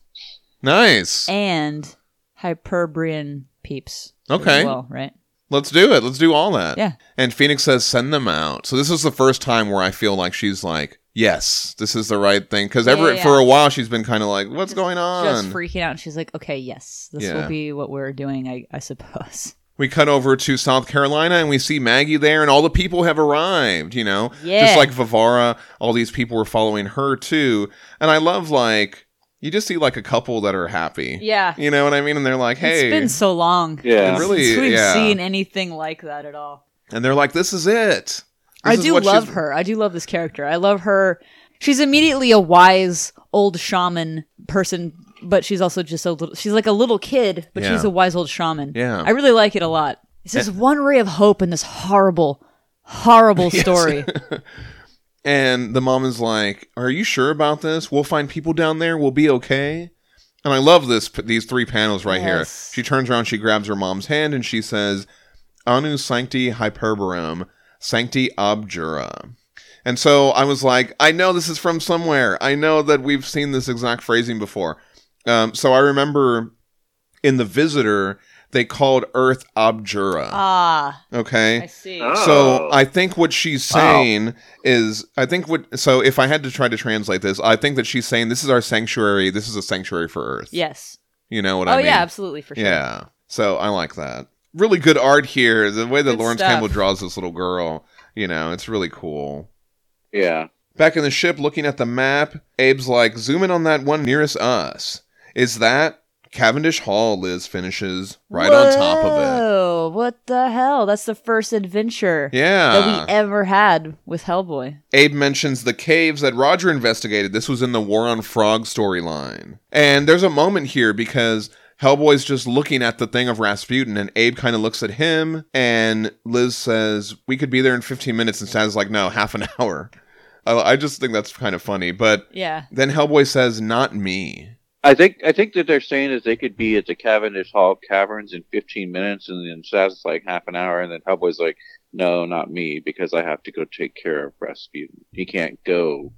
[SPEAKER 2] nice.
[SPEAKER 4] and Hyperborean peeps.
[SPEAKER 2] Okay.
[SPEAKER 4] As well, right?
[SPEAKER 2] Let's do it. Let's do all that.
[SPEAKER 4] Yeah.
[SPEAKER 2] And Phoenix says, send them out. So this is the first time where I feel like she's like, yes, this is the right thing. Because
[SPEAKER 4] Yeah,
[SPEAKER 2] ever
[SPEAKER 4] yeah,
[SPEAKER 2] for
[SPEAKER 4] yeah.
[SPEAKER 2] a while, she's been kind of like, what's going
[SPEAKER 4] Just
[SPEAKER 2] on?
[SPEAKER 4] freaking out. She's like, okay, yes, this
[SPEAKER 2] Yeah.
[SPEAKER 4] will be what we're doing, I, I suppose. *laughs*
[SPEAKER 2] we cut over to South Carolina and we see Maggie there, and all the people have arrived, you know?
[SPEAKER 4] Yeah.
[SPEAKER 2] Just like Vivara, all these people were following her too. And I love, like, you just see like a couple that are happy.
[SPEAKER 4] Yeah.
[SPEAKER 2] You know what I mean? And they're like, hey.
[SPEAKER 4] It's been so long.
[SPEAKER 3] Yeah.
[SPEAKER 2] It really-
[SPEAKER 4] Since we've
[SPEAKER 2] yeah.
[SPEAKER 4] seen anything like that at all.
[SPEAKER 2] and they're like, this is it.
[SPEAKER 4] I
[SPEAKER 2] This is
[SPEAKER 4] do
[SPEAKER 2] what
[SPEAKER 4] love
[SPEAKER 2] she's-
[SPEAKER 4] her. I do love this character. I love her. She's immediately a wise old shaman person, but she's also just a little. She's like a little kid, but
[SPEAKER 2] Yeah.
[SPEAKER 4] she's a wise old shaman.
[SPEAKER 2] Yeah. Eh.
[SPEAKER 4] I really like it a lot. It's just one ray of hope in this horrible,
[SPEAKER 2] *laughs*
[SPEAKER 4] horrible story.
[SPEAKER 2] And the mom is like, "Are you sure about this? We'll find people down there. We'll be okay." And I love this these three panels right
[SPEAKER 4] Yes.
[SPEAKER 2] here. She turns around, she grabs her mom's hand, and she says, "Anu sancti hyperborum, sancti abjura." And so I was like, "I know this is from somewhere. I know that we've seen this exact phrasing before." Um, so I remember in the Visitor, they called Earth abjura.
[SPEAKER 4] ah,
[SPEAKER 2] okay,
[SPEAKER 4] I see.
[SPEAKER 3] Oh.
[SPEAKER 2] so I think what she's
[SPEAKER 3] Wow.
[SPEAKER 2] saying is, I think what. So if I had to try to translate this, I think that she's saying this is our sanctuary. This is a sanctuary for Earth.
[SPEAKER 4] Yes.
[SPEAKER 2] You know what
[SPEAKER 4] oh
[SPEAKER 2] I mean?
[SPEAKER 4] yeah, absolutely for sure.
[SPEAKER 2] Yeah. So I like that. Really good art here. The way that
[SPEAKER 4] Good
[SPEAKER 2] Lawrence
[SPEAKER 4] stuff.
[SPEAKER 2] Campbell draws this little girl, you know, it's really cool.
[SPEAKER 3] Yeah.
[SPEAKER 2] Back in the ship, looking at the map, Abe's like, zoom in on that one nearest us. Is that Cavendish Hall? Liz finishes right on top of it.
[SPEAKER 4] Whoa, What the hell? That's the first adventure
[SPEAKER 2] Yeah.
[SPEAKER 4] that we ever had with Hellboy.
[SPEAKER 2] Abe mentions the caves that Roger investigated. This was in the War on Frog storyline. And there's a moment here because Hellboy's just looking at the thing of Rasputin, and Abe kind of looks at him, and Liz says, We could be there in 15 minutes. And Stan's like, No, half an *laughs* hour. I, I just think that's kind of funny. But
[SPEAKER 4] Yeah.
[SPEAKER 2] then Hellboy says, Not me.
[SPEAKER 3] I think I think that they're saying is they could be at the Cavendish Hall Caverns in 15 minutes, and then Saz's like half an hour, and then Hellboy's like, "No, not me, because I have to go take care of Rasputin. He can't go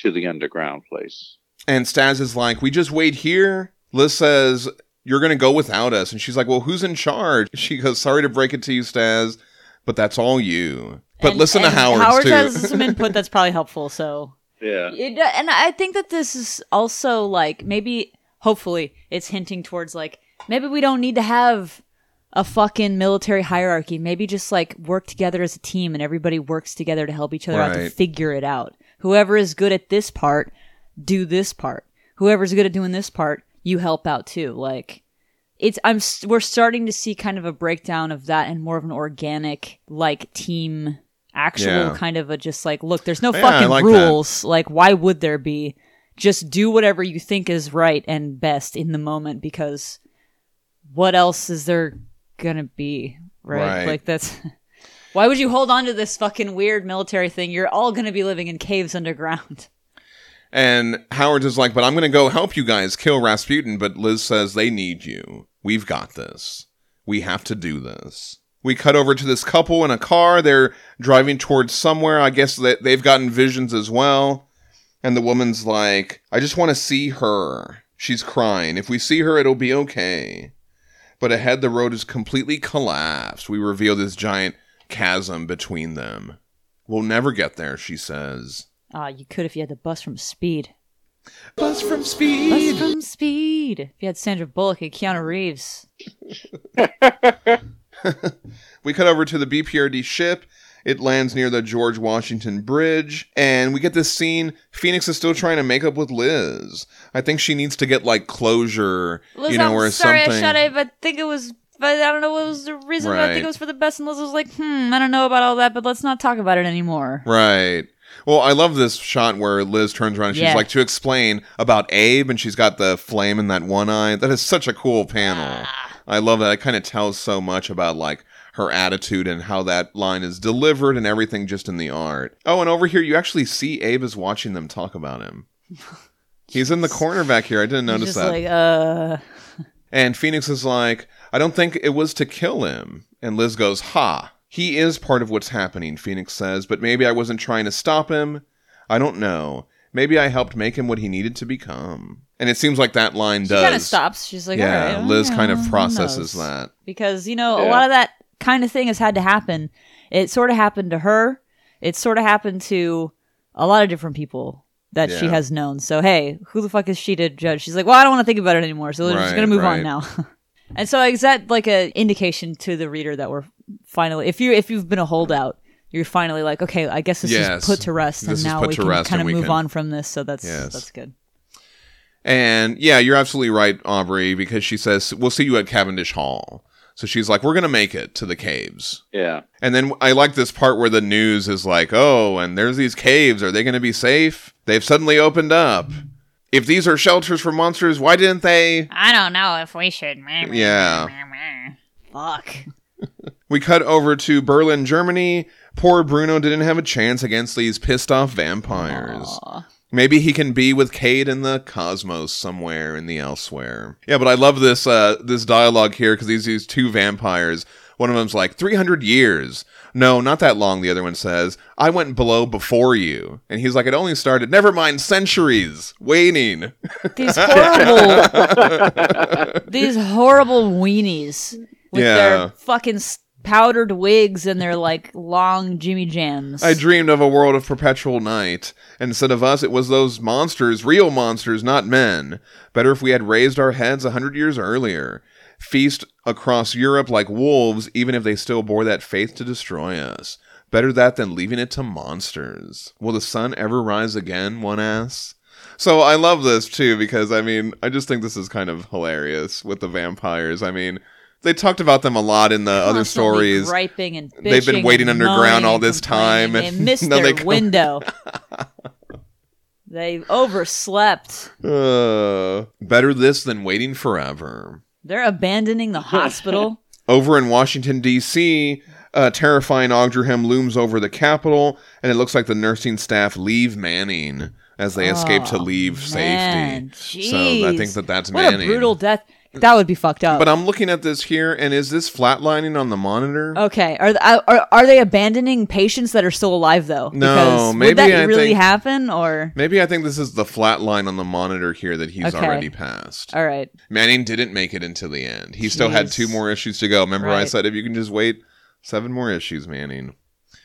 [SPEAKER 3] to the underground place."
[SPEAKER 2] And Stas is like, We just wait here. Liz says, You're going to go without us. And she's like, Well, who's in charge? *laughs* She goes, Sorry to break it to you, Stas, but that's all you. But
[SPEAKER 4] And-
[SPEAKER 2] listen to
[SPEAKER 4] and
[SPEAKER 2] Howard's
[SPEAKER 4] Howard
[SPEAKER 2] too. *laughs*
[SPEAKER 4] has some input that's probably helpful. So,
[SPEAKER 3] Yeah,
[SPEAKER 4] it, and I think that this is also like maybe, hopefully, it's hinting towards like maybe we don't need to have a fucking military hierarchy. Maybe just like work together as a team, and everybody works together to help each other out to
[SPEAKER 2] Right.
[SPEAKER 4] figure it out. Whoever is good at this part, do this part. Whoever's good at doing this part, you help out too. Like it's I'm s- we're starting to see kind of a breakdown of that and more of an organic like team actual
[SPEAKER 2] Yeah.
[SPEAKER 4] kind of a just like look there's no
[SPEAKER 2] Yeah, I
[SPEAKER 4] fucking
[SPEAKER 2] like that.
[SPEAKER 4] rules like why would there be just do whatever you think is right and best in the moment because what else is there gonna be right,
[SPEAKER 2] Right.
[SPEAKER 4] like that's *laughs* why would you hold on to this fucking weird military thing you're all gonna be living in caves *laughs* underground
[SPEAKER 2] And Howard is like, but I'm going to go help you guys kill Rasputin. But Liz says, they need you. We've got this. We have to do this. We cut over to this couple in a car. They're driving towards somewhere. I guess that they've gotten visions as well. And the woman's like, I just want to see her. She's crying. If we see her, it'll be okay. But ahead, the road is completely collapsed. We reveal this giant chasm between them. We'll never get there, she says.
[SPEAKER 4] ah you could if you had the bus from speed
[SPEAKER 2] Bus from
[SPEAKER 4] bus
[SPEAKER 2] speed.
[SPEAKER 4] from speed if you had sandra bullock and keanu reeves
[SPEAKER 2] We cut over to the BPRD ship. It lands near the George Washington Bridge, and we get this scene. Phoenix is still trying to make up with Liz. I think she needs to get like closure,
[SPEAKER 4] Liz,
[SPEAKER 2] you know,
[SPEAKER 4] I'm
[SPEAKER 2] or
[SPEAKER 4] sorry
[SPEAKER 2] something.
[SPEAKER 4] I shot it, but I think it was. But I don't know what was the reason. But I think
[SPEAKER 2] Right.
[SPEAKER 4] it was for the best. And Liz was like, "Hmm, I don't know about all that, but let's not talk about it anymore."
[SPEAKER 2] Right. Well, I love this shot where Liz turns around. And she's
[SPEAKER 4] Yeah.
[SPEAKER 2] like to explain about Abe, and she's got the flame in that one eye. That is such a cool panel.
[SPEAKER 4] Ah.
[SPEAKER 2] I love that. It kind of tells so much about like her attitude and how that line is delivered and everything just in the art. Oh, and over here you actually see Abe is watching them talk about
[SPEAKER 4] *laughs*
[SPEAKER 2] him. He's in the corner back here. I didn't
[SPEAKER 4] He's
[SPEAKER 2] notice
[SPEAKER 4] just
[SPEAKER 2] that.
[SPEAKER 4] like, uh,
[SPEAKER 2] And Phoenix is like, I don't think it was to kill him. And Liz goes, Ha, he is part of what's happening, Phoenix says, but maybe I wasn't trying to stop him. I don't know. Maybe I helped make him what he needed to become. And it seems like that line does.
[SPEAKER 4] kind of stops. She's like,
[SPEAKER 2] yeah,
[SPEAKER 4] all right,
[SPEAKER 2] Liz
[SPEAKER 4] yeah,
[SPEAKER 2] kind of
[SPEAKER 4] who
[SPEAKER 2] processes
[SPEAKER 4] knows?
[SPEAKER 2] that.
[SPEAKER 4] because you know a
[SPEAKER 3] Yeah.
[SPEAKER 4] lot of that kind of thing has had to happen. It sort of happened to her. It sort of happened to a lot of different people that she
[SPEAKER 2] Yeah.
[SPEAKER 4] has known. So hey, who the fuck is she to judge? She's like, well, I don't want to think about it anymore. So we're just
[SPEAKER 2] Right,
[SPEAKER 4] gonna move
[SPEAKER 2] right.
[SPEAKER 4] on now. *laughs* and so is that like a indication to the reader that we're finally if you if you've been a holdout. You're finally like, okay, I guess this
[SPEAKER 2] Yes.
[SPEAKER 4] is put to rest,
[SPEAKER 2] This
[SPEAKER 4] and
[SPEAKER 2] is
[SPEAKER 4] now
[SPEAKER 2] put
[SPEAKER 4] we
[SPEAKER 2] to
[SPEAKER 4] can
[SPEAKER 2] rest
[SPEAKER 4] kind of
[SPEAKER 2] and we
[SPEAKER 4] move
[SPEAKER 2] can-
[SPEAKER 4] on from this. So that's
[SPEAKER 2] Yes.
[SPEAKER 4] that's good.
[SPEAKER 2] And yeah, you're absolutely right, Aubrey, because she says, We'll see you at Cavendish Hall. So she's like, We're going to make it to the caves.
[SPEAKER 3] Yeah.
[SPEAKER 2] And then I like this part where the news is like, Oh, and there's these caves. Are they going to be safe? They've suddenly opened up. If these are shelters for monsters, why didn't they?
[SPEAKER 6] I don't know if we should.
[SPEAKER 2] Yeah.
[SPEAKER 4] Fuck.
[SPEAKER 2] We cut over to Berlin, Germany. Poor Bruno didn't have a chance against these pissed off vampires.
[SPEAKER 4] Aw.
[SPEAKER 2] Maybe he can be with Cade in the cosmos somewhere in the elsewhere. Yeah, but I love this uh, this dialogue here because these these two vampires. One of them's like three hundred years. No, not that long. The other one says, "I went below before you," and he's like, "It only started. Never mind, centuries waiting." *laughs*
[SPEAKER 4] these horrible these horrible weenies with
[SPEAKER 2] Yeah.
[SPEAKER 4] their fucking s- powdered wigs and their like long jimmy jams
[SPEAKER 2] I dreamed of a world of perpetual night. Instead of us, it was those monsters, real monsters, not men. Better if we had raised our heads a hundred years earlier. Feast across Europe like wolves, even if they still bore that faith to destroy us. Better that than leaving it to monsters. Will the sun ever rise again? One asks. So I love this too because I mean I just think this is kind of hilarious with the vampires. I mean they talked about them a lot in the other
[SPEAKER 4] Constantly
[SPEAKER 2] stories.
[SPEAKER 4] griping and
[SPEAKER 2] They've been
[SPEAKER 4] bitching
[SPEAKER 2] waiting
[SPEAKER 4] and
[SPEAKER 2] underground
[SPEAKER 4] moaning
[SPEAKER 2] all
[SPEAKER 4] and
[SPEAKER 2] this time, and
[SPEAKER 4] complaining.
[SPEAKER 2] *laughs*
[SPEAKER 4] they missed
[SPEAKER 2] now
[SPEAKER 4] their
[SPEAKER 2] they come- *laughs*
[SPEAKER 4] window they overslept
[SPEAKER 2] Uh, better this than waiting forever.
[SPEAKER 4] they're abandoning
[SPEAKER 2] *laughs*
[SPEAKER 4] the hospital
[SPEAKER 2] Over in Washington, D.C., uh, terrifying Ogdurham looms over the Capitol, and it looks like the nursing staff leave Manning as they escape to
[SPEAKER 4] Oh,
[SPEAKER 2] leave
[SPEAKER 4] Man,
[SPEAKER 2] safety. So I
[SPEAKER 4] jeez.
[SPEAKER 2] think that that's
[SPEAKER 4] what
[SPEAKER 2] Manning.
[SPEAKER 4] a brutal death that would be fucked up
[SPEAKER 2] but I'm looking at this here, and is this flatlining on the monitor?
[SPEAKER 4] Okay. Are, th- uh, are are they abandoning patients that are still alive though? Because
[SPEAKER 2] maybe
[SPEAKER 4] would that
[SPEAKER 2] I
[SPEAKER 4] really
[SPEAKER 2] think-
[SPEAKER 4] happen or
[SPEAKER 2] Maybe I think this is the flat line on the monitor here that he's
[SPEAKER 4] Okay.
[SPEAKER 2] already passed.
[SPEAKER 4] all right.
[SPEAKER 2] Manning didn't make it until the end. He still had
[SPEAKER 4] Jeez.
[SPEAKER 2] two more issues to go. Remember, I
[SPEAKER 4] Right.
[SPEAKER 2] said if you can just wait seven more issues, Manning.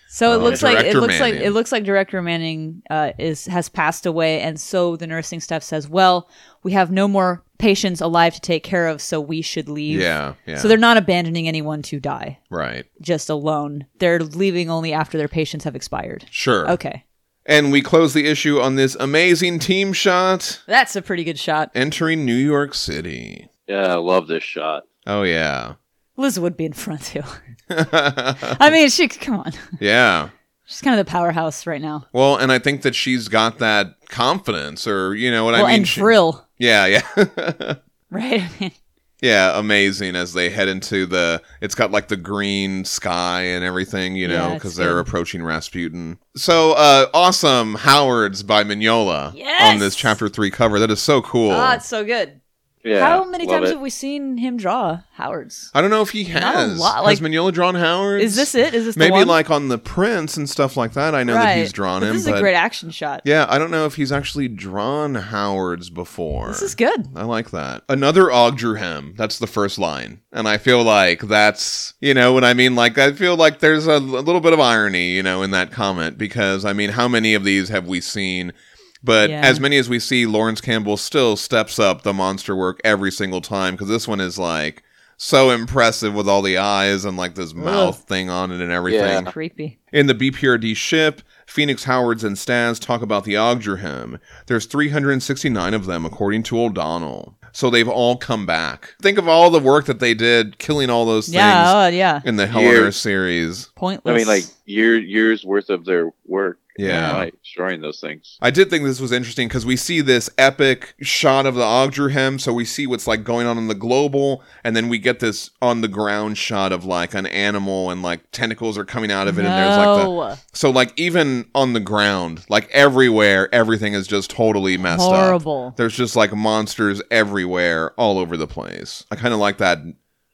[SPEAKER 4] So it
[SPEAKER 2] Uh,
[SPEAKER 4] looks like it
[SPEAKER 2] Director
[SPEAKER 4] looks like
[SPEAKER 2] Manning.
[SPEAKER 4] it looks like Director Manning uh, is has passed away, and so the nursing staff says, "Well, we have no more patients alive to take care of, so we should leave."
[SPEAKER 2] Yeah, yeah.
[SPEAKER 4] So they're not abandoning anyone to die
[SPEAKER 2] right.
[SPEAKER 4] just alone. They're leaving only after their patients have expired.
[SPEAKER 2] Sure.
[SPEAKER 4] Okay,
[SPEAKER 2] And we close the issue on this amazing team shot
[SPEAKER 4] that's a pretty good shot.
[SPEAKER 2] entering New York City.
[SPEAKER 3] Yeah, I love this shot.
[SPEAKER 2] Oh yeah. *laughs*
[SPEAKER 4] Liz would be in front too. I mean, she come on.
[SPEAKER 2] yeah.
[SPEAKER 4] She's kind of the powerhouse right now.
[SPEAKER 2] Well, and I think that she's got that confidence or you know what
[SPEAKER 4] well,
[SPEAKER 2] I mean?
[SPEAKER 4] and
[SPEAKER 2] She-
[SPEAKER 4] Frill,
[SPEAKER 2] yeah, *laughs* yeah.
[SPEAKER 4] right? I mean,
[SPEAKER 2] yeah, amazing as they head into the it's got like the green sky and everything, you know,
[SPEAKER 4] Yeah, it's
[SPEAKER 2] because they're
[SPEAKER 4] good.
[SPEAKER 2] approaching Rasputin. So uh awesome Howards by Mignola on this
[SPEAKER 4] Yes!
[SPEAKER 2] chapter three cover. That is so cool.
[SPEAKER 4] ah, it's so good.
[SPEAKER 3] Yeah.
[SPEAKER 4] How many
[SPEAKER 3] love
[SPEAKER 4] times
[SPEAKER 3] it.
[SPEAKER 4] have we seen him draw Howard's?
[SPEAKER 2] I don't know if he has.
[SPEAKER 4] Not a lot,
[SPEAKER 2] has
[SPEAKER 4] like-
[SPEAKER 2] Mignola drawn Howards?
[SPEAKER 4] Is this it? Is this
[SPEAKER 2] maybe
[SPEAKER 4] the one?
[SPEAKER 2] like on the prints and stuff like that. I know that he's drawn
[SPEAKER 4] But
[SPEAKER 2] him,
[SPEAKER 4] This is
[SPEAKER 2] but
[SPEAKER 4] a great action shot.
[SPEAKER 2] yeah, I don't know if he's actually drawn Howard's before.
[SPEAKER 4] This is good.
[SPEAKER 2] I like that. Another Ogdurham. That's the first line, and I feel like that's you know what I mean. Like I feel like there's a, a little bit of irony, you know, in that comment because I mean, how many of these have we seen? But
[SPEAKER 4] Yeah.
[SPEAKER 2] as many as we see, Lawrence Campbell still steps up the monster work every single time because this one is like so impressive with all the eyes and like this mouth thing on it and everything.
[SPEAKER 3] Yeah.
[SPEAKER 4] Creepy.
[SPEAKER 2] In the BPRD ship, Phoenix Howards and Stas talk about the Ogdurham. There's 369 of them, according to O'Donnell. So they've all come back. Think of all the work that they did killing all those things
[SPEAKER 4] Yeah. Oh, yeah.
[SPEAKER 2] in the Hell on
[SPEAKER 3] Years.
[SPEAKER 2] Earth series.
[SPEAKER 4] Pointless.
[SPEAKER 3] I mean, like year, years worth of their work. you
[SPEAKER 2] Yeah.
[SPEAKER 3] know, like destroying those things.
[SPEAKER 2] I did think this was interesting because we see this epic shot of the Ogdurham, so we see what's like going on in the global, and then we get this on the ground shot of like an animal and like tentacles are coming out of it, and there's like the
[SPEAKER 4] No.
[SPEAKER 2] So like even on the ground, like everywhere, everything is just totally messed up.
[SPEAKER 4] horrible.
[SPEAKER 2] There's just like monsters everywhere, all over the place. I kind of like that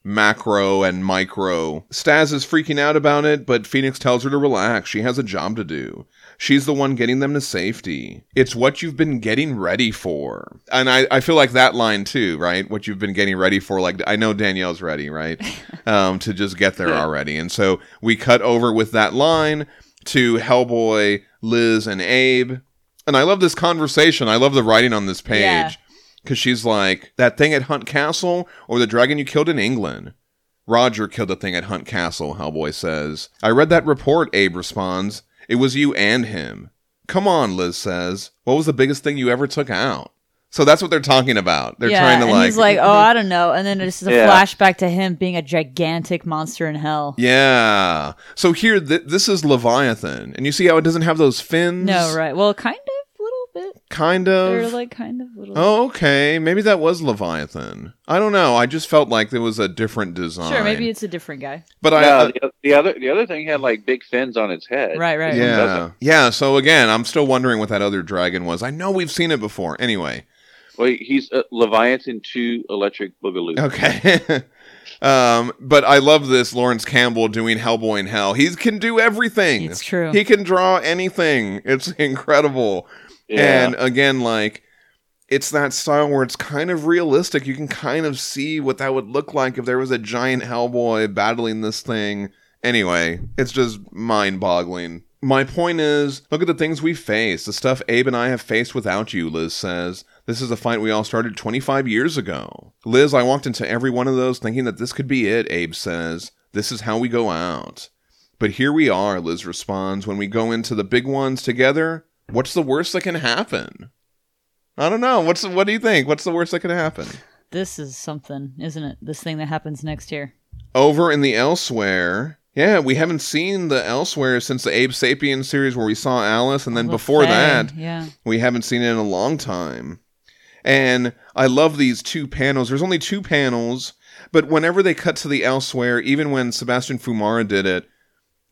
[SPEAKER 2] macro and micro. Stas is freaking out about it, but Phoenix tells her to relax. She has a job to do. She's the one getting them to safety. It's what you've been getting ready for. And I, I feel like that line too, right? What you've been getting ready for. Like, I know Danielle's ready, right? Um, to just get there already. And so we cut over with that line to Hellboy, Liz, and Abe. And I love this conversation. I love the writing on this page.
[SPEAKER 4] Yeah.
[SPEAKER 2] Because she's like, that thing at Hunt Castle or the dragon you killed in England? Roger killed the thing at Hunt Castle, Hellboy says. I read that report, Abe responds. It was you and him. Come on, Liz says. What was the biggest thing you ever took out? So that's what they're talking about. They're
[SPEAKER 4] yeah,
[SPEAKER 2] trying to
[SPEAKER 4] and
[SPEAKER 2] like,
[SPEAKER 4] he's like, oh, I don't know, and then it's just a
[SPEAKER 3] Yeah.
[SPEAKER 4] flashback to him being a gigantic monster in hell.
[SPEAKER 2] yeah. So here, th- this is Leviathan, and you see how it doesn't have those fins.
[SPEAKER 4] No, right? Well, kind of, little bit.
[SPEAKER 2] Kind of.
[SPEAKER 4] They're like kind of little.
[SPEAKER 2] Oh, okay. Maybe that was Leviathan. I don't know. I just felt like there was a different design.
[SPEAKER 4] sure, maybe it's a different guy.
[SPEAKER 2] But I,
[SPEAKER 3] No, the, the other the other thing had like big fins on its head.
[SPEAKER 4] Right, right.
[SPEAKER 2] yeah,
[SPEAKER 3] doesn't.
[SPEAKER 2] yeah. So again, I'm still wondering what that other dragon was. I know we've seen it before. Anyway,
[SPEAKER 3] Well, he's uh, Leviathan two electric boogaloo.
[SPEAKER 2] okay. *laughs* um, but I love this Lawrence Campbell doing Hellboy in Hell. He can do everything.
[SPEAKER 4] It's true.
[SPEAKER 2] He can draw anything. It's incredible.
[SPEAKER 3] Yeah.
[SPEAKER 2] And again, like it's that style where it's kind of realistic. You can kind of see what that would look like if there was a giant Hellboy battling this thing. Anyway, it's just mind boggling. My point is look at the things we face, the stuff Abe and I have faced without you, Liz says. This is a fight we all started 25 years ago. Liz, I walked into every one of those thinking that this could be it, Abe says. This is how we go out. But here we are, Liz responds. When we go into the big ones together, what's the worst that can happen? I don't know. What's what do you think? What's the worst that can happen?
[SPEAKER 4] This is something, isn't it? This thing that happens next year.
[SPEAKER 2] Over in the elsewhere, yeah, we haven't seen the elsewhere since the Abe Sapien series where we saw Alice, and then
[SPEAKER 4] Little
[SPEAKER 2] before
[SPEAKER 4] Faye,
[SPEAKER 2] that,
[SPEAKER 4] yeah,
[SPEAKER 2] we haven't seen it in a long time. And I love these two panels. There's only two panels, but whenever they cut to the elsewhere, even when Sebastian Fumara did it,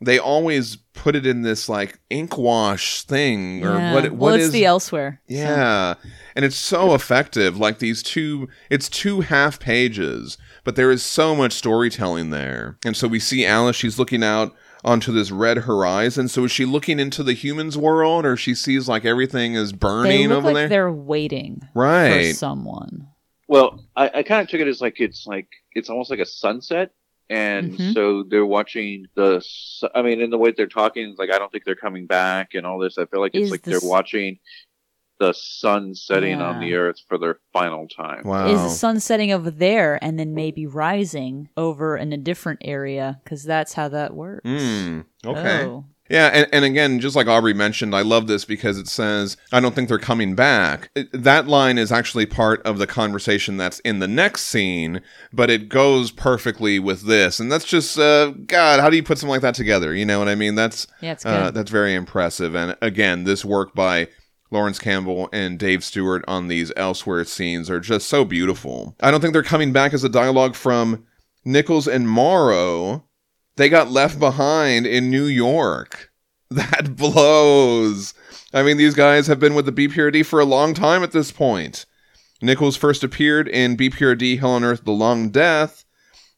[SPEAKER 2] they always put it in this like ink wash thing or
[SPEAKER 4] yeah.
[SPEAKER 2] what what
[SPEAKER 4] well, it's
[SPEAKER 2] is-
[SPEAKER 4] the elsewhere. so-
[SPEAKER 2] yeah. And it's so effective. Like these two, it's two half pages, but there is so much storytelling there. And so we see Alice, she's looking out onto this red horizon. So is she looking into the humans' world or she sees like everything is
[SPEAKER 4] they
[SPEAKER 2] burning
[SPEAKER 4] look
[SPEAKER 2] over
[SPEAKER 4] like
[SPEAKER 2] there?
[SPEAKER 4] they're waiting for
[SPEAKER 2] Right.
[SPEAKER 4] someone.
[SPEAKER 3] Well, I, I kind of took it as like it's like it's almost like a sunset, and
[SPEAKER 4] Mhm.
[SPEAKER 3] so they're watching the. su- I mean, in the way they're talking, it's like I don't think they're coming back and all this. I feel like it's
[SPEAKER 4] Is
[SPEAKER 3] like
[SPEAKER 4] this-
[SPEAKER 3] they're watching the sun setting on
[SPEAKER 4] Yeah.
[SPEAKER 3] the earth for their final time.
[SPEAKER 2] Wow.
[SPEAKER 4] Is the sun setting over there and then maybe rising over in a different area? Because that's how that works.
[SPEAKER 2] Mm, okay.
[SPEAKER 4] Oh.
[SPEAKER 2] Yeah, and, and again, just like Aubrey mentioned, I love this because it says, I don't think they're coming back. It- that line is actually part of the conversation that's in the next scene, but it goes perfectly with this. And that's just, uh, God, how do you put something like that together? You know what I mean? That's,
[SPEAKER 4] Yeah, it's good.
[SPEAKER 2] uh, that's very impressive. And again, this work by Lawrence Campbell and Dave Stewart on these elsewhere scenes are just so beautiful. I don't think they're coming back as a dialogue from Nichols and Morrow. They got left behind in New York. *laughs* That blows. I mean, these guys have been with the BPRD for a long time at this point. Nichols first appeared in BPRD Hell on Earth The Long Death.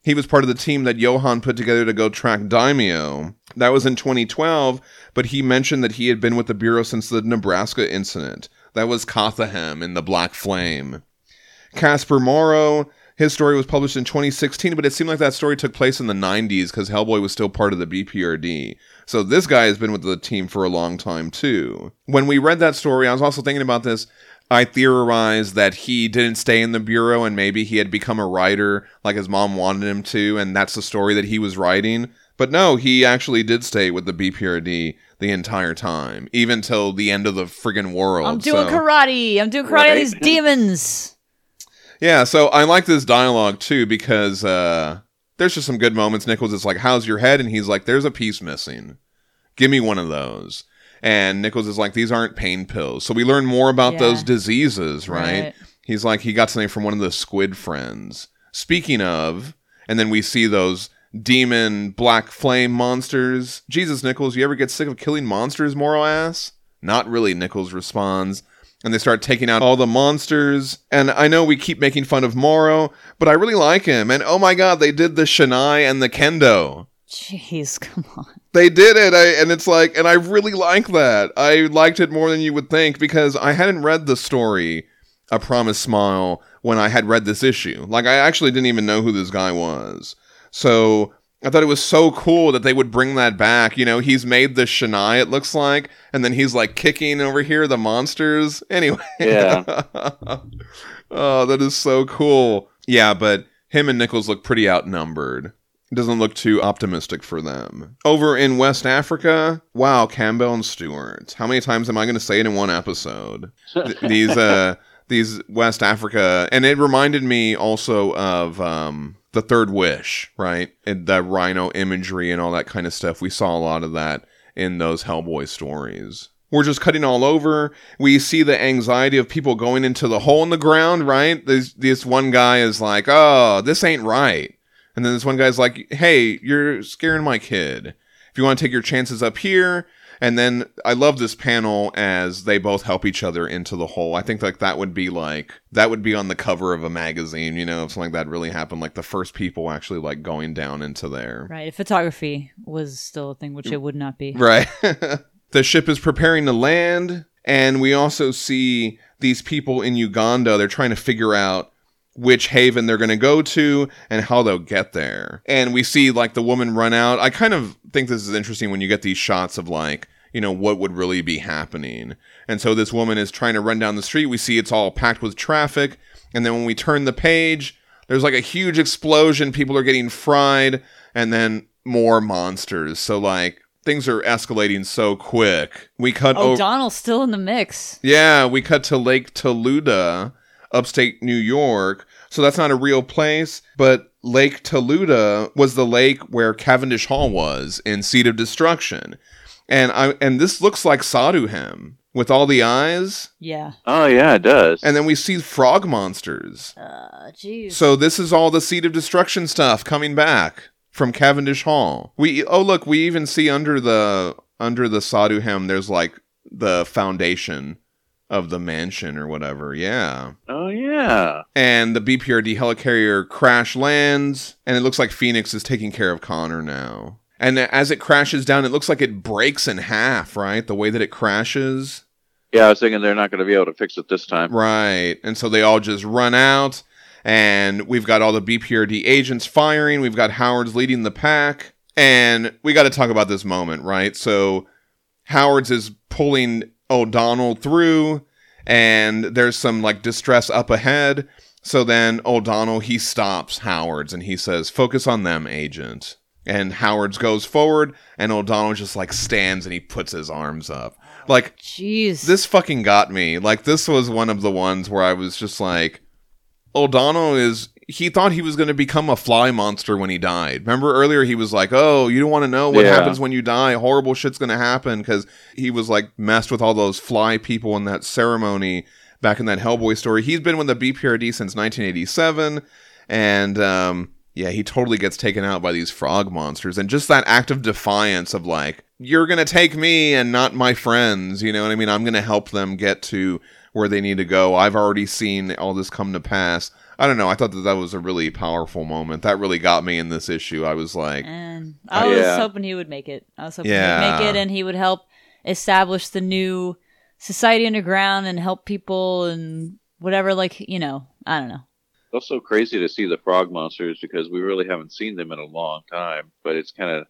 [SPEAKER 2] He was part of the team that Johan put together to go track Daimyo. That was in 2012, but he mentioned that he had been with the Bureau since the Nebraska incident. That was Cothahem in The Black Flame. Casper Morrow, his story was published in 2016, but it seemed like that story took place in the 90s because Hellboy was still part of the BPRD. So this guy has been with the team for a long time, too. When we read that story, I was also thinking about this. I theorized that he didn't stay in the bureau and maybe he had become a writer like his mom wanted him to, and that's the story that he was writing. But no, he actually did stay with the BPRD the entire time, even till the end of the friggin' world.
[SPEAKER 4] I'm doing
[SPEAKER 2] oh, so-
[SPEAKER 4] karate. I'm doing karate on
[SPEAKER 3] Right.
[SPEAKER 4] these demons.
[SPEAKER 2] Yeah, so I like this dialogue too because uh, there's just some good moments. Nichols is like, "How's your head?" and he's like, "There's a piece missing. Give me one of those." And Nichols is like, "These aren't pain pills." So we learn more about
[SPEAKER 4] Yeah.
[SPEAKER 2] those diseases, right? He's like, he got something from one of the squid friends. Speaking of, and then we see those demon black flame monsters. Jesus, Nichols, you ever get sick of killing monsters, Moro ass? Not really, Nichols responds. and they start taking out all the monsters. And I know we keep making fun of Moro, but I really like him. And oh my god, they did the Shinai and the Kendo.
[SPEAKER 4] Jeez, come on.
[SPEAKER 2] They did it, I, and it's like, and I really like that. I liked it more than you would think because I hadn't read the story, A Promise Smile, when I had read this issue. Like, I actually didn't even know who this guy was. So I thought it was so cool that they would bring that back. You know, he's made the Shanai, it looks like, and then he's like kicking over here the monsters. *laughs* Anyway.
[SPEAKER 3] Yeah.
[SPEAKER 2] *laughs* oh, that is so cool. Yeah, but him and Nichols look pretty outnumbered. It doesn't look too optimistic for them. Over in West Africa, wow, Campbell and Stewart. How many times am I going to say it in one episode? Th- these uh these West Africa and it reminded me also of um the third wish, right? And the rhino imagery and all that kind of stuff. We saw a lot of that in those Hellboy stories. We're just cutting all over. We see the anxiety of people going into the hole in the ground, right? This, this one guy is like, oh, this ain't right. And then this one guy's like, hey, you're scaring my kid. If you want to take your chances up here. And then I love this panel as they both help each other into the hole. I think like that would be like that would be on the cover of a magazine, you know, if something like that really happened, like the first people actually like going down into there.
[SPEAKER 4] Right. If photography was still a thing, which it would not be.
[SPEAKER 2] Right. *laughs* the ship is preparing to land, and we also see these people in Uganda. They're trying to figure out which haven they're going to go to and how they'll get there. And we see like the woman run out. I kind of think this is interesting when you get these shots of like, you know, what would really be happening. And so this woman is trying to run down the street. We see it's all packed with traffic. And then when we turn the page, there's like a huge explosion. People are getting fried and then more monsters. So like things are escalating so quick. We cut
[SPEAKER 4] Oh,
[SPEAKER 2] over.
[SPEAKER 4] Donald's still in the mix.
[SPEAKER 2] Yeah, we cut to Lake Taluda, upstate New York. So that's not a real place, but Lake Taluda was the lake where Cavendish Hall was in Seat of Destruction. And I and this looks like Saduhem with all the eyes.
[SPEAKER 4] Yeah.
[SPEAKER 3] oh yeah, it does.
[SPEAKER 2] And then we see frog monsters.
[SPEAKER 4] Uh, jeez.
[SPEAKER 2] So this is all the Seat of Destruction stuff coming back from Cavendish Hall. We oh look, we even see under the under the Saduhem there's like the foundation of the mansion or whatever. Yeah.
[SPEAKER 3] oh yeah.
[SPEAKER 2] And the BPRD helicarrier crash lands and it looks like Phoenix is taking care of Connor now. And as it crashes down, it looks like it breaks in half, right? The way that it crashes.
[SPEAKER 3] Yeah, I was thinking they're not going to be able to fix it this time.
[SPEAKER 2] Right. And so they all just run out, and we've got all the BPRD agents firing. We've got Howard's leading the pack. And we got to talk about this moment, right? So Howard's is pulling O'Donnell through, and there's some like distress up ahead. So then O'Donnell, he stops Howard's and he says, Focus on them, agent. And Howard's goes forward, and O'Donnell just like stands and he puts his arms up. Like,
[SPEAKER 4] Jeez.
[SPEAKER 2] this fucking got me. Like this was one of the ones where I was just like, O'Donnell is. He thought he was going to become a fly monster when he died. Remember earlier he was like, "Oh, you don't want to know what
[SPEAKER 3] Yeah.
[SPEAKER 2] happens when you die. Horrible shit's going to happen." Because he was like messed with all those fly people in that ceremony back in that Hellboy story. He's been with the BPRD since 1987, and um, yeah, he totally gets taken out by these frog monsters. And just that act of defiance of like, "You're going to take me and not my friends." You know what I mean? I'm going to help them get to where they need to go. I've already seen all this come to pass. I don't know. I thought that that was a really powerful moment. That really got me in this issue. I was like,
[SPEAKER 4] And I
[SPEAKER 3] Uh,
[SPEAKER 4] was
[SPEAKER 3] yeah.
[SPEAKER 4] hoping he would make it. I was hoping
[SPEAKER 2] Yeah.
[SPEAKER 4] he'd make it and he would help establish the new society underground and help people and whatever, like, you know, I don't know.
[SPEAKER 3] It's also crazy to see the frog monsters because we really haven't seen them in a long time. But it's kind of,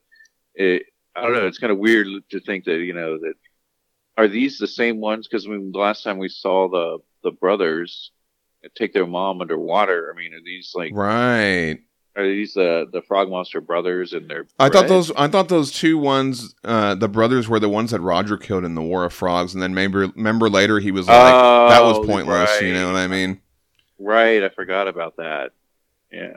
[SPEAKER 3] it, I don't know, it's kind of weird to think that you know that are these the same ones? Because I mean, the last time we saw the the brothers take their mom underwater, I mean, are these like
[SPEAKER 2] right.
[SPEAKER 3] are these the the frog monster brothers and their?
[SPEAKER 2] I thought those I thought those two ones, uh, the brothers were the ones that Roger killed in the War of Frogs, and then maybe remember later he was like, that
[SPEAKER 3] Oh,
[SPEAKER 2] was pointless. You know what I mean?
[SPEAKER 3] Right, I forgot about that. Yeah,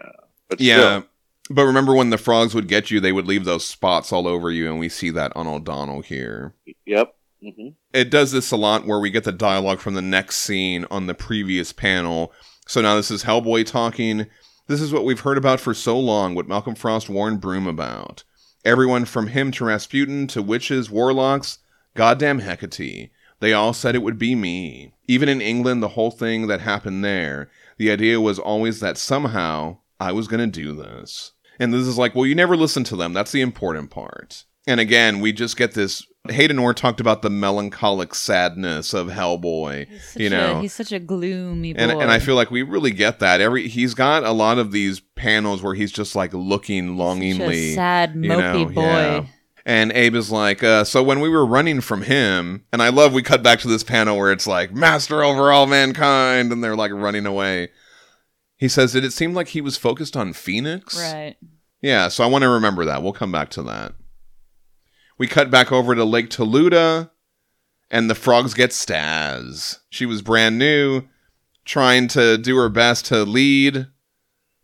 [SPEAKER 3] but
[SPEAKER 2] Yeah.
[SPEAKER 3] still,
[SPEAKER 2] But remember when the frogs would get you, they would leave those spots all over you, and we see that on O'Donnell here.
[SPEAKER 3] yep. hmm
[SPEAKER 2] it does this a lot where we get the dialogue from the next scene on the previous panel. So now this is Hellboy talking. This is what we've heard about for so long, what Malcolm Frost warned Broom about. Everyone from him to Rasputin to witches, warlocks, goddamn Hecate. They all said it would be me. Even in England, the whole thing that happened there, the idea was always that somehow I was going to do this. And this is like, well, you never listen to them. That's the important part. And again, we just get this. Hayden Orr talked about the melancholic sadness of Hellboy.
[SPEAKER 4] Such
[SPEAKER 2] you
[SPEAKER 4] a-
[SPEAKER 2] know,
[SPEAKER 4] he's such a gloomy boy.
[SPEAKER 2] and, and I feel like we really get that. Every he's got a lot of these panels where he's just like looking longingly,
[SPEAKER 4] sad, mopey boy.
[SPEAKER 2] And Abe is like, uh, so when we were running from him, and I love we cut back to this panel where it's like master over all mankind, and they're like running away. He says, did it seem like he was focused on Phoenix?
[SPEAKER 4] right.
[SPEAKER 2] Yeah, so I want to remember that. We'll come back to that. We cut back over to Lake Toluda, and the frogs get Staz. She was brand new, trying to do her best to lead.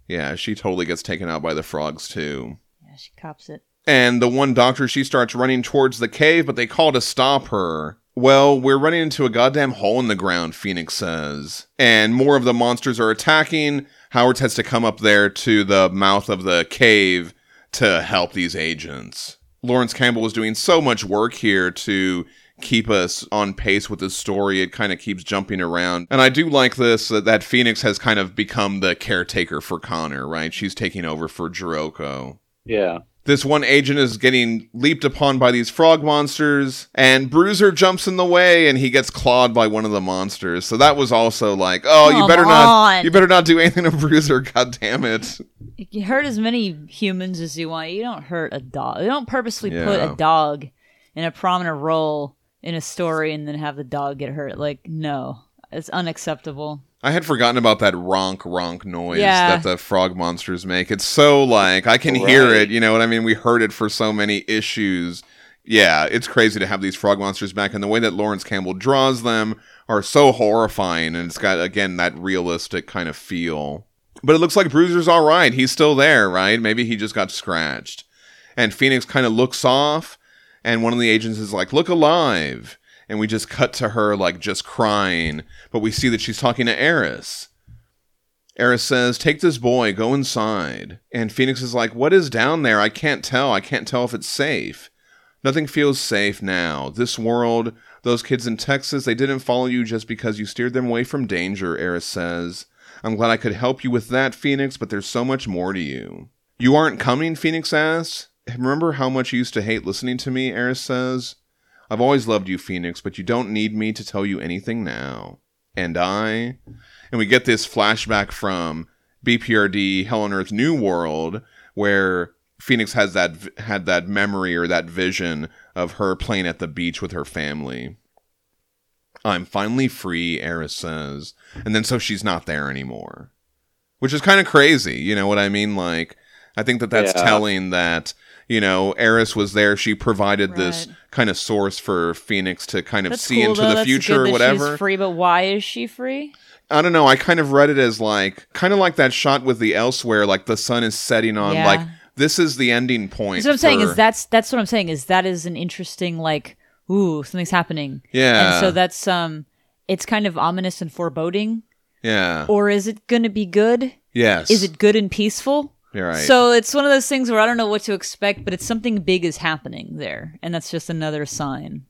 [SPEAKER 2] Yeah, she totally gets taken out by the frogs, too.
[SPEAKER 4] Yeah, she cops it.
[SPEAKER 2] And the one doctor, she starts running towards the cave, but they call to stop her. Well, we're running into a goddamn hole in the ground, Phoenix says. And more of the monsters are attacking. Howard has to come up there to the mouth of the cave to help these agents. Lawrence Campbell is doing so much work here to keep us on pace with the story. It kind of keeps jumping around. And I do like this that, that Phoenix has kind of become the caretaker for Connor, right? She's taking over for Jiroko
[SPEAKER 3] Yeah.
[SPEAKER 2] this one agent is getting leaped upon by these frog monsters and bruiser jumps in the way and he gets clawed by one of the monsters so that was also like oh you
[SPEAKER 4] Come
[SPEAKER 2] better not
[SPEAKER 4] on.
[SPEAKER 2] you better not do anything to *laughs* bruiser god damn it
[SPEAKER 4] You hurt as many humans as you want. You don't hurt a dog. You don't purposely put
[SPEAKER 2] Yeah.
[SPEAKER 4] a dog in a prominent role in a story and then have the dog get hurt. Like, no, it's unacceptable.
[SPEAKER 2] i had forgotten about that ronk ronk noise
[SPEAKER 4] Yeah.
[SPEAKER 2] that the frog monsters make it's so like i can hear
[SPEAKER 3] Right.
[SPEAKER 2] it you know what i mean we heard it for so many issues yeah it's crazy to have these frog monsters back and the way that lawrence campbell draws them are so horrifying and it's got again that realistic kind of feel But it looks like Bruiser's all right. He's still there, right? Maybe he just got scratched. And Phoenix kind of looks off, and one of the agents is like, Look alive. And we just cut to her, like, just crying. But we see that she's talking to Eris. Eris says, Take this boy, go inside. And Phoenix is like, What is down there? I can't tell. I can't tell if it's safe. Nothing feels safe now. This world, those kids in Texas, they didn't follow you just because you steered them away from danger, Eris says. I'm glad I could help you with that, Phoenix, but there's so much more to you. You aren't coming, Phoenix asks. Remember how much you used to hate listening to me, Eris says. I've always loved you, Phoenix, but you don't need me to tell you anything now. And I. And we get this flashback from BPRD Hell on Earth New World, where Phoenix has that v- had that memory or that vision of her playing at the beach with her family. I'm finally free, Eris says. And then so she's not there anymore. Which is kind of crazy, you know what I mean? Like I think that that's
[SPEAKER 3] Yeah.
[SPEAKER 2] telling that you know, Eris was there. She provided this
[SPEAKER 4] Right.
[SPEAKER 2] kind of source for Phoenix to kind of
[SPEAKER 4] That's
[SPEAKER 2] see
[SPEAKER 4] cool,
[SPEAKER 2] into
[SPEAKER 4] though.
[SPEAKER 2] the
[SPEAKER 4] That's
[SPEAKER 2] future
[SPEAKER 4] good
[SPEAKER 2] or
[SPEAKER 4] that
[SPEAKER 2] whatever.
[SPEAKER 4] She's free, but why is she free?
[SPEAKER 2] I don't know. I kind of read it as like kind of like that shot with the elsewhere, like the sun is setting on.
[SPEAKER 4] Yeah.
[SPEAKER 2] Like this is the ending point.
[SPEAKER 4] That's what I'm saying
[SPEAKER 2] for-
[SPEAKER 4] is that's that's what I'm saying is that is an interesting like ooh something's happening.
[SPEAKER 2] Yeah.
[SPEAKER 4] And so that's um it's kind of ominous and foreboding.
[SPEAKER 2] yeah.
[SPEAKER 4] Or is it going to be good?
[SPEAKER 2] yes.
[SPEAKER 4] Is it good and peaceful?
[SPEAKER 2] You're right.
[SPEAKER 4] So it's one of those things where I don't know what to expect, but it's something big is happening there, and that's just another sign.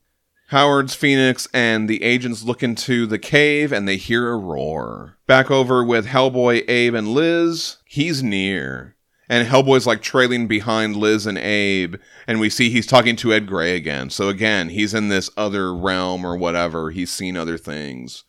[SPEAKER 2] Howard's Phoenix and the agents look into the cave and they hear a roar. Back over with Hellboy, Abe, and Liz. He's near. And Hellboy's like trailing behind Liz and Abe. And we see he's talking to Ed Gray again. So again, he's in this other realm or whatever. He's seen other things.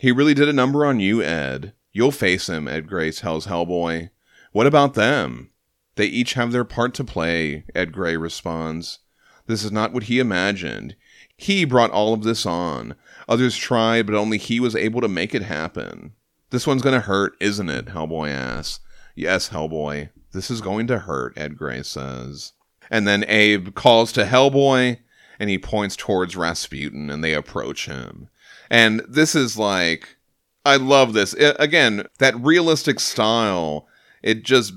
[SPEAKER 2] He really did a number on you, Ed. You'll face him, Ed Gray tells Hellboy. What about them? They each have their part to play, Ed Gray responds. This is not what he imagined. He brought all of this on. Others tried, but only he was able to make it happen. This one's gonna hurt, isn't it? Hellboy asks. Yes, Hellboy. This is going to hurt, Ed Gray says. And then Abe calls to Hellboy and he points towards Rasputin and they approach him. And this is like, I love this. I- again, that realistic style, it just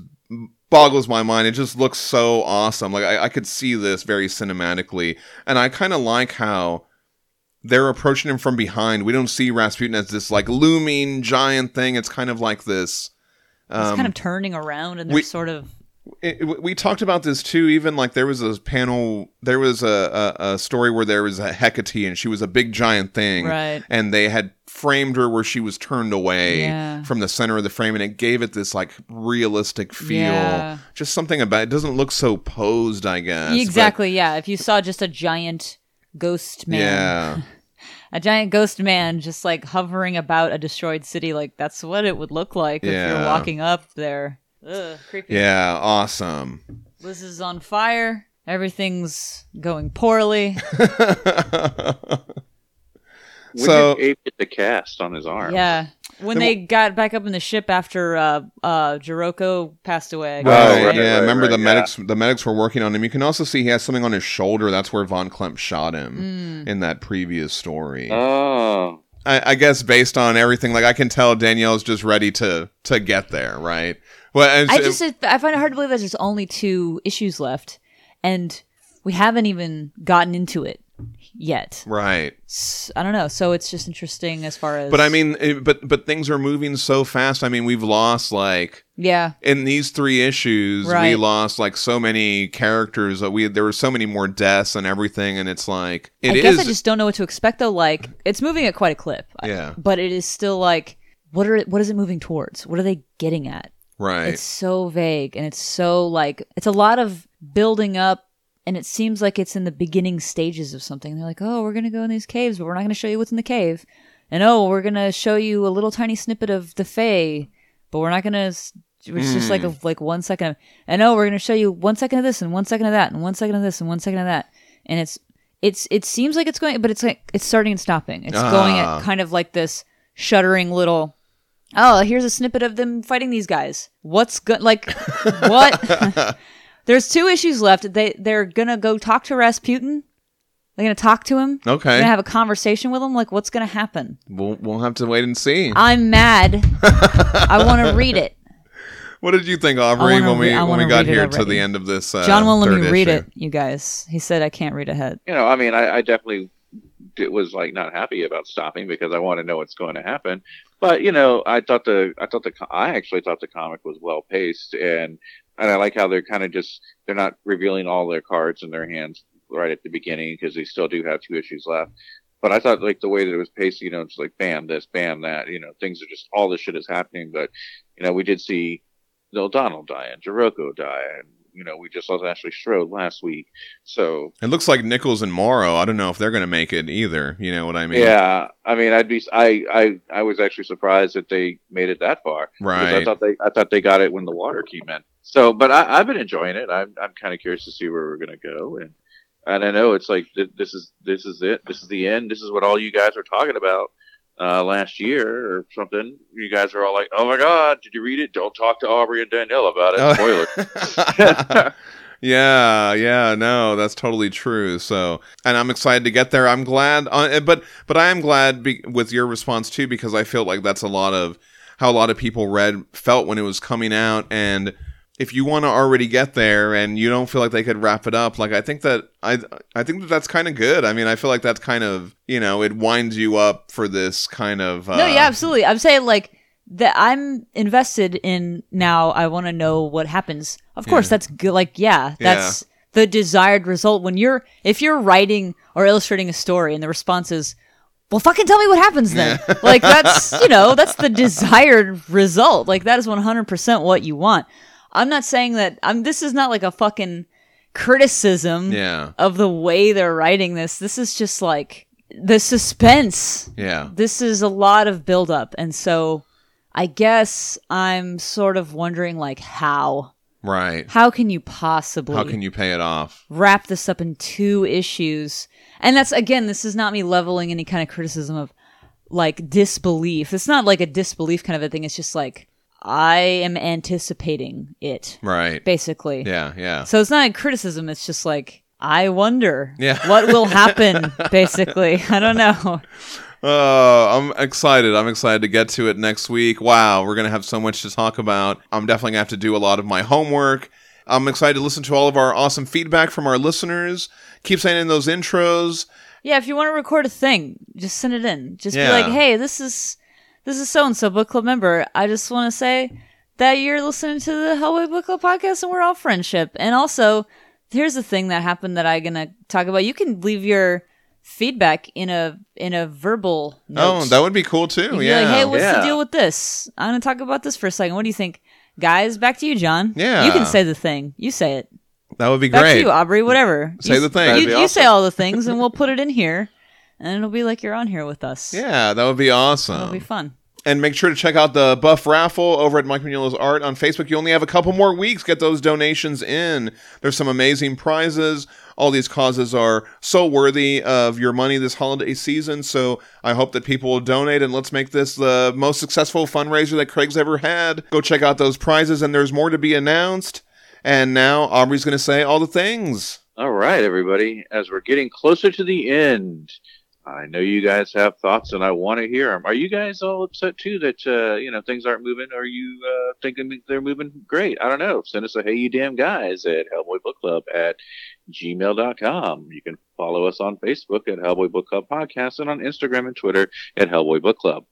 [SPEAKER 2] boggles my mind. It just looks so awesome. Like, I, I could see this very cinematically. And I kind of like how they're approaching him from behind. We don't see Rasputin as this like looming giant thing. It's kind of like this.
[SPEAKER 4] It's kind of turning around, and they're
[SPEAKER 2] Um, we-
[SPEAKER 4] sort of
[SPEAKER 2] it, we talked about this too. Even like there was a panel, there was a, a, a story where there was a Hecate and she was a big giant thing,
[SPEAKER 4] Right.
[SPEAKER 2] And they had framed her where she was turned away
[SPEAKER 4] Yeah.
[SPEAKER 2] from the center of the frame, and it gave it this like realistic feel.
[SPEAKER 4] Yeah.
[SPEAKER 2] Just something about it doesn't look so posed, I guess. but-
[SPEAKER 4] exactly. Yeah. If you saw just a giant ghost man,
[SPEAKER 2] Yeah.
[SPEAKER 4] a giant ghost man just like hovering about a destroyed city, like that's what it would look like if
[SPEAKER 2] Yeah.
[SPEAKER 4] you're walking up there. Ugh, creepy.
[SPEAKER 2] Yeah. Awesome. *laughs*
[SPEAKER 4] Liz is on fire. Everything's
[SPEAKER 2] *laughs*
[SPEAKER 4] going poorly.
[SPEAKER 3] When
[SPEAKER 2] So-
[SPEAKER 3] did Abe get the cast on his arm?
[SPEAKER 4] Yeah. When
[SPEAKER 2] Then
[SPEAKER 4] they got back up in the ship after uh uh Jiroko passed away, I guess,
[SPEAKER 2] Oh,
[SPEAKER 3] right,
[SPEAKER 2] yeah.
[SPEAKER 3] right,
[SPEAKER 2] Remember
[SPEAKER 3] right,
[SPEAKER 2] the
[SPEAKER 3] yeah.
[SPEAKER 2] medics? The medics were working on him. You can also see he has something on his shoulder. That's where von Klemp shot
[SPEAKER 4] Mm.
[SPEAKER 2] him in that previous story.
[SPEAKER 3] Oh,
[SPEAKER 2] I, I guess based on everything, like I can tell Danielle's just ready to to get there, right? Well, and
[SPEAKER 4] I
[SPEAKER 2] so-
[SPEAKER 4] just I find it hard to believe that there's only two issues left, and we haven't even gotten into it yet.
[SPEAKER 2] right.
[SPEAKER 4] S- I don't know. So it's just interesting as far as.
[SPEAKER 2] But I mean, it, but but things are moving so fast. I mean, we've lost like
[SPEAKER 4] yeah,
[SPEAKER 2] in these three issues, we
[SPEAKER 4] Right.
[SPEAKER 2] lost like so many characters. That we there were so many more deaths and everything, and it's like it
[SPEAKER 4] I
[SPEAKER 2] is
[SPEAKER 4] guess I just don't know what to expect though. Like it's moving at quite a clip. I-
[SPEAKER 2] Yeah.
[SPEAKER 4] but it is still like what are what is it moving towards? What are they getting at?
[SPEAKER 2] right.
[SPEAKER 4] It's so vague and it's so like it's a lot of building up and it seems like it's in the beginning stages of something. They're like, "Oh, we're going to go in these caves, but we're not going to show you what's in the cave." And oh, we're going to show you a little tiny snippet of the Fae, but we're not going to it's just like a, like 1 second. Of, and oh, we're going to show you 1 second of this and 1 second of that and 1 second of this and 1 second of that. And it's it's it seems like it's going but it's like it's starting and stopping. It's going
[SPEAKER 2] Ah.
[SPEAKER 4] at kind of like this shuddering little oh here's a snippet of them fighting these guys what's
[SPEAKER 2] *laughs*
[SPEAKER 4] good like what *laughs* there's two issues left they they're gonna go talk to rasputin they're gonna talk to him
[SPEAKER 2] Okay.
[SPEAKER 4] they're gonna have a conversation with him like what's gonna happen
[SPEAKER 2] we'll we'll have to wait and see. *laughs*
[SPEAKER 4] i'm mad i want to read it
[SPEAKER 2] What did you think, Aubrey,
[SPEAKER 4] I wanna
[SPEAKER 2] when we
[SPEAKER 4] re- I
[SPEAKER 2] when we
[SPEAKER 4] wanna
[SPEAKER 2] got
[SPEAKER 4] read it
[SPEAKER 2] here to
[SPEAKER 4] already.
[SPEAKER 2] the end of this? Uh,
[SPEAKER 4] john won't let
[SPEAKER 2] third
[SPEAKER 4] me read
[SPEAKER 2] issue?
[SPEAKER 4] it you guys he said i can't read ahead
[SPEAKER 3] you know, I mean, I, I definitely d was like not happy about stopping because I want to know what's going to happen. But you know, I thought the I thought the co- I actually thought the comic was well paced and and I like how they're kind of just they're not revealing all their cards in their hands right at the beginning because they still do have two issues left. But I thought like the way that it was paced, you know, it's like bam this, bam that, you know, things are just all this shit is happening. But you know, we did see O'Donnell die and Jiroko die, and you know, we just lost Ashley Strode last week, so
[SPEAKER 2] It looks like Nichols and Morrow. I don't know if they're going to make it either. You know what I mean?
[SPEAKER 3] yeah, I mean, I'd be, I, I, I was actually surprised that they made it that far. Because I
[SPEAKER 2] Right.
[SPEAKER 3] thought they, I thought they got it when the water came in. So, but I, I've been enjoying it. I'm, I'm kind of curious to see where we're gonna go, and, and I know it's like th- this is, this is it. This is the end. This is what all you guys were talking about uh, last year or something. You guys are all like, "Oh my God, did you read it? Don't talk to Aubrey and Danielle about
[SPEAKER 2] Oh.
[SPEAKER 3] it." Spoiler.
[SPEAKER 2] *laughs*
[SPEAKER 3] *laughs*
[SPEAKER 2] yeah, yeah, no, that's totally true. So, and I'm excited to get there. I'm glad, uh, but but I am glad be, with your response too because I feel like that's a lot of how a lot of people read felt when it was coming out. And if you want to already get there and you don't feel like they could wrap it up, like I think that I I think that that's kind of good. I mean, I feel like that's kind of you know it winds you up for this kind of uh,
[SPEAKER 4] no yeah absolutely i'm saying like that i'm invested in now i want to know what happens of course that's good like yeah that's the desired result when you're if you're writing or illustrating a story and the response is well fucking tell me what happens then *laughs* like that's you know that's the desired result like that is 100% what you want i'm not saying that i'm this is not like a fucking criticism
[SPEAKER 2] yeah
[SPEAKER 4] of the way they're writing this this is just like the suspense
[SPEAKER 2] yeah
[SPEAKER 4] this is a lot of buildup and so i guess i'm sort of wondering like how
[SPEAKER 2] right.
[SPEAKER 4] how can you possibly
[SPEAKER 2] How can you pay it off?
[SPEAKER 4] wrap this up in two issues and that's again this is not me leveling any kind of criticism of like disbelief it's not like a disbelief kind of a thing it's just like i am anticipating it
[SPEAKER 2] Right.
[SPEAKER 4] basically
[SPEAKER 2] Yeah, yeah.
[SPEAKER 4] so it's not a criticism it's just like i wonder
[SPEAKER 2] Yeah.
[SPEAKER 4] what
[SPEAKER 2] *laughs*
[SPEAKER 4] will happen basically i don't know
[SPEAKER 2] Oh, I'm excited. I'm excited to get to it next week. Wow, we're going to have so much to talk about. I'm definitely going to have to do a lot of my homework. I'm excited to listen to all of our awesome feedback from our listeners. Keep sending those intros.
[SPEAKER 4] Yeah, if you want to record a thing, just send it in. Just
[SPEAKER 2] Yeah.
[SPEAKER 4] be like, "Hey, this is this is so and so book club member. I just want to say that you're listening to the Hellboy Book Club podcast and we're all friendship. And also, here's the thing that happened that I'm gonna talk about. You can leave your feedback in a in a verbal.
[SPEAKER 2] Oh,
[SPEAKER 4] Note.
[SPEAKER 2] that would be cool too.
[SPEAKER 4] You'd be
[SPEAKER 2] Yeah.
[SPEAKER 4] like, hey, what's
[SPEAKER 3] Yeah.
[SPEAKER 4] the deal with this? I'm gonna talk about this for a second. What do you think, guys? Back to you, John.
[SPEAKER 2] Yeah.
[SPEAKER 4] you can say the thing. You say it.
[SPEAKER 2] that would be
[SPEAKER 4] Back
[SPEAKER 2] great.
[SPEAKER 4] to you, Aubrey. Whatever.
[SPEAKER 2] Say
[SPEAKER 4] You-
[SPEAKER 2] the thing.
[SPEAKER 4] You,
[SPEAKER 2] That'd be
[SPEAKER 4] you
[SPEAKER 3] awesome.
[SPEAKER 4] say all the things, and we'll put it in here, and it'll be like you're on here with us.
[SPEAKER 2] yeah, that would be awesome.
[SPEAKER 4] it'll be fun.
[SPEAKER 2] And make sure to check out the Buff Raffle over at Mike Manola's Art on Facebook. You only have a couple more weeks. Get those donations in. There's some amazing prizes. All these causes are so worthy of your money this holiday season. So I hope that people will donate and let's make this the most successful fundraiser that Craig's ever had. Go check out those prizes, and there's more to be announced. And now Aubrey's going to say all the things. *laughs*
[SPEAKER 3] All right, everybody. As we're getting closer to the end, I know you guys have thoughts, and I want to hear them. Are you guys all upset too that uh, you know things aren't moving? Are you uh, thinking they're moving great? I don't know. Send us a hey, you damn guys at Hellboy Book Club at gmail.com. You can follow us on Facebook at Hellboy Book Club Podcast and on Instagram and Twitter at Hellboy Book Club.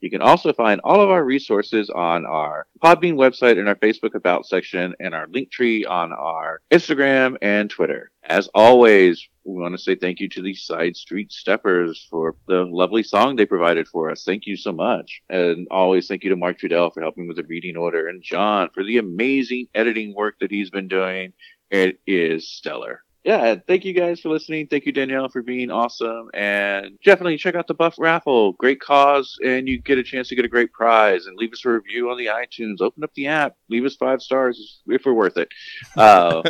[SPEAKER 3] You can also find all of our resources on our Podbean website and our Facebook About section and our link tree on our Instagram and Twitter. As always, we want to say thank you to the Side Street Steppers for the lovely song they provided for us. Thank you so much. And always thank you to Mark Trudell for helping with the reading order and John for the amazing editing work that he's been doing. It is stellar. Yeah, thank you guys for listening. Thank you, Danielle, for being awesome. And definitely check out the Buff Raffle. Great cause, and you get a chance to get a great prize. And leave us a review on the iTunes. Open up the app. Leave us five stars if we're worth it.
[SPEAKER 2] *laughs*
[SPEAKER 3] Uh,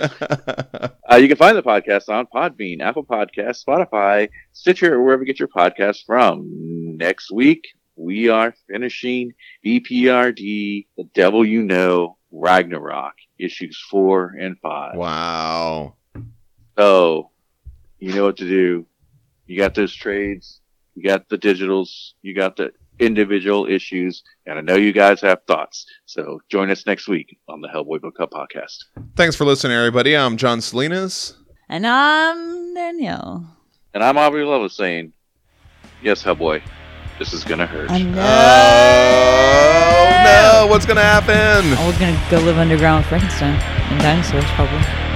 [SPEAKER 3] uh, you can find the podcast on Podbean, Apple Podcasts, Spotify, Stitcher, or wherever you get your podcasts from. Next week, we are finishing BPRD, The Devil You Know, Ragnarok, issues four and five.
[SPEAKER 2] wow.
[SPEAKER 3] So, you know what to do. You got those trades, you got the digitals, you got the individual issues, and I know you guys have thoughts. So join us next week on the Hellboy Book Club podcast.
[SPEAKER 2] Thanks for listening, everybody. I'm John Salinas.
[SPEAKER 4] And I'm Danielle.
[SPEAKER 3] And I'm Aubrey Lovell saying, yes, Hellboy, this is gonna hurt.
[SPEAKER 4] I know.
[SPEAKER 2] Oh no! What's gonna happen?
[SPEAKER 4] I was gonna go live underground with Frankenstein and dinosaurs, probably.